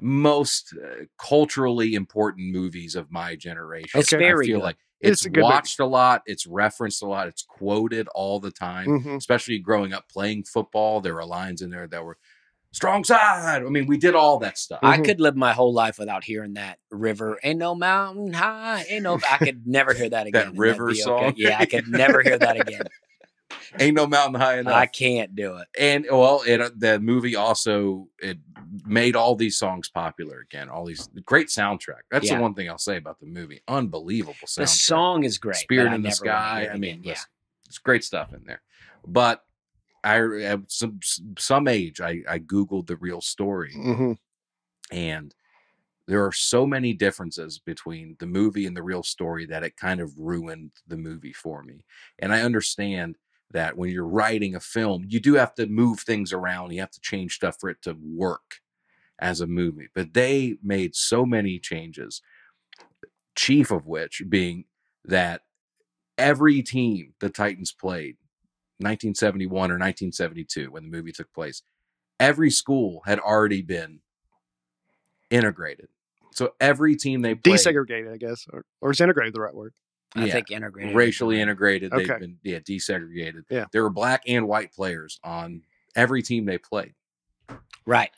most uh, culturally important movies of my generation. It's very I feel good. like It's it's, a good movie. watched a lot. It's referenced a lot. It's quoted all the time. Mm-hmm. Mhm. Especially growing up playing football, there were lines in there that were strong side. I mean, we did all that stuff. I Mhm. could live my whole life without hearing that river. Ain't no mountain high. Ain't no. I could never hear that again. and that'd river be song? Yeah, I could never hear that again. Ain't no mountain high enough. I can't do it. and well it uh, the movie also it made all these songs popular again all these great soundtrack that's Yeah. the one thing i'll say about the movie unbelievable soundtrack The song is great. but spirit I in the never wanna hear sky it i mean again. yeah it's great stuff in there but i at some some age i i googled the real story Mm. Mhm. and there are so many differences between the movie and the real story that it kind of ruined the movie for me. And I understand that when you're writing a film, you do have to move things around, you have to change stuff for it to work as a movie. But they made so many changes, chief of which being that every team the Titans played 1971 or 1972 when the movie took place, every school had already been integrated. So every team they played Desegregated, I guess, or, or is integrated the right word? yeah. I Yeah. think integrated. racially integrated. Okay. They've been yeah, desegregated. Yeah. There were black and white players on every team they played. Right.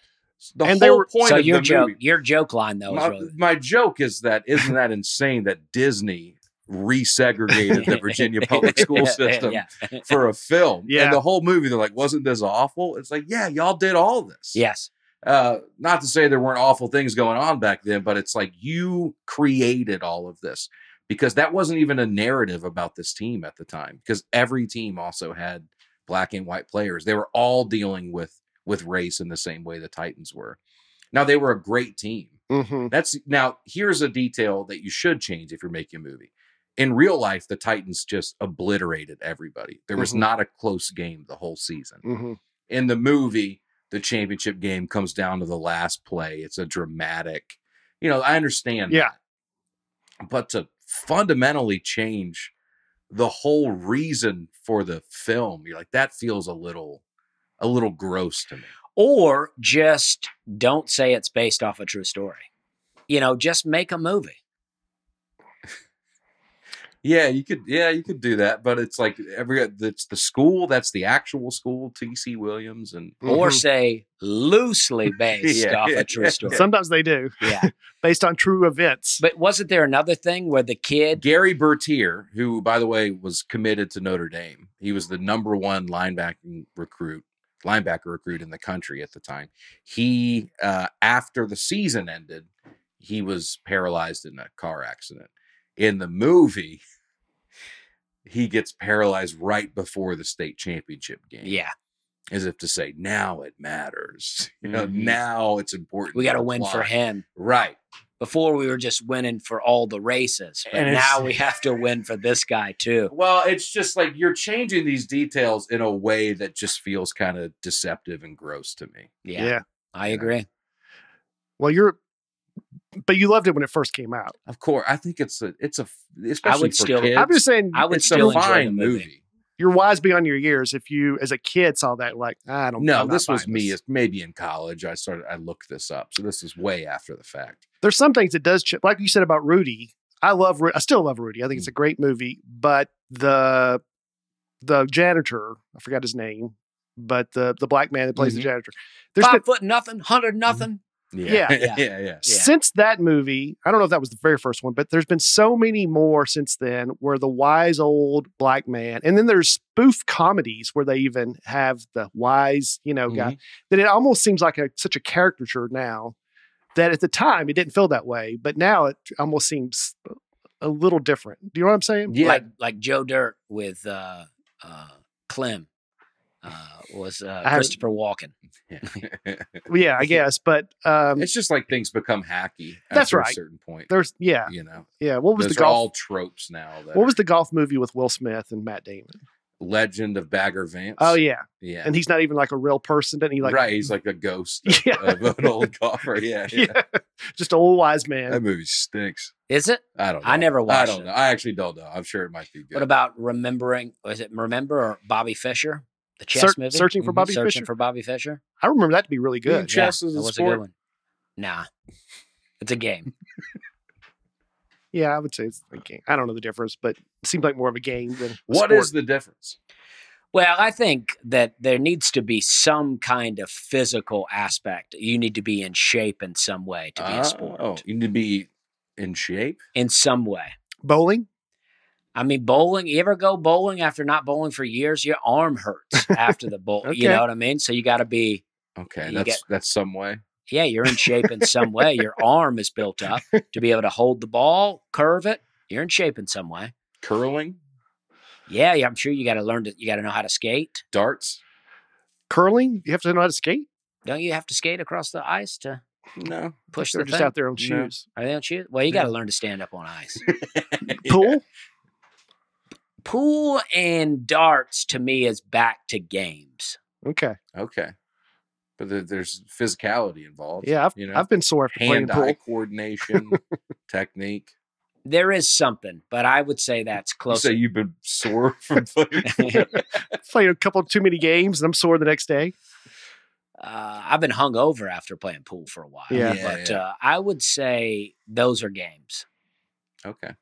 The And whole they were- point so of your the joke, movie. your joke line though My, is really my joke is that isn't that insane that Disney resegregated the Virginia public school Yeah, yeah, system Yeah, for a film? Yeah. And the whole movie, they're like, wasn't this awful? It's like, yeah, y'all did all this. Yes. uh, not to say there weren't awful things going on back then, but it's like you created all of this because that wasn't even a narrative about this team at the time because every team also had black and white players. They were all dealing with with race in the same way the Titans were. Now they were a great team. hmm That's now here's a detail that you should change if you're making a movie. In real life, the Titans just obliterated everybody. There was Mhm. not a close game the whole season hmm in the movie, the championship game comes down to the last play. It's a dramatic, you know, I understand. Yeah. that. But to fundamentally change the whole reason for the film, you're like, that feels a little, a little gross to me. Or just don't say it's based off a true story. You know, just make a movie. Yeah, you could, yeah, you could do that. But it's like every, it's the school, that's the actual school, TC Williams. And or Mhm. say loosely based Mm-hmm. Yeah, off yeah, a true yeah, story. Sometimes they do Yeah. based on true events. But wasn't there another thing where the kid? Gary Bertier, who by the way was committed to Notre Dame, he was the number one linebacking recruit, linebacker recruit in the country at the time. He, uh, after the season ended, he was paralyzed in a car accident. In the movie, he gets paralyzed right before the state championship game, Yeah, as if to say, "Now it matters. You know, Mhm. now it's important. we got to to win for apply." him. right?" Before we were just winning for all the races, but And it's- now we have to win for this guy too. Well, it's just like you're changing these details in a way that just feels kind of deceptive and gross to me. Yeah, I agree. Well, you're, but you loved it when it first came out. Of course, I think it's a it's a especially would for still- kids. I'm just saying, I would it's still a enjoy the fine movie. you're wise beyond your years if you, as a kid, saw that. Like, I don't. No, I'm not this was buying me. this. It's maybe in college. I started. I looked this up, so this is way after the fact. There's some things that does, ch- like you said about Rudy. I love. Ru- I still love Rudy. I think it's Mm. a great movie. But the the janitor, I forgot his name, but the the black man that plays the Mhm. janitor. There's Five been, foot nothing, hundred nothing. Yeah. yeah, Yeah. yeah. yeah. since that movie. I don't know if that was the very first one, but there's been so many more since then. Where the wise old black man, and then there's spoof comedies where they even have the wise, you know, guy. Mhm. that it almost seems like a, such a caricature now that at the time it didn't feel that way, but now it almost seems a little different. Do you know what I'm saying? Yeah. like like Joe Dirt with uh, uh, Clem uh, was uh, I- Christopher Walken. Yeah, I guess. But um, it's just like things become hacky. That's after A right. certain point. there's yeah, you know, yeah. What was those the are golf? all tropes now. That what was the golf movie with Will Smith and Matt Damon? legend of Bagger Vance? Oh yeah, yeah. and he's not even like a real person. Didn't he? Like right, he's like a ghost of, Yeah. of an old golfer. Yeah, yeah. Um, yeah, just an old wise that man. movie stinks. Is it? I don't. Know. I never I watched don't it. know. I actually don't know. I'm sure it might be good. What about remembering? Was it remember or Bobby Fisher? The chess Search- movie. Mm-hmm. Searching for Mhm. Bobby Searching Fischer. for Bobby Fisher. I remember that to be really Yeah, good. chess is that a was a sport. good one. Nah, it's a game. Yeah, I would say it's a game. I don't know the difference, but it seems like more of a game than What is the difference? Well, I think that there needs to be some kind of physical aspect. You need to be in shape in some way to be a sport. Oh, you need to be in shape. In some way. bowling? I mean, bowling. You ever go bowling after not bowling for years? Your arm hurts after the bowl. You Okay. know what I mean? So you got to be. Okay, You that's get- that's some way. Yeah, you're in shape in some way. Your arm is built up to be able to hold the ball, curve it. You're in shape in some way. Curling, Yeah, yeah, I'm sure you got to learn to. You got to know how to skate. darts. Curling? You have to know how to skate? Don't you have to skate across the ice to No, push They're the just thing? out there on No. shoes. Are they on shoes? Well, you got to learn to stand up on ice. Pool? Pool and darts to me is back to games. Okay. Okay, but there, there's physicality involved. Yeah, you know, I've been sore after playing hand-eye pool. coordination, technique. There is something, but I would say that's You close. say you've been sore from playing. Played a couple too many games and I'm sore the next day. uh, I've been hung over after playing pool for a while. Yeah. Yeah, but yeah. Uh, I would say those are games. okay,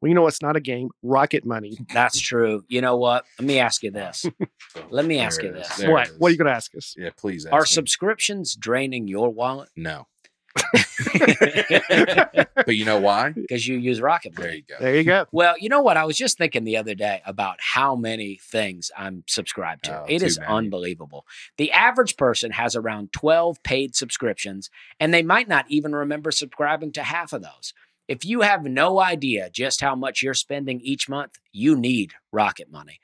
Well, you know what's not a game? Rocket money. That's true. You know what? Let me ask you this: Let me ask you it is. this. There it what? What are is. you going to ask us? Yeah, please. Ask Are me. subscriptions draining your wallet no. but you know why? because you use Rocket There Money? you go. There you go. Well, you know what? I was just thinking the other day about how many things I'm subscribed to. Oh, it too is many. unbelievable. The average person has around 12 paid subscriptions, and they might not even remember subscribing to half of those. If you have no idea just how much you're spending each month, you need Rocket Money.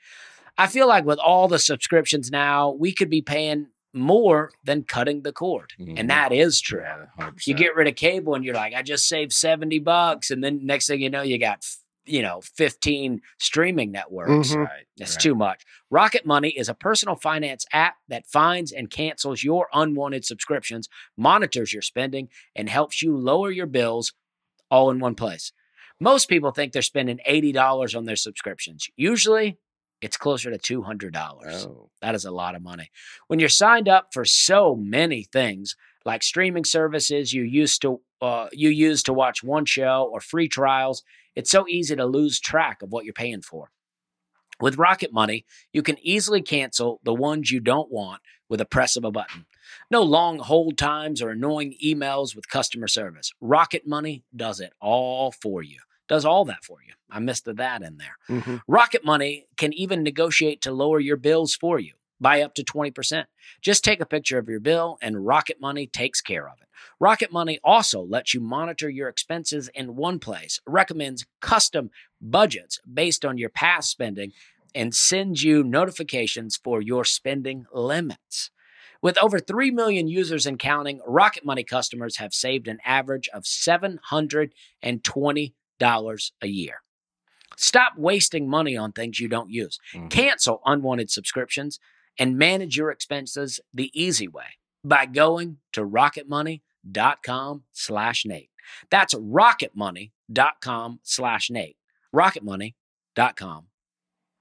I feel like with all the subscriptions now, we could be paying more than cutting the cord. Mhm. And that is true. Yeah, 100%. You get rid of cable and you're like, I just saved 70 bucks. And then next thing you know, you got, you know, 15 streaming networks. Mhm. Right, That's Mm-hmm. right. too much. Rocket Money is a personal finance app that finds and cancels your unwanted subscriptions, monitors your spending, and helps you lower your bills all in one place. Most people think they're spending $80 on their subscriptions. Usually, it's closer to $200. Oh, That is a lot of money. When you're signed up for so many things, like streaming services you used to uh, you use to watch one show or free trials, it's so easy to lose track of what you're paying for. With Rocket Money, you can easily cancel the ones you don't want with a press of a button. No long hold times or annoying emails with customer service. Rocket Money does it all for you. Does all that for you. I missed the that in there. Mm-hmm. Mhm. Rocket Money can even negotiate to lower your bills for you by up to 20%. Just take a picture of your bill and Rocket Money takes care of it. Rocket Money also lets you monitor your expenses in one place, recommends custom budgets based on your past spending, and sends you notifications for your spending limits. With over 3 million users and counting, Rocket Money customers have saved an average of $720 a year. Stop wasting money on things you don't use. Mhm. Cancel unwanted subscriptions and manage your expenses the easy way by going to rocketmoney.com slash Nate. That's rocketmoney.com slash Nate. Rocketmoney.com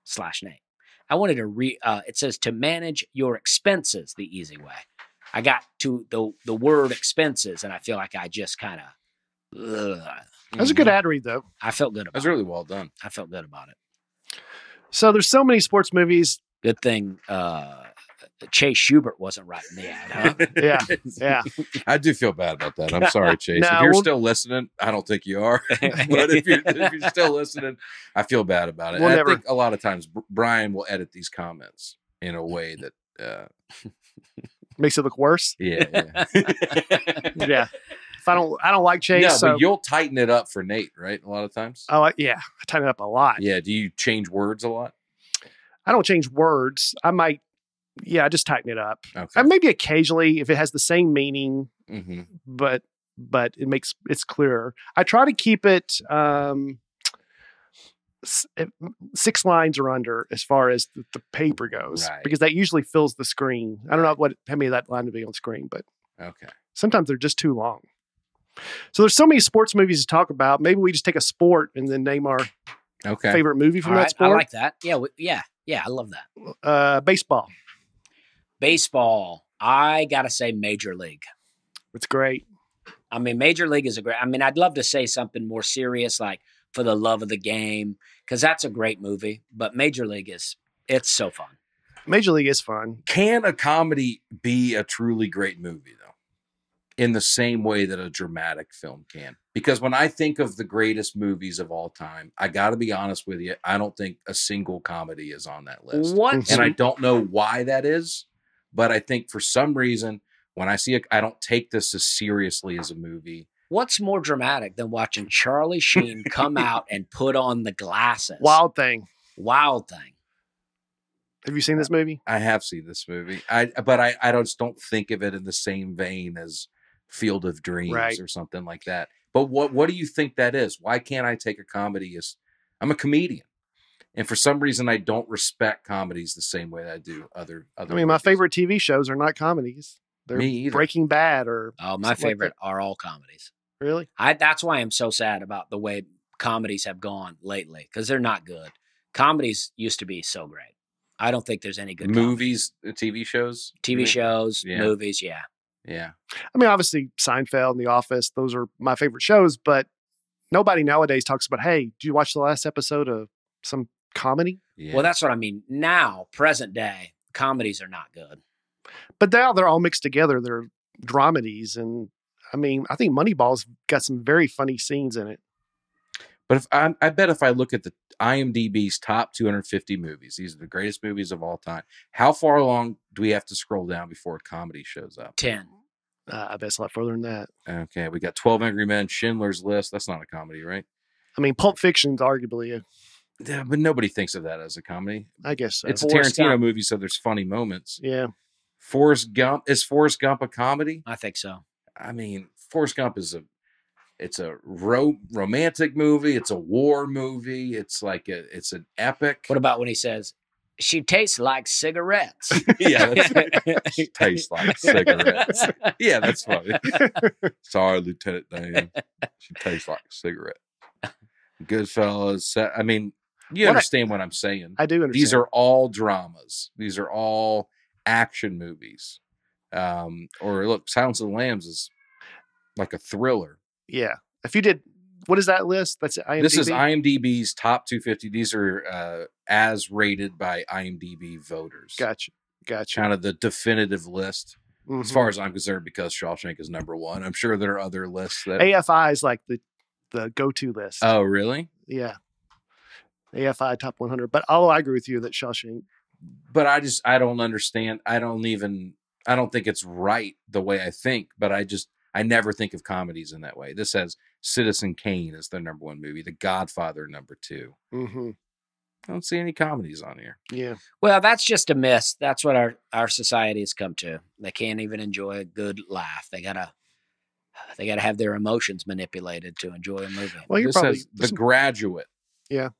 slash Nate. I wanted to re, uh, it says to manage your expenses the easy way. I got to the, the word expenses and I feel like I just kind of, That's a good Mm-hmm. ad read, though. I felt good about That's it. really well done. I felt good about it. So there's so many sports movies. Good thing uh, Chase Schubert wasn't writing the ad. Huh? Yeah. Yeah. I do feel bad about that. I'm sorry, Chase. No, if you're we'll- still listening, I don't think you are. but if you're, if you're still listening, I feel bad about it. We'll And never- I think a lot of times Br- Brian will edit these comments in a way that, uh, Makes it look worse. yeah, yeah. Yeah. If I don't, I don't like change. no, so but you'll tighten it up for Nate, right? A lot of times. I like, yeah, I tighten it up a lot. yeah. Do you change words a lot? I don't change words. I might, yeah, I just tighten it up. Okay. And maybe occasionally if it has the same meaning, hmm but but it makes it's clearer. I try to keep it um s- it- six lines or under as far as the, the paper goes Right. because that usually fills the screen. I don't know what how many of that line to be on screen, but Okay. sometimes they're just too long. So there's so many sports movies to talk about. Maybe we just take a sport and then name our Okay. favorite movie from All that right, I sport. like that. Yeah, we, yeah, yeah. I love that. uh, baseball. Baseball. I gotta say, Major League. It's great. I mean, Major League is a great. I mean, I'd love to say something more serious, like for the love of the game, because that's a great movie. But Major League is it's so fun. Major League is fun. Can a comedy be a truly great movie though? In the same way that a dramatic film can. Because when I think of the greatest movies of all time, I got to be honest with you, I don't think a single comedy is on that list. What? and I don't know why that is, but I think for some reason when I see it, I don't take this as seriously as a movie. What's more dramatic than watching Charlie Sheen come out and put on the glasses? Wild Thing. wild thing. Have you seen this movie? I have seen this movie, I uh, but I I don't- just don't think of it in the same vein as Field of Dreams Right. or something like that. But what what do you think that is? Why can't I take a comedy as I'm a comedian, and for some reason I don't respect comedies the same way that I do other other. I mean, my movies. favorite TV shows are not comedies. They're Me either. Breaking Bad or Oh, Something my like that. favorite are all comedies. really I that's why I'm so sad about the way comedies have gone lately because they're not good. Comedies used to be so great. I don't think there's any good comedy. movies, TV shows, you TV mean? shows, Yeah. movies. Yeah, Yeah, I mean, obviously Seinfeld and The Office, those are my favorite shows, but nobody nowadays talks about, hey, do you watch the last episode of some comedy? yeah. Well, that's what I mean. Now, present day comedies are not good. But now they're all mixed together. They're dramedies and I mean, I think Moneyball's got some very funny scenes in it. But if I, I bet if I look at the IMDb's top 250 movies, these are the greatest movies of all time. How far along do we have to scroll down before a comedy shows up? Ten. Uh, I bet it's a lot further than that. Okay, we got 12 Angry Men, Schindler's List. That's not a comedy, right? I mean, Pulp Fiction's arguably, a, Yeah, but nobody thinks of that as a comedy. I guess, so. It's a Forrest Tarantino Gump. movie, so there's funny moments. yeah. Forrest Gump is Forrest Gump a comedy? I think so. I mean, Forrest Gump is a it's a ro- romantic movie. It's a war movie. It's like a, it's an epic. What about when he says she tastes like cigarettes? yeah, that's, tastes like cigarettes. Yeah, that's funny. Sorry, Lieutenant Dan. She tastes like a cigarette. Goodfellas. Sa- I mean, you What I- understand what I'm saying. I do understand. These are all dramas. These are all action movies. Um, or look, Silence of the Lambs is like a thriller. yeah. If you did, what is that list? That's IMDb. This is IMDb's top 250. These are uh, as rated by IMDb voters. Gotcha. Gotcha. Kind of the definitive list. as Mhm. far as I'm concerned, because Shawshank is number one. I'm sure there are other lists that. AFI is like the the go to list. oh, really? yeah. AFI top 100. But although I agree with you that Shawshank, But I just I don't understand. I don't even I don't think it's right the way I think. But I just I never think of comedies in that way. This has Citizen Kane as their number one movie, The Godfather number two. hmm I don't see any comedies on here. yeah. well, that's just a miss. That's what our our society has come to. They can't even enjoy a good laugh. They gotta they gotta have their emotions manipulated to enjoy a movie. Well, you're this probably has The Graduate. Yeah.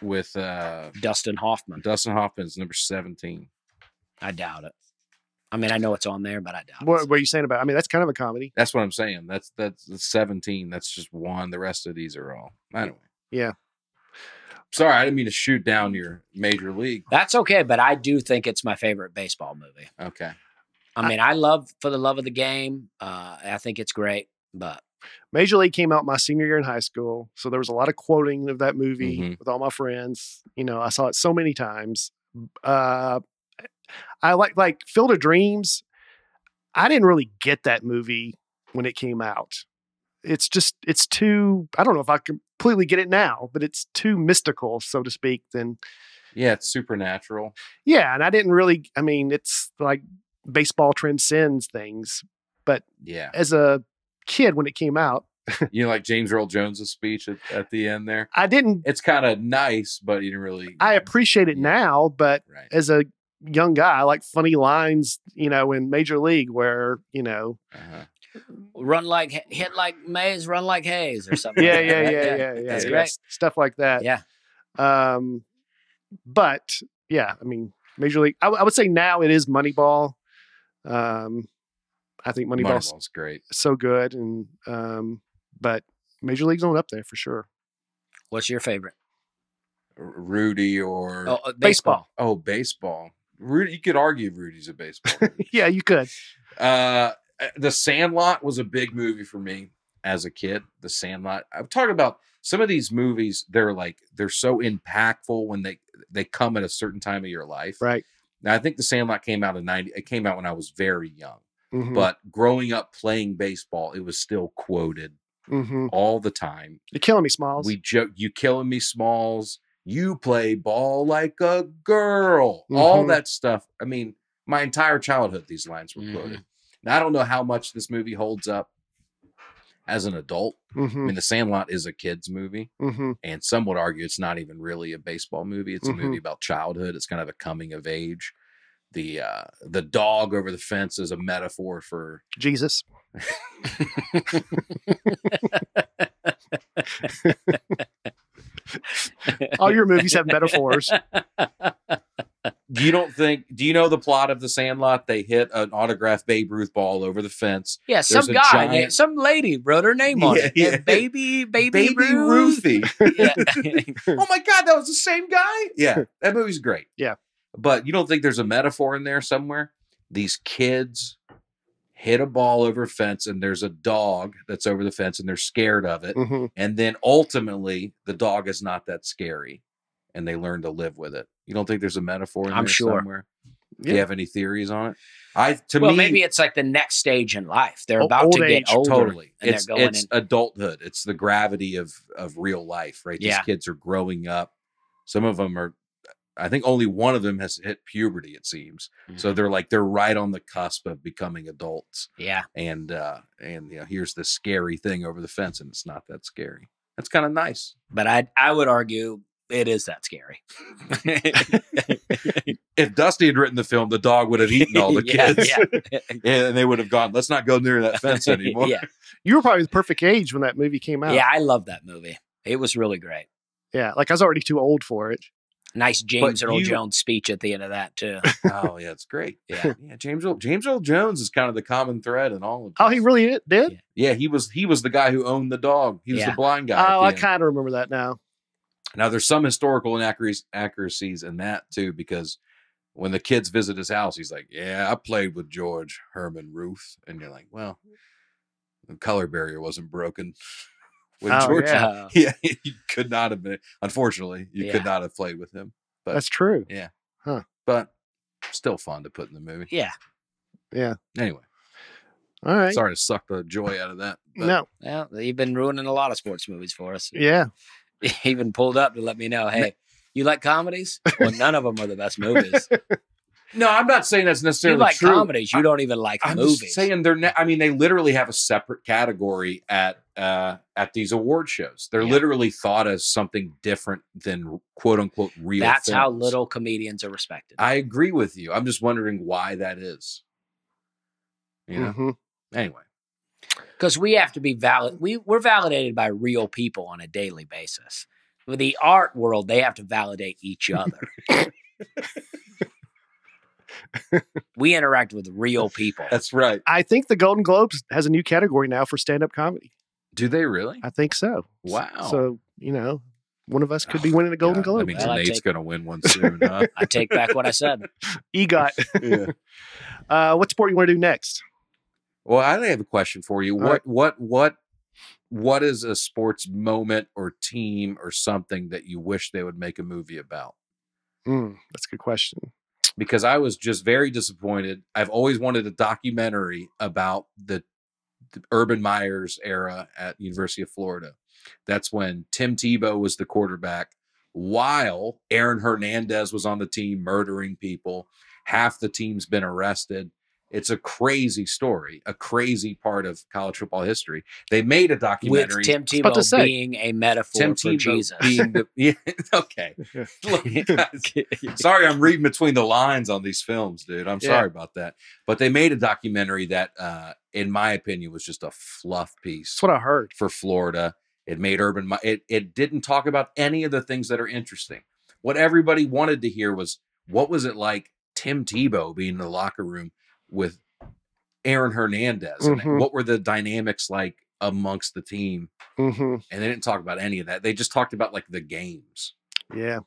With uh Dustin Hoffman. Dustin Hoffman's number seventeen. I doubt it. I mean, I know it's on there, but I doubt what, it. what are you saying about? I mean, that's kind of a comedy. That's what I'm saying. That's that's, that's 17. That's just one. The rest of these are all. Anyway. Yeah. Sorry, I didn't mean to shoot down your major league. That's okay, but I do think it's my favorite baseball movie. Okay. I mean, I love for the love of the game. Uh, I think it's great, but Major League came out my senior year in high school, so there was a lot of quoting of that movie Mhm. with all my friends. You know, I saw it so many times. Uh, I like like Field of Dreams. I didn't really get that movie when it came out. It's just it's too. I don't know if I completely get it now, but it's too mystical, so to speak. Then Yeah, it's supernatural. yeah, and I didn't really. I mean, it's like baseball transcends things, Yeah. as a kid when it came out. You know, like James Earl Jones' speech at, at the end there. I didn't. It's kind of nice, but you didn't really. I appreciate it Yeah. now, but Right. as a young guy, I like funny lines, you know, in Major League where, you know, Uh-huh. Run like hit like Mays, run like Hayes, or something. yeah, like yeah, that, yeah, right? yeah, yeah, yeah, That's great. stuff like that. Yeah. Um, but yeah, I mean, Major League. I, w- I would say now it is Moneyball. Um, I think Moneyball's Moneyball's great. so good, and um, but Major League's on up there for sure. What's your favorite? R- Rudy or Oh, oh, uh, baseball. baseball. Rudy, you could argue Rudy's a baseball. movie. Yeah, you could. uh, the Sandlot was a big movie for me as a kid. The Sandlot. I'm talking about some of these movies. They're like they're so impactful when they they come at a certain time of your life. Right. Now I think The Sandlot came out in ninety. It came out when I was very young. Mhm, But growing up playing baseball, it was still quoted mhm. all the time. you're killing me, Smalls. We joke, you killing me, Smalls. You play ball like a girl. All Mhm. that stuff. I mean, my entire childhood, these lines were quoted. Now I don't know how much this movie holds up as an adult. I hmm mean, The Sandlot is a kid's movie, hmm and some would argue it's not even really a baseball movie. It's a Mhm. movie about childhood. It's kind of a coming of age. The uh, the dog over the fence is a metaphor for Jesus. All your movies have metaphors. you don't think do you know the plot of the sandlot they hit an autographed babe ruth ball over the fence Yeah, some a guy, giant- named- some lady wrote her name on Yeah, it. yeah. And Baby, baby, Ruth. ruthie Yeah. oh my god that was the same guy yeah that movie's great Yeah. but you don't think there's a metaphor in there somewhere these kids hit a ball over a fence and there's a dog that's over the fence and they're scared of Mm. it Mhm. and then ultimately the dog is not that scary and they learn to live with it you don't think there's a metaphor in I'm there sure. somewhere do you Yeah. have any theories on it i to well, me maybe it's like the next stage in life. They're O- about old to age, get older. totally and it's, they're going it's in. adulthood it's the gravity of of real life right Yeah. these kids are growing up some of them are i think only one of them has hit puberty it seems so Mm-hmm. they're like they're right on the cusp of becoming adults yeah. and uh and you know here's this scary thing over the fence and it's not that scary that's kind of nice But I I would argue it is that scary. if dusty had written the film the dog would have eaten all the Yeah, kids Yeah. and they would have gone let's not go near that fence anymore yeah. You were probably the perfect age when that movie came out. Yeah, I love that movie. It was really great. Yeah, Like I was already too old for it. Nice James Earl you- Jones speech at the end of that too. oh yeah, it's great. Yeah, yeah. James Earl, James Earl Jones is kind of the common thread in all of. Oh, he this. really i- did? Yeah. yeah, he was he was the guy who owned the dog. He was Yeah. the blind guy. at Oh, the I end. kind of remember that now. Now there's some historical inaccuracies accuracies in that too, because when the kids visit his house, he's like, "Yeah, I played with George Herman Ruth," and you're like, "Well, the color barrier wasn't broken." With Oh, George, Yeah. Uh, yeah, you could not have been. Unfortunately, you Yeah. could not have played with him. But That's true. but still fun to put in the movie. yeah. Anyway, All right. sorry to suck the joy out of that. but- No. Well, you've been ruining a lot of sports movies for us. Yeah. He even pulled up to let me know, hey, you like comedies? Well, none of them are the best movies. No, I'm not saying that's you necessarily like true. comedies, you I- don't even like I'm movies. just saying they're. Ne- I mean, they literally have a separate category at uh, at these award shows. They're Yeah. literally thought as something different than quote unquote real. That's how films. little comedians are respected. I agree with you. I'm just wondering why that is. You know. Mhm. Mm-hmm. Anyway, because we have to be valid. We we're validated by real people on a daily basis. With the art world, they have to validate each other. we interact with real people. that's right. I think the Golden Globes has a new category now for stand up comedy. Do they really? I think so. Wow. Oh, So, you know, one of us could be winning a Golden God, That Globe. means Well, I Nate's take- going to win one soon. Huh? I take back what I said. EGOT. yeah. Uh, what sport you want to do next? Well, I have a question for you. All What right. what what what is a sports moment or team or something that you wish they would make a movie about? Mm, that's a good question. Because I was just very disappointed. I've always wanted a documentary about the, the Urban Myers era at University of Florida. That's when Tim Tebow was the quarterback while Aaron Hernandez was on the team murdering people. Half the team's been arrested. It's a crazy story, a crazy part of college football history. They made a with documentary. Tim about to Tebow say. being a metaphor Tim for Tebow Jesus. being the yeah, okay. Look, guys, sorry, I'm reading between the lines on these films, dude. I'm Yeah. sorry about that. But they made a documentary that, uh, in my opinion, was just a fluff piece That's what I heard. for Florida. It made Urban. Mi- It it didn't talk about any of the things that are interesting. What everybody wanted to hear was what was it like Tim Tebow being in the locker room with Aaron Hernandez, Mhm. and what were the dynamics like amongst the team? hmm And they didn't talk about any of that. They just talked about like the games. Yeah.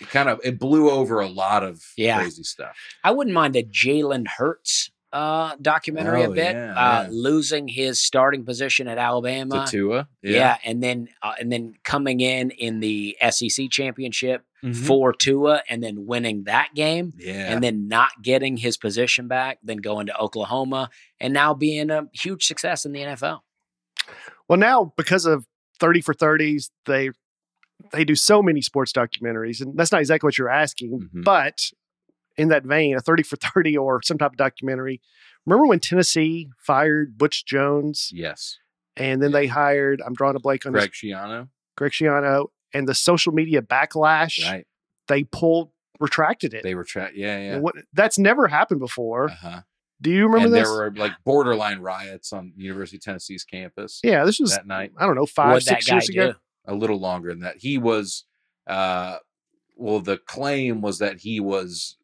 It kind of it blew over a lot of Yeah. crazy stuff. I wouldn't mind a Jalen Hurts uh, documentary Oh, a bit, yeah, uh, yeah. losing his starting position at Alabama. To Tua, yeah. and then uh, and then coming in in the SEC championship Mm-hmm. Mhm. for Tua, and then winning that game, yeah. and then not getting his position back, then going to Oklahoma, and now being a huge success in the NFL. Well, now because of thirty for thirties, they they do so many sports documentaries, and that's not exactly what you're asking, Mhm. but in that vein, a thirty for thirty or some type of documentary. Remember when Tennessee fired Butch Jones, yes, and then they hired I'm drawing a blank on Greg Greg, Schiano, Greg Schiano, and the social media backlash. right? They pulled retracted it. They were tra- yeah, yeah. And what, that's never happened before. Uh-huh. Do you remember and this? there were like borderline riots on University of Tennessee's campus yeah, this was that night. I don't know five What that six guy years ago. do? A little longer than that. He was, uh, well, the claim was that he was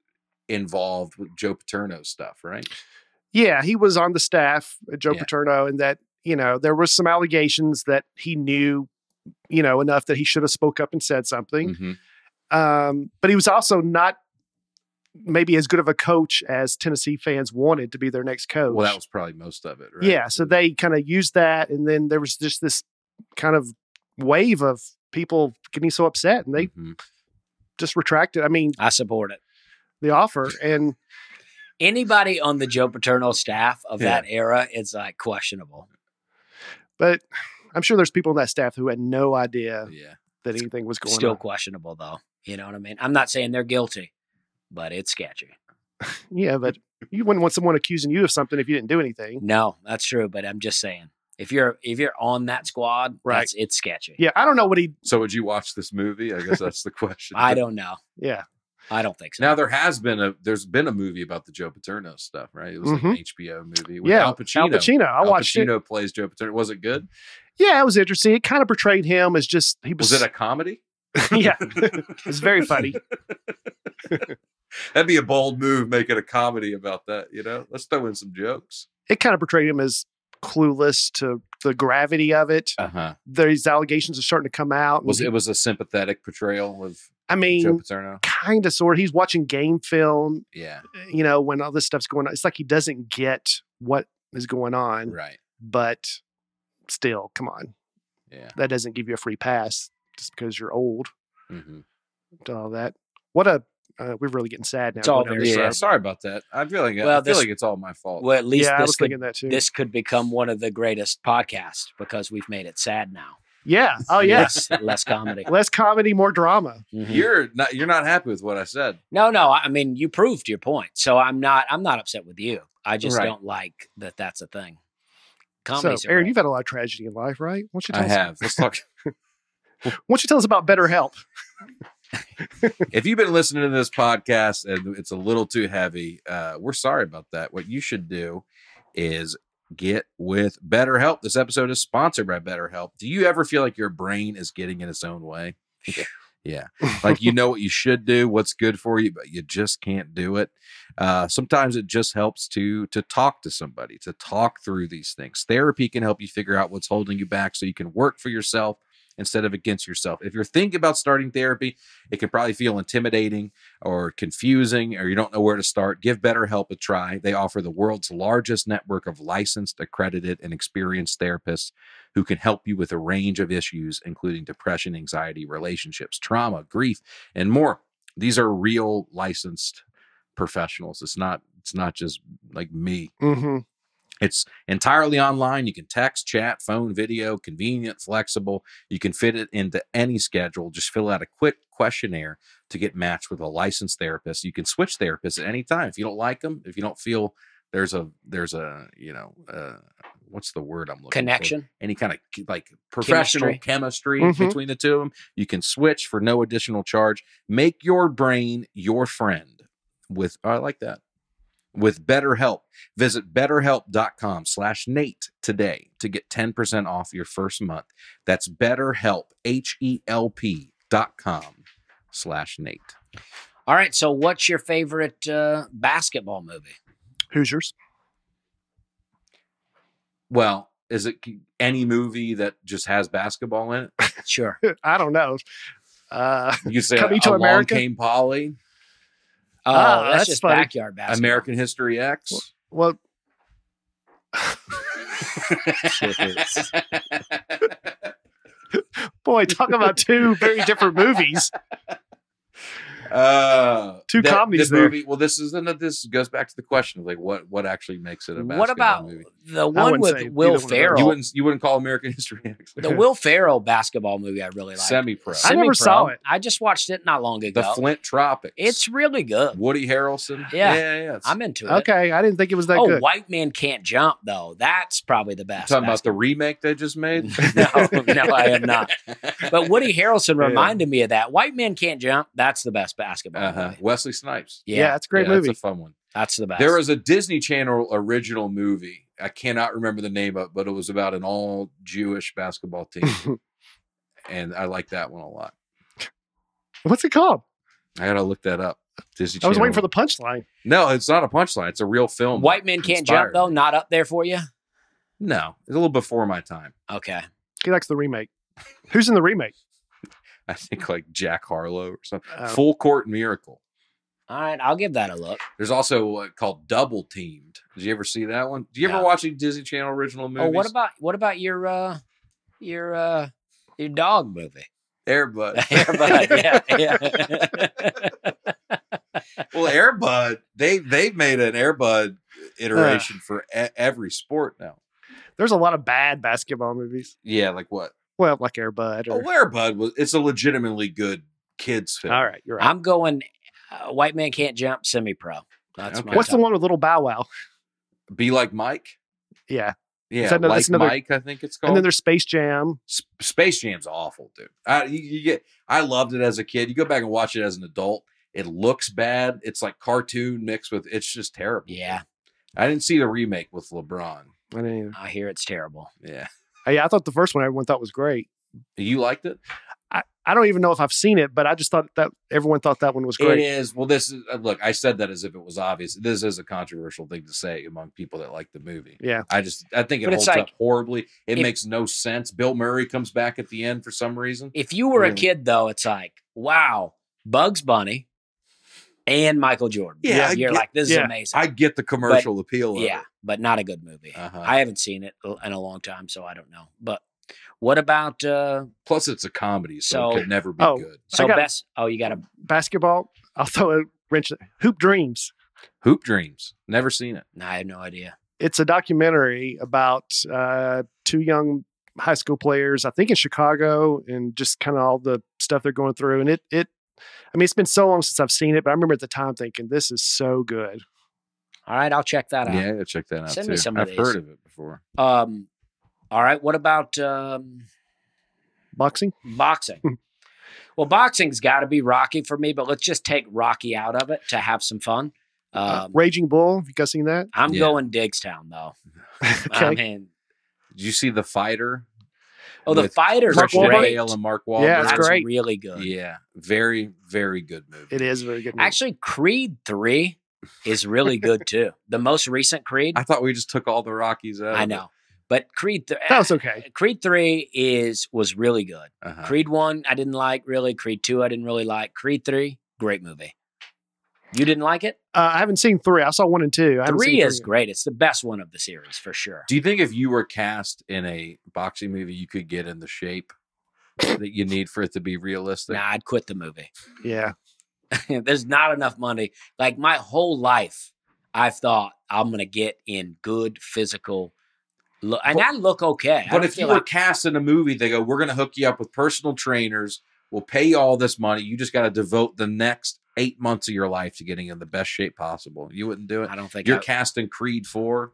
involved with Joe Paterno's stuff, right? Yeah, he was on the staff at Joe Yeah. Paterno, and that you know there was some allegations that he knew, you know, enough that he should have spoke up and said something. Mhm. Um, but he was also not maybe as good of a coach as Tennessee fans wanted to be their next coach. Well, that was probably most of it, right? yeah. So they kind of used that, and then there was just this kind of wave of people getting so upset, and they Mhm. just retracted. I mean, I support it. the offer, and Anybody on the Joe Paterno staff of Yeah. that era is like questionable. but I'm sure there's people on that staff who had no idea yeah. that anything was going Still on. questionable though. You know what I mean? I'm not saying they're guilty, but it's sketchy. Yeah, but you wouldn't want someone accusing you of something if you didn't do anything. No, that's true. But I'm just saying, if you're if you're on that squad, Right. that's, it's sketchy. Yeah, I don't know what he. So would you watch this movie? I guess that's the question. I don't know. Yeah, I don't think so. Now there has been a there's been a movie about the Joe Paterno stuff, right? It was Mhm. like an HBO movie with yeah. Mm-hmm. Al Pacino. Al Pacino. I Al watched it. Pacino plays Joe Paterno. Was it good? Yeah, it was interesting. It kind of portrayed him as just he was. Was it a comedy? yeah, it's very funny. That'd be a bold move, making a comedy about that. You know, let's throw in some jokes. It kind of portrayed him as clueless to the gravity of it. Uh huh. These allegations are starting to come out. Was it was a sympathetic portrayal of I Joe mean, Paterno? kind of sort. He's watching game film. Yeah, You know, when all this stuff's going on, it's like he doesn't get what is going on. right. But still, come on, Yeah. that doesn't give you a free pass just because you're old. hmm to all that. What a uh, we're really getting sad now. It's all going down very this Yeah, sad. road. sorry about that. I feel like I Well, feel this- like it's all my fault. well, at least yeah, I was this could thinking that too. this could become one of the greatest podcasts because we've made it sad now. yeah. Oh yeah. Less, less comedy. Less comedy, more drama. Mhm. You're not you're not happy with what I said. No, no. I I mean, you proved your point, so I'm not. I'm not upset with you. I just Right. don't like that. That's a thing. Comedies so, are Aaron, great. you've had a lot of tragedy in life, right? Why don't you I tell us? have. Let's talk. Why don't you tell us about better help? if you've been listening to this podcast and it's a little too heavy, uh, we're sorry about that. What you should do is get with BetterHelp. This episode is sponsored by BetterHelp. Do you ever feel like your brain is getting in its own way? yeah. Like you know what you should do, what's good for you, but you just can't do it. Uh, sometimes it just helps to to talk to somebody, to talk through these things. Therapy can help you figure out what's holding you back so you can work for yourself instead of against yourself. If you're thinking about starting therapy, it can probably feel intimidating or confusing or you don't know where to start give betterhelp a try they offer the world's largest network of licensed accredited and experienced therapists who can help you with a range of issues including depression anxiety relationships trauma grief and more these are real licensed professionals it's not it's not just like me Mm-hmm. it's entirely online. You can text, chat, phone, video, convenient, flexible. You can fit it into any schedule. Just fill out a quick questionnaire to get matched with a licensed therapist. You can switch therapists at any time if you don't like them, if you don't feel there's a there's a you know uh, what's the word I'm looking for? Connection. any kind of like professional chemistry, Mhm. between the two of them. You can switch for no additional charge. Make your brain your friend with oh, I like that. With BetterHelp. Visit betterhelp.com slash Nate today to get 10% off your first month. That's betterhelp H E L P dot com slash Nate. All right. So, what's your favorite uh, basketball movie? Hoosiers. Well, is it any movie that just has basketball in it? Sure. I don't know. Uh, You could say Coming to Along America? Came Polly, Oh, Ah, that's, that's just funny. backyard basketball. American History X. well, boy, talk about two very different movies. Uh, Two that- comedies the there. Movie, well, this is another. This goes back to the question of like what what actually makes it a basketball What about movie? the one wouldn't with say either one Will of those. You You Ferrell? wouldn't you wouldn't call American History X The Will Ferrell basketball movie I really like. semi pro I never saw it. I just watched it not long ago. the Flint Tropics. it's really good. Woody Harrelson. Yeah. yeah. yeah, it's- I'm into it. Okay, I didn't think it was that oh, good. White Man Can't Jump though. That's probably the You best. talking about the remake they just made. basketball- no, no, I am not. But Woody Harrelson Yeah. reminded me of that. White Man Can't Jump. That's the best basketball Uh-huh. movie. Wesley Snipes. yeah, Yeah, it's a great Yeah, movie. That's a fun one. that's the best. There was a Disney Channel original movie. I cannot remember the name of, it, but it was about an all Jewish basketball team, and I like that one a lot. What's it called? I gotta look that up. Disney I was waiting for Channel. the punchline. No, it's not a punchline. It's a real film. White Man Can't Jump Inspired. though. Not up there for you. No, it's a little before my time. Okay. He likes the remake. Who's in the remake? I think like Jack Harlow or something. Oh. Full Court Miracle. All right. I'll give that a look. There's also what called Double Teamed. Did you ever see that one? Do you ever No. watch any Disney Channel original movies? Oh, what about what about your uh your uh your dog movie? Airbud? Airbud, yeah, yeah. well, Airbud. They they've made an Airbud iteration for e- every sport now. There's a lot of bad basketball movies. Yeah, like what? Well, like Air Bud. Oh, Or, Airbud was. It's a legitimately good kids film. all right, you're right. I'm going. Uh, White man can't jump. Semi pro. That's my. Okay. What's the top. one with Little Bow Wow? Be like Mike. Yeah, Yeah, that another- like that's another- Mike. I think it's called. and then there's Space Jam. Sp- Space Jam's awful, dude. I you, you get I loved it as a kid. You go back and watch it as an adult. It looks bad. It's like cartoon mixed with it's just terrible. Yeah, I didn't see the remake with LeBron. I didn't either. I hear it's terrible. Yeah. Hey, I thought the first one everyone thought was great. You liked it? I don't even know if I've seen it, but I just thought that everyone thought that one was great. It is. Well, this is uh, look, I said that as if it was obvious. This is a controversial thing to say among people that like the movie. Yeah. I just I think it But holds it's up like- horribly. It if- makes no sense. Bill Murray comes back at the end for some reason. If you were Really? a kid, though, it's like, wow, Bugs Bunny and Michael Jordan. Yeah, I you're get- like, this yeah, is amazing. I get the commercial appeal of yeah, but not a good movie. Uh-huh. I haven't seen it l- in a long time, so I don't know. But what about uh it. Plus it's a comedy, so, it So- could never be Oh. good. so got a- best? Oh, you got a Basketball. I'll throw a wrench. Hoop Dreams. Hoop Dreams. Never seen it. No, I have no idea. It's a documentary about uh, two young high school players, I think in Chicago, and just kind of all the stuff they're going through. And it, it, I mean, it's been so long since I've seen it, but I remember at the time thinking, "This is so good." All right, I'll check that out. Yeah, I gotta check that out. Send me too. some of I've these. heard of it before. Um, all right. What about um, Boxing. boxing? well, boxing's got to be Rocky for me, but let's just take Rocky out of it to have some fun. Uh, Um, Raging Bull. Have you guys seen that? I'm Yeah. going Digstown though. Okay. I mean, Did you see the fighter? oh, the With fighters Mark are Christian Wahlberg? great. Bale and Mark Wahlberg. Yeah, That's That's great. really good. Yeah, very very good movie. it is a very good. Movie. Actually, Creed three is really good too. The most recent Creed, I thought we just took all the Rockies out. I know, but Creed th- eh, that was okay. Creed three is was really good. uh Creed one, I didn't like really. Creed two, I didn't really like. Creed three, great movie. You didn't like it? Uh, I haven't seen three. I saw one and two. I haven't Three seen is great. It's the best one of the series for sure. Do you think if you were cast in a boxing movie, you could get in the shape that you need for it to be realistic? Nah, I'd quit the movie. Yeah. There's not enough money. Like my whole life, I've thought I'm gonna get in good physical look, and But- I look okay. I But don't if you feel were like- cast in a movie, they go, "We're going to hook you up with personal trainers. We'll pay you all this money. You just got to devote the next eight months of your life to getting in the best shape possible. You wouldn't do it. I don't think You're I, casting Creed Four,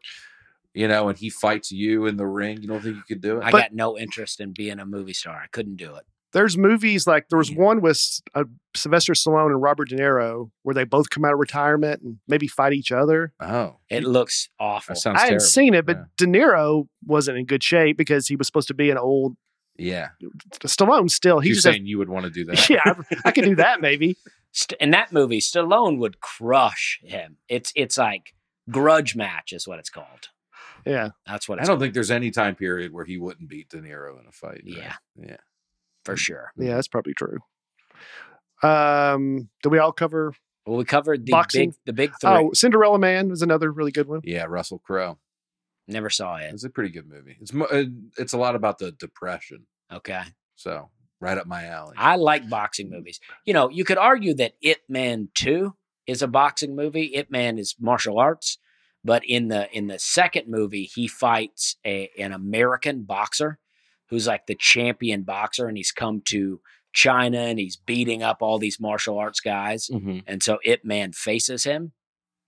you know, and he fights you in the ring. You don't think you could do it? I But- got no interest in being a movie star. I couldn't do it. There's movies like there was Yeah. one with uh, Sylvester Stallone and Robert De Niro where they both come out of retirement and maybe fight each other. oh, It looks awful. that sounds I hadn't terrible. seen it, but Yeah. De Niro wasn't in good shape because he was supposed to be an old yeah, Stallone. Still, he you're just saying you would want to do that. has, yeah, I, I could do that maybe. St- in that movie, Stallone would crush him. It's it's like grudge match is what it's called. Yeah, That's what I it's don't think there's any time period where he wouldn't beat De Niro in a fight. right? Yeah. yeah. for sure. yeah, that's probably true. Um, did we all cover? Well, we covered the Boxing? big the big three. Oh, Cinderella Man was another really good one. Yeah, Russell Crowe. Never saw it. It's a pretty good movie. It's mo- uh, it's a lot about the depression, Okay. so right up my alley. I like boxing movies. You know, you could argue that It Man 2 is a boxing movie. It Man is martial arts, but in the in the second movie, he fights a, an American boxer who's like the champion boxer and he's come to China and he's beating up all these martial arts guys. And so It Man faces him.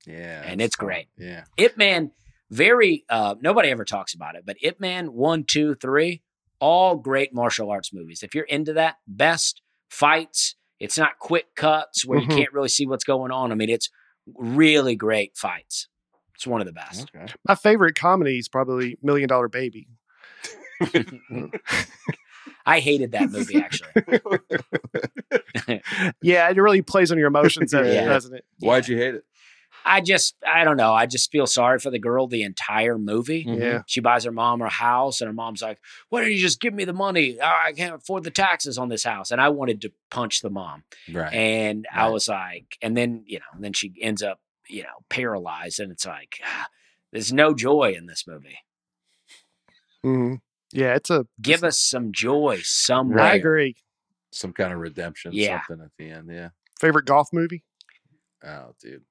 Yeah, And that's it's fun. great. Yeah, It Man very uh nobody ever talks about it, but It Man one, two, three, all great martial arts movies. If you're into that, best fights. It's not quick cuts where Mhm. you can't really see what's going on. I mean, it's really great fights. It's one of the best. okay. My favorite comedy is probably Million Dollar Baby. I hated that movie actually. Yeah, it really plays on your emotions, though, Yeah. doesn't it? Why'd you hate it? I just I don't know. I just feel sorry for the girl the entire movie. Mm, Mm-hmm. Yeah. She buys her mom her house, and her mom's like, "Why don't you just give me the money? I I can't afford the taxes on this house." And I wanted to punch the mom. Right. And I Right. was like, and then, you know, and then she ends up, you know, paralyzed. And it's like, ah, there's no joy in this movie. Mhm. Yeah, it's a. Give us some joy I somewhere. agree. Some kind of redemption. Yeah. Something at the end. Yeah. Favorite golf movie? Oh, dude.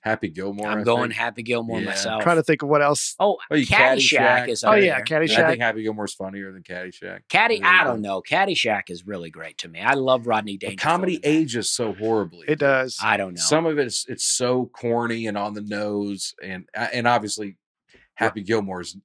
Happy Gilmore. I I'm going think. Happy Gilmore Yeah. myself. Trying to think of what else. oh, Oh, you Caddyshack Caddyshack. is Oh up yeah, there. And I Caddyshack. think Happy Gilmore's funnier than Caddyshack. Caddy, really I don't think. know. Caddyshack is really great to me. I love Rodney But Dangerfield. comedy in that. ages so horribly. It does. I don't know. Some of it's it's so corny and on the nose, and uh, and obviously, Happy Gilmore's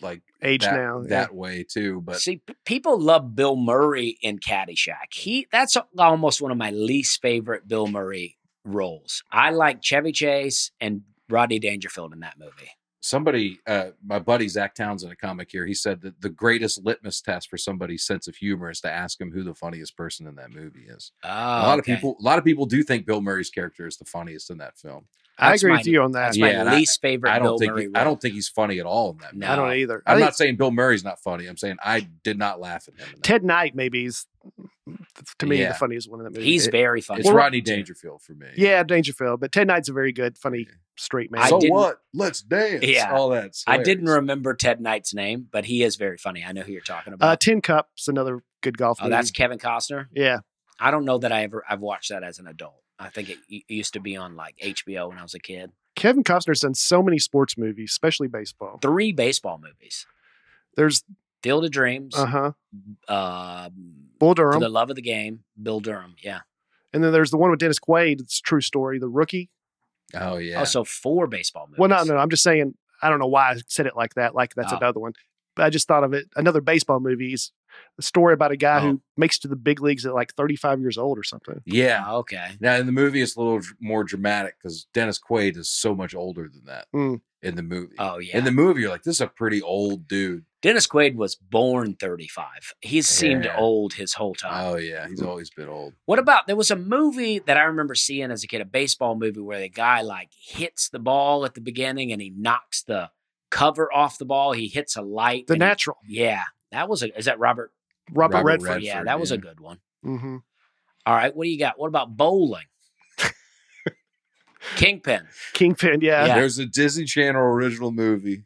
like Age that, now. yeah. that way too. But See, p- people love Bill Murray in Caddyshack. He that's a- almost one of my least favorite Bill Murray roles. I like Chevy Chase and Rodney Dangerfield in that movie. somebody, uh, my buddy Zach Townsend, a comic here, he said that the greatest litmus test for somebody's sense of humor is to ask him who the funniest person in that movie is. Oh, a lot of people, a lot of people do think Bill Murray's character is the funniest in that film. I That's agree my- with you on that. That's Yeah, and my I- least favorite I don't Bill think Murray. he- I role. don't think he's funny at all in that. No. movie. I don't either. I I'm think not saying Bill Murray's not funny. I'm saying I did not laugh at him. in that. Ted Knight maybe is to me Yeah. the funniest one in that movie. He's it- very funny. It's Rodney Dangerfield for me. yeah, Dangerfield, but Ted Knight's a very good, funny straight man. I so didn't- what? Let's dance. Yeah. All that. I didn't hilarious. remember Ted Knight's name, but he is very funny. I know who you're talking uh, about. Tin Cup's another good golf oh, movie. that's Kevin Costner. yeah, I don't know that I ever I've watched that as an adult. I think it u- used to be on like HBO when I was a kid. Kevin Costner's done so many sports movies, especially baseball. Three baseball movies: There's Field of Dreams, uh huh um, Bull For Durham, the Love of the Game, Bill Durham. Yeah. Oh, and then there's the one with Dennis Quaid. It's a true story. The rookie. Oh yeah. Oh, so four baseball movies. Well, no, no. I'm just saying. I don't know why I said it like that. Like that's Oh. another one. But I just thought of it. Another baseball movie is a story about a Oh. guy who makes it to the big leagues at like 35 years old or something. yeah. Oh, okay. Now in the movie, it's a little dr- more dramatic because Dennis Quaid is so much older than that Mm. in the movie. Hmm. Oh yeah. In the movie, you're like, this is a pretty old dude. Dennis Quaid was born 35. He's seemed Yeah. old his whole time. Oh yeah, mm. he's always been old. What about there was a movie that I remember seeing as a kid, a baseball movie where the guy like hits the ball at the beginning and he knocks the cover off the ball. He hits a light. The and he- Natural. yeah. That was a is that Robert? Robert, Robert Redford. Redford, yeah, that was a yeah. good one. hmm All right, what do you got? What about bowling? Kingpin. Kingpin. Yeah. Yeah. There's a Disney Channel original movie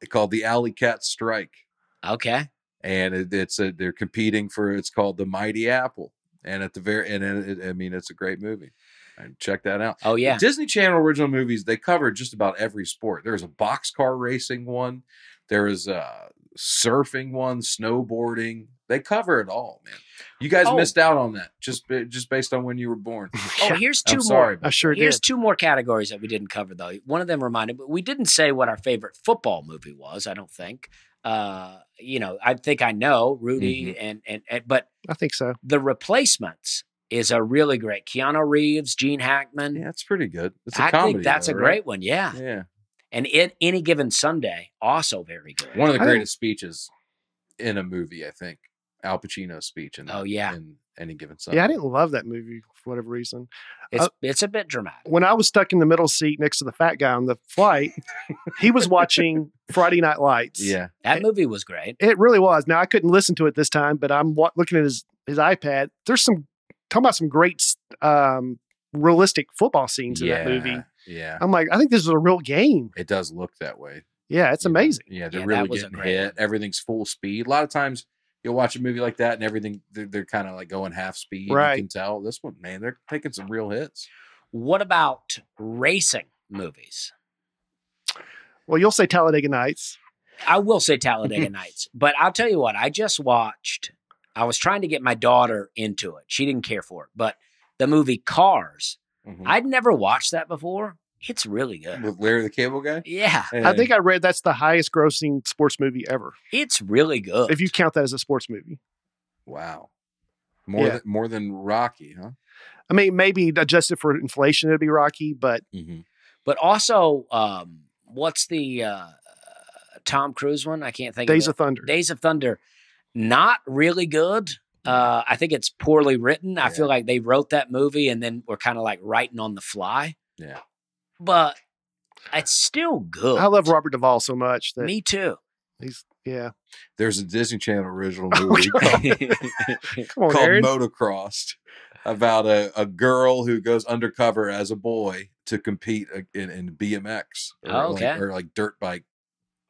eh, called The Alley Cat Strike, Okay. and it, it's a they're competing for. It's called The Mighty Apple, and at the very and it, it- I mean, it's a great movie. And check that out. Oh yeah. Disney Channel original movies, they covered just about every sport. There's a boxcar racing one. There is uh surfing one, snowboarding. They cover it all, man. You guys Oh. missed out on that just ba- just based on when you were born. Oh, here's two I'm more. sorry. I but- sure Here's did. two more categories that we didn't cover though. One of them reminded, but we didn't say what our favorite football movie was. I don't think. Uh, you know, I think I know Rudy Mm-hmm. and, and and but I think so. The Replacements is a really great. Keanu Reeves, Gene Hackman. Yeah, it's pretty good. It's a I comedy. think that's though, a right? great one. Yeah, Yeah. and it, any given Sunday also very good. One of I the don't- greatest speeches in a movie, I think. Al Pacino's speech in, Oh, yeah. in any given Sunday. Yeah, I didn't love that movie for whatever reason. It's Oh it's a bit dramatic. When I was stuck in the middle seat next to the fat guy on the flight, he was watching Friday Night Lights. Yeah. That movie was great. It really was. Now I couldn't listen to it this time, but I'm wa- looking at his his iPad. There's some talking about some great um, realistic football scenes in that movie. Yeah. I'm like, I think this is a real game. It does look that way. Yeah, it's you know? amazing. Yeah, they're Yeah, that really was a getting great hit. one. Everything's full speed. A lot of times you'll watch a movie like that and everything they're, they're kind of like going half speed. Right. You can tell this one, man, they're taking some real hits. What about racing movies? Well, you'll say Talladega Nights. I will say Mm-hmm. Talladega Nights, but I'll tell you what, I just watched, I was trying to get my daughter into it. She didn't care for it, but the movie Cars, Mhm. I'd never watched that before. It's really good. With Larry the Cable Guy. Yeah, I think I read that's the highest grossing sports movie ever, it's really good. if you count that as a sports movie. wow. More Yeah. than more than Rocky, huh? I mean, maybe adjusted for inflation, it'd be Rocky, but Mm-hmm. but also, um, what's the uh, Tom Cruise one? I can't think Days of of it. Thunder. Mm. Days of Thunder. Not really good. Uh, I think it's poorly written. I feel Yeah. like they wrote that movie and then were kind of like writing on the fly. Yeah. But it's still good. I love Robert Duvall so much that Me too. he's yeah. There's a Disney Channel original Oh, movie called, Come on, called Aaron. Motocrossed about a, a girl who goes undercover as a boy to compete a- in, in BMX or, Oh, like, okay. or like dirt bike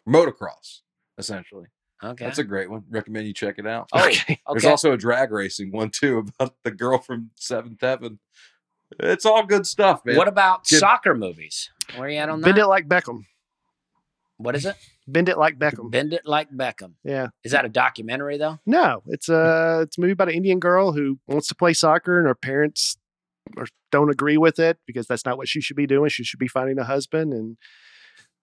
motocross, essentially. okay. That's a great one. Recommend you check it out. oh, okay. There's okay. also a drag racing one too about the girl from Seventh Heaven. It's all good stuff, man. what about Good. soccer movies? Where are you at on Bend that? it like Beckham. What is it? Bend it like Beckham. Bend it like Beckham. Yeah. Is that a documentary though? No, it's a it's a movie about an Indian girl who wants to play soccer and her parents are, don't agree with it because that's not what she should be doing. She should be finding a husband and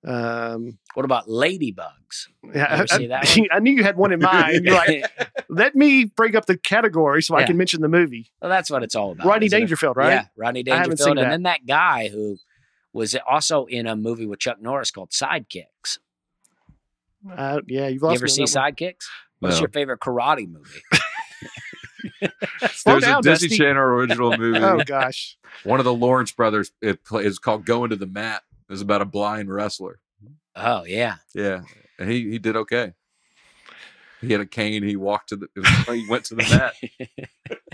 um What about Ladybugs? yeah, ever I, see that I- I knew you had one in mind. You're like, let me bring up the category so I Yeah. can mention the movie. well, that's what it's all about. Rodney isn't it? Dangerfield, right? Yeah, Rodney I haven't Dangerfield, seen and that. then that guy who was also in a movie with Chuck Norris called Sidekicks. Uh, yeah, you've You lost ever me on see that one. Sidekicks? What's No. your favorite karate movie? Slow down, Dusty. Channel original movie. Oh gosh. One of the Lawrence brothers. It pla is called Going to the Mat. It's about a blind wrestler. Oh yeah, Yeah, and he he did okay. He had a cane. He walked to the. it was- he went to the mat.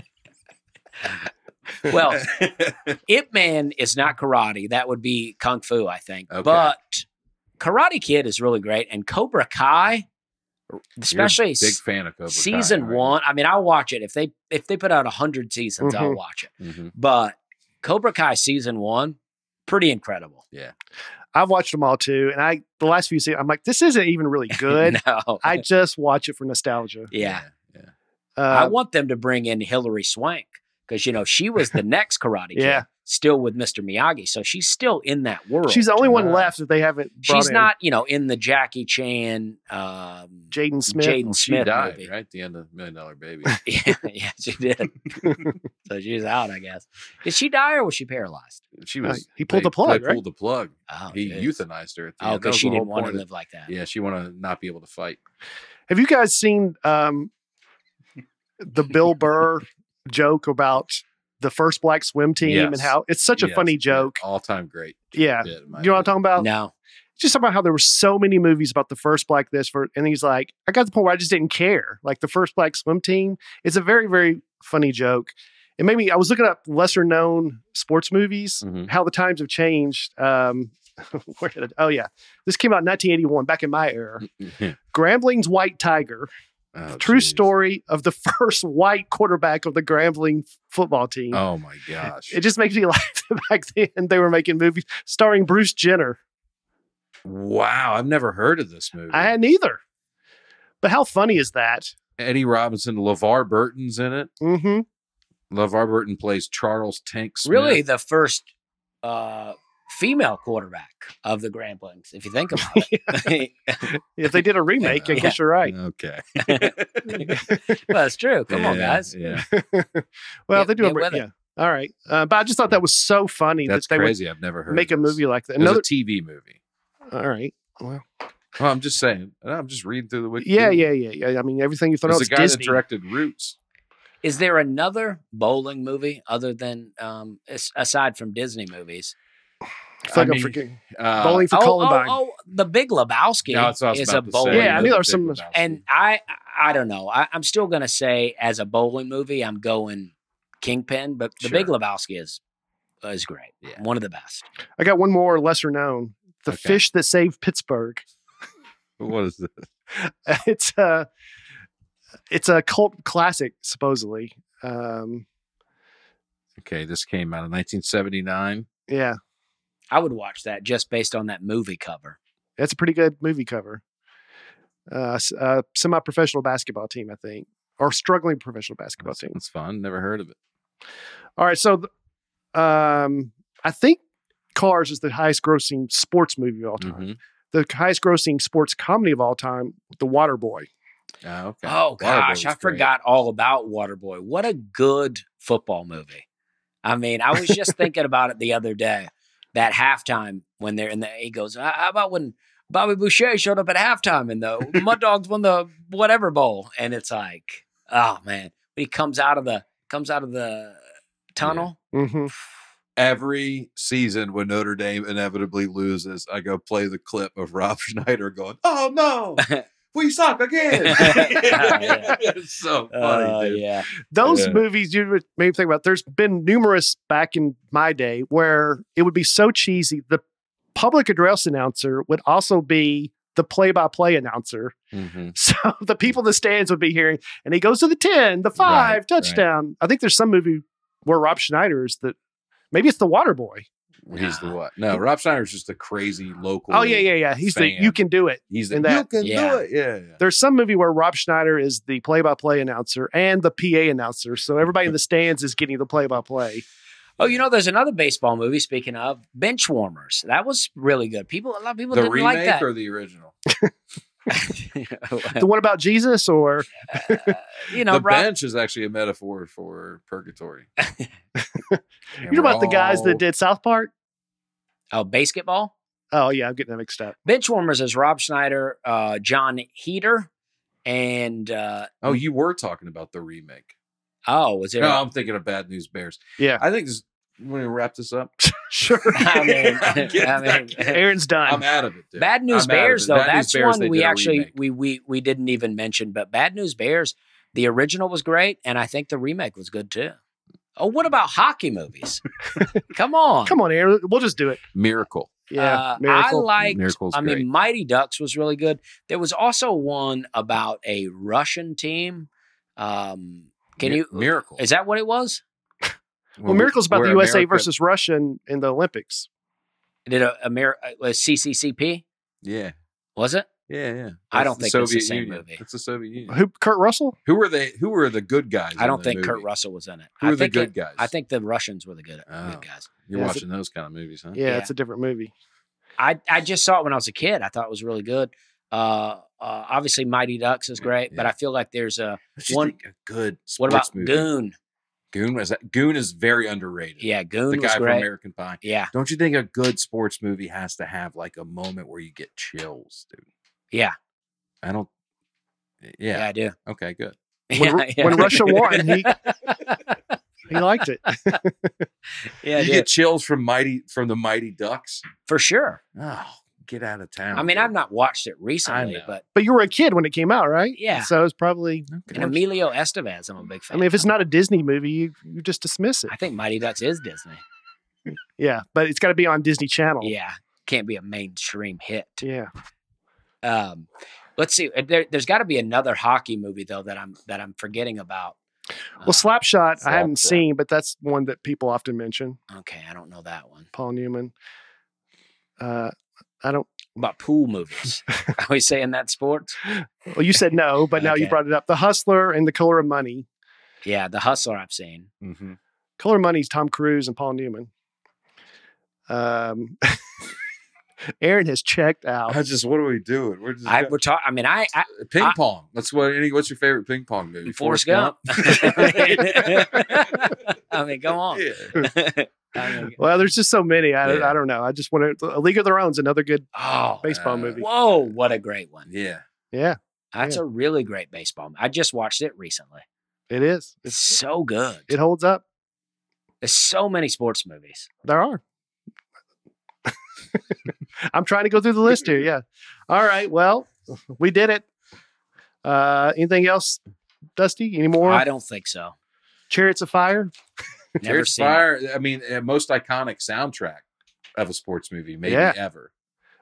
Well, Ip Man is not karate. That would be kung fu, I think. Okay. But Karate Kid is really great, and Cobra Kai, especially You're a big fan of Cobra Kai, season right? one. I mean, I'll watch it if they if they put out hundred seasons, I'll Mhm. watch it. Mhm. But Cobra Kai season one, pretty incredible. I've watched them all too. And I the last few seasons I'm like, this isn't even really good. no, I just watch it for nostalgia. yeah. Uh, I want them to bring in Hillary Swank because you know she was the next Karate Kid, Yeah. still with Mr. Miyagi, so she's still in that world. she's the only one Ah. left that they haven't brought she's in. not you know in the Jackie Chan, um, Jaden Smith. Jaden She Smith died movie. right at the end of Million Dollar Baby. yeah, yeah, she did. so she's out, I guess. Did she die or was she paralyzed? She Uh, was. he pulled the plug, They right? pulled the plug. Oh, he geez. euthanized her. At the Oh, end. That because was she the didn't whole want to point of- live like that. Yeah, she wanted to not be able to fight. Have you guys seen um, the Bill Burr joke about the first black swim team and Yes. how it's such a Yes, funny yeah, joke? All time great. Yeah. bit, in my You know what I'm opinion. talking about? No, Just about how there were so many movies about the first black this for, and he's like, I got to the point where I just didn't care. Like the first black swim team is a very, very funny joke. It made me. I was looking up lesser known sports movies, Mhm. how the times have changed. Um, where did I, oh yeah, this came out in 1981, back in my era. Mm. Grambling's White Tiger, Mm-hmm. Oh, true geez. story of the first white quarterback of the Grambling football team. Oh my gosh! It just makes me laugh that back then they were making movies starring Bruce Jenner. wow, I've never heard of this movie. I hadn't either. But how funny is that? Eddie Robinson, LeVar Burton's in it. Mm-hmm. LeVar Burton plays Charles Tank Smith. Really, the first uh, female quarterback of the Gramblings, if you think about it. If they did a remake, I Oh, Yeah. guess you're right. Okay. well, it's true. Come on, Yeah, guys. Yeah. well, Yeah, if they do a get re- with it. yeah. All right. Uh, but I just thought that was so funny That's that they crazy. I've never heard would make a of this. movie like that. It was Another. a TV movie. all right. Well, I'm just saying. I'm just reading through the wiki. Yeah, yeah, yeah, yeah. I mean, everything you've thrown out It's is the guy Disney. that directed Roots. Is there another bowling movie other than um, as- aside from Disney movies? I feel like I I'm mean, forgetting. Uh, Bowling for oh, Columbine. oh, oh, The Big Lebowski no, that's what I was is about a to say. bowling. Yeah, I knew The there was Big some- Lebowski. and I I don't know. I, I'm still gonna say as a bowling movie, I'm going Kingpin, but The Big Sure. Lebowski is is great. Yeah. One of the best. I got one more lesser known. The Okay. fish that saved Pittsburgh. what is this? It's a it's a cult classic, supposedly. Um, Okay, this came out in 1979. yeah, I would watch that just based on that movie cover. that's a pretty good movie cover. Uh, s- uh, semi-professional basketball team, I think, or struggling professional basketball That's, team. that's fun. Never heard of it. All right, so th- um, I think Cars is the highest-grossing sports movie of all time. Mhm. The highest-grossing sports comedy of all time, The Water Boy. Ah, okay. Oh Waterboy gosh, was I great. forgot all about Waterboy. What a good football movie. I mean, I was just thinking about it the other day. That halftime when they're in the he goes, "Ah, how about when Bobby Boucher showed up at halftime and the Mud Dogs won the whatever bowl? And it's like, oh man. But he comes out of the comes out of the tunnel. Mm-hmm. Every season when Notre Dame inevitably loses, I go play the clip of Rob Schneider going, "Oh no, we suck again." Yeah. It's so funny, Oh dude. yeah. Those Yeah. movies you would maybe think about. There's been numerous back in my day where it would be so cheesy. The public address announcer would also be the play-by-play announcer. Mhm. So the people in the stands would be hearing, and he goes to the 10, the 5, Right, right. touchdown. I think there's some movie where Rob Schneider is the maybe it's the water boy. He's the what? No, Rob Schneider's just a crazy local. Oh yeah, yeah, yeah. He's the fan. you can do it. He's the And that- you can Yeah. do it. Yeah, yeah. There's some movie where Rob Schneider is the play-by-play announcer and the PA announcer. So everybody in the stands is getting the play-by-play. Oh, you know, there's another baseball movie. Speaking of Benchwarmers, that was really good. People, a lot of people the didn't remake like that. or the original? The one about Jesus or Uh, you know, the Rob, bench is actually a metaphor for purgatory. you know about the guys that did South Park? oh, basketball. Oh yeah, I'm getting that mixed up. Benchwarmers is Rob Schneider, uh, John Heater, and uh, Oh, you were talking about the remake. oh, was there? No, I'm thinking of Bad News Bears. Yeah. I think this. Want to wrap this up? Sure. I mean, I'm kidding, I I'm mean, kidding. Aaron's done. I'm out of it. Dude. Bad News I'm out of Bears it. though. Bad News that's Bears, they one we did a actually remake. we, we we didn't even mention, but Bad News Bears, the original was great, and I think the remake was good too. Oh, what about hockey movies? Come on, Come on, Aaron. We'll just do it. Miracle. Yeah. Uh, I miracle. liked. Miracle's I mean, great. Mighty Ducks was really good. There was also one about a Russian team. Um, can Mi- you? Miracle? Is that what it was? well, Miracle's about the where USA America- versus Russia in, in the Olympics. Did a, a, mir- uh, a CCCP? Yeah, Was it? yeah, yeah. I don't That's think that's the same Union. movie. It's the Soviet Union. Who? Kurt Russell? Who were they? Who were the good guys? I in don't the think Kurt movie? Russell was in it. Who I are the think good it- guys? I think the Russians were the good, Oh. good guys. you're Yeah, it's- watching those kind of movies, huh? Yeah, Yeah. it's a different movie. I, I just saw it when I was a kid. I thought it was really good. Uh, uh, obviously, Mighty Ducks is Yeah, great, but yeah. I feel like there's a. Let's just One- think a good. What sports about movie. Goon? Goon was that? Goon is very underrated. Yeah, Goon the was guy from great. American Pie. yeah, Don't you think a good sports movie has to have like a moment where you get chills, dude? yeah, I don't. yeah, Yeah. I do. Okay. Good. When, yeah, yeah. when Russia won, he, he liked it. yeah, I you do. get chills from mighty from the Mighty Ducks. for sure. Oh, get out of town. I mean, dude. I've not watched it recently, know. but But you were a kid when it came out, right? Yeah. So it's probably. Okay. and Emilio Estevez, I'm a big I fan. mean, if it's of. not a Disney movie, you, you just dismiss it. I think Mighty Ducks is Disney. Yeah, but it's got to be on Disney Channel. Yeah, can't be a mainstream hit. Yeah. Um, let's see. There, there's got to be another hockey movie though that I'm that I'm forgetting about. Uh, Well, Slapshot, I haven't Slapshot. seen, but that's one that people Uh, often mention. Okay, I don't know that one. Paul Newman. Uh, I don't. about pool movies. Are we saying that sports? Well, you said no, but now you Okay. brought it up. The Hustler and The Color of Money. Yeah, The Hustler I've seen. Mm-hmm. Color of Money is Tom Cruise and Paul Newman. Um, Aaron has checked out. I just, what are we doing? We're just I we're talk, I mean, I, I ping I- pong. That's what. Any, what's your favorite ping pong movie? Forrest Gump. I mean, go on. Yeah. I mean, Well, there's just so many. I, Yeah. I don't know. I just want to. A League of Their Own's another good oh, baseball Uh, movie. whoa! What a great one. yeah. Yeah, That's Yeah. a really great baseball. mo- I just watched it recently. it is. It's so good. It holds up. There's so many sports movies. There are. I'm trying to go through the list here. Yeah. All right. Well, we did it. Uh, anything else, Dusty? Any more? I don't think so. Chariots of Fire? Never Never seen. it. Fire. I mean, uh, most iconic soundtrack of a sports movie, maybe Yeah. ever.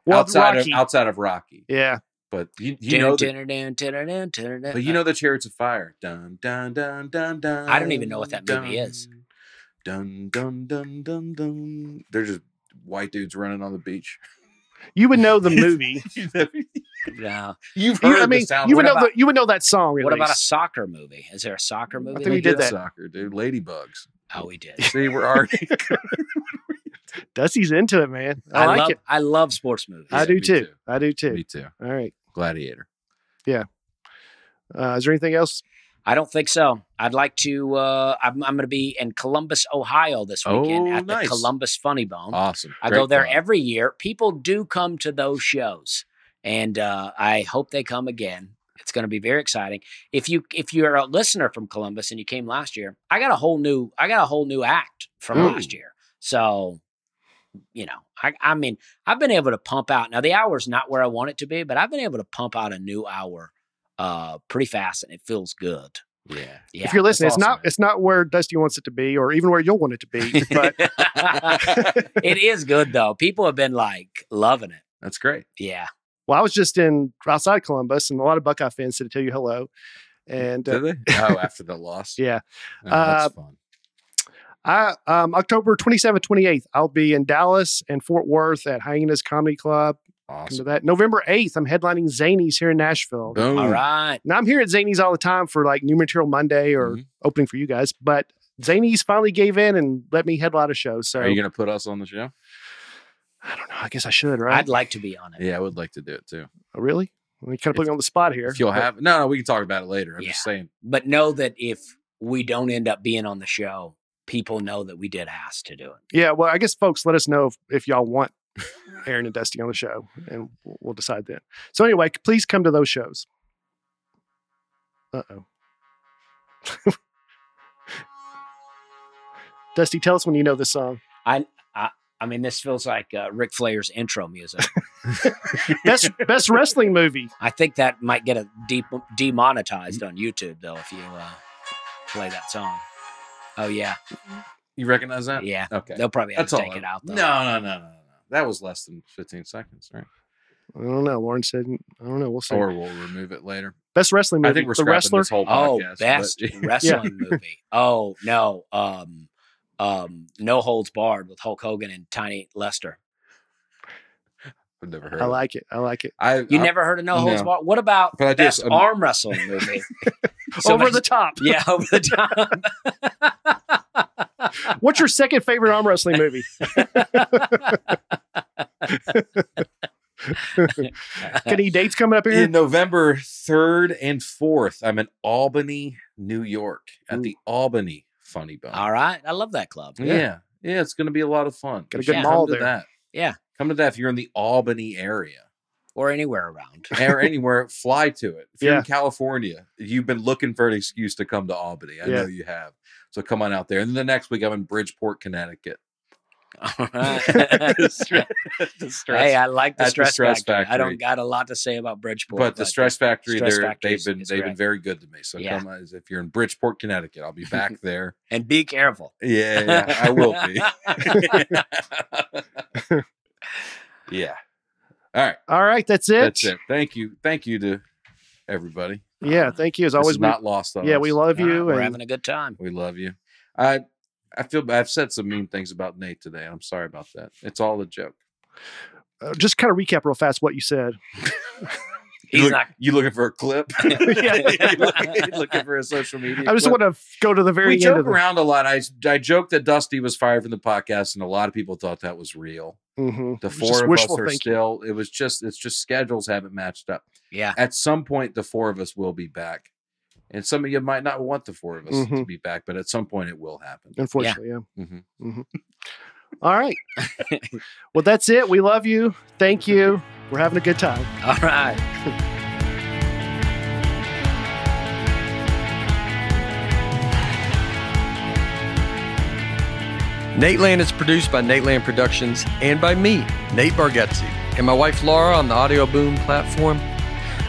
Well, outside Rocky. of outside of Rocky, yeah. but you, you Dun, know the, dun, dun, dun, dun, dun, dun, dun. but you know the Chariots of Fire. Dun dun dun dun dun. uh, I don't even know what that movie dun. is. Dun dun dun dun dun. They're just white dudes running on the beach. You would know the movie. You've No. you, heard I mean, the sound. you would What know about- the, you would know that song. at What about a least. soccer movie? Is there a soccer I movie? think we we did did that. Soccer, dude. Ladybugs. oh, we did. See, we're already. Dusty's into it, man. I, I, like love it. I love sports movies. I Yeah, do me too. too. I do too. Me too. All right. Gladiator. Uh, is there anything else? I don't think so. I'd like to. Uh, I'm, I'm going to be in Columbus, Ohio this weekend Oh, at the nice. Columbus Funny Bone. Awesome. Um, I Great go there club. every year. People do come to those shows, and uh, I hope they come again. It's going to be very exciting. If you if you're a listener from Columbus and you came last year, I got a whole new I got a whole new act from Ooh. last year. So, you know, I, I mean, I've been able to pump out. Now the hour's not where I want it to be, but I've been able to pump out a new hour uh, pretty fast, and it feels good. Yeah. Yeah. if you're listening, that's it's awesome, not man. it's not where Dusty wants it to be, or even where you'll want it to be. But it is good though. People have been like loving it. That's great. Yeah. Well, I was just in outside Columbus, and a lot of Buckeye fans said to tell you hello. And uh, Did they? Oh, after the loss. yeah, Oh, that's Uh, fun. I um, October 27th, 28th, I'll be in Dallas and Fort Worth at Hyenas Comedy Club. Come to Awesome. that. November 8th, I'm headlining Zanies here in Nashville. Boom. All right. Now I'm here at Zanies all the time for like New Material Monday or Mhm. opening for you guys, but Zanies finally gave in and let me headline a show. So Are you gonna put us on the show? I don't know. I guess I should, right? I'd like to be on it. Yeah, I would like to do it too. Oh, really? Well, you kind of put me on the spot here. If you'll but- have no, no, we can talk about it later. I'm just saying. But know that if we don't end up being on the show, people know that we did ask to do it. Yeah, well, I guess folks, let us know if, if y'all want Aaron and Dusty on the show, and we'll, we'll decide then. So anyway, c- please come to those shows. Uh oh. Dusty, tell us when you know this song. I mean, this feels like uh, Ric Flair's intro music. Best best wrestling movie. I think that might get a deep Mm-hmm. demonetized on YouTube though if you uh, play that song. Oh yeah, You recognize that? yeah. Okay. They'll probably have That's to all. take it out though. No, no, no, no, no. That was less than 15 seconds, right? I don't know. Lauren said, I don't know. We'll see. Or we'll remove it later. best wrestling movie. I think we're the scrapping wrestler. this whole Oh, podcast. but- best wrestling movie. Oh no, um, um, no holds barred with Hulk Hogan and Tiny Lester. I've never heard. I like it. I like it. I, You I- never heard of no, holds no. barred? What about But I do, best um, arm wrestling movie? So Over much- the top. yeah, over the top. What's your second favorite arm wrestling movie? Got any dates coming up here? in November 3rd and 4th, I'm in Albany, New York at Ooh. the Albany Funny Bone. All right, I love that club. Yeah. yeah. it's going to be a lot of fun. Got a You good should mall come to there. That. Yeah. Come to that if you're in the Albany area or anywhere around. or anywhere, fly to it. If you're Yeah. in California, you've been looking for an excuse to come to Albany. I Yeah. know you have. So come on out there. And then the next week, I'm in Bridgeport, Connecticut. All right. hey, I like the at the stress, Stress factory. I Factory. don't got a lot to say about Bridgeport, but the Stress Factory, Stress they're, Factory they've is- been is they've great. been very good to me. So Yeah. come on, if you're in Bridgeport, Connecticut, I'll be back there. and be careful. Yeah, yeah, I will be. yeah. All right. All right, that's it. That's it. Thank you. Thank you to everybody. Yeah, thank you. As This always, is we- not lost on yeah, us. we love All right, you. we're and having a good time. We love you. I I feel bad. I've said some mean things about Nate today. I'm sorry about that. It's all a joke. uh, just kind of recap real fast what you said. He's You, look- not. you looking for a clip? yeah. you looking, looking for a social media? I just clip? want to go to the very we end. joke of the- around a lot. I I joked that Dusty was fired from the podcast, and a lot of people thought that was real. Mhm. The It's four just of us wishful are thinking. still. It was just it's just schedules haven't matched up. Yeah. At some point, the four of us will be back, and some of you might not want the four of us to Mhm. be back, but at some point, it will happen. Unfortunately, yeah. Mhm. Mhm. All right. well, that's it. We love you. Thank you. We're having a good time. All right. Nate Land is produced by Nate Land Productions and by me, Nate Bargatze, and my wife Laura on the Audio Boom platform.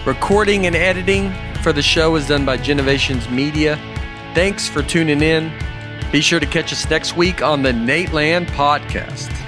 Recording and editing for the show is done by Genovations Media. Thanks for tuning in. Be sure to catch us next week on the Nate Land Podcast.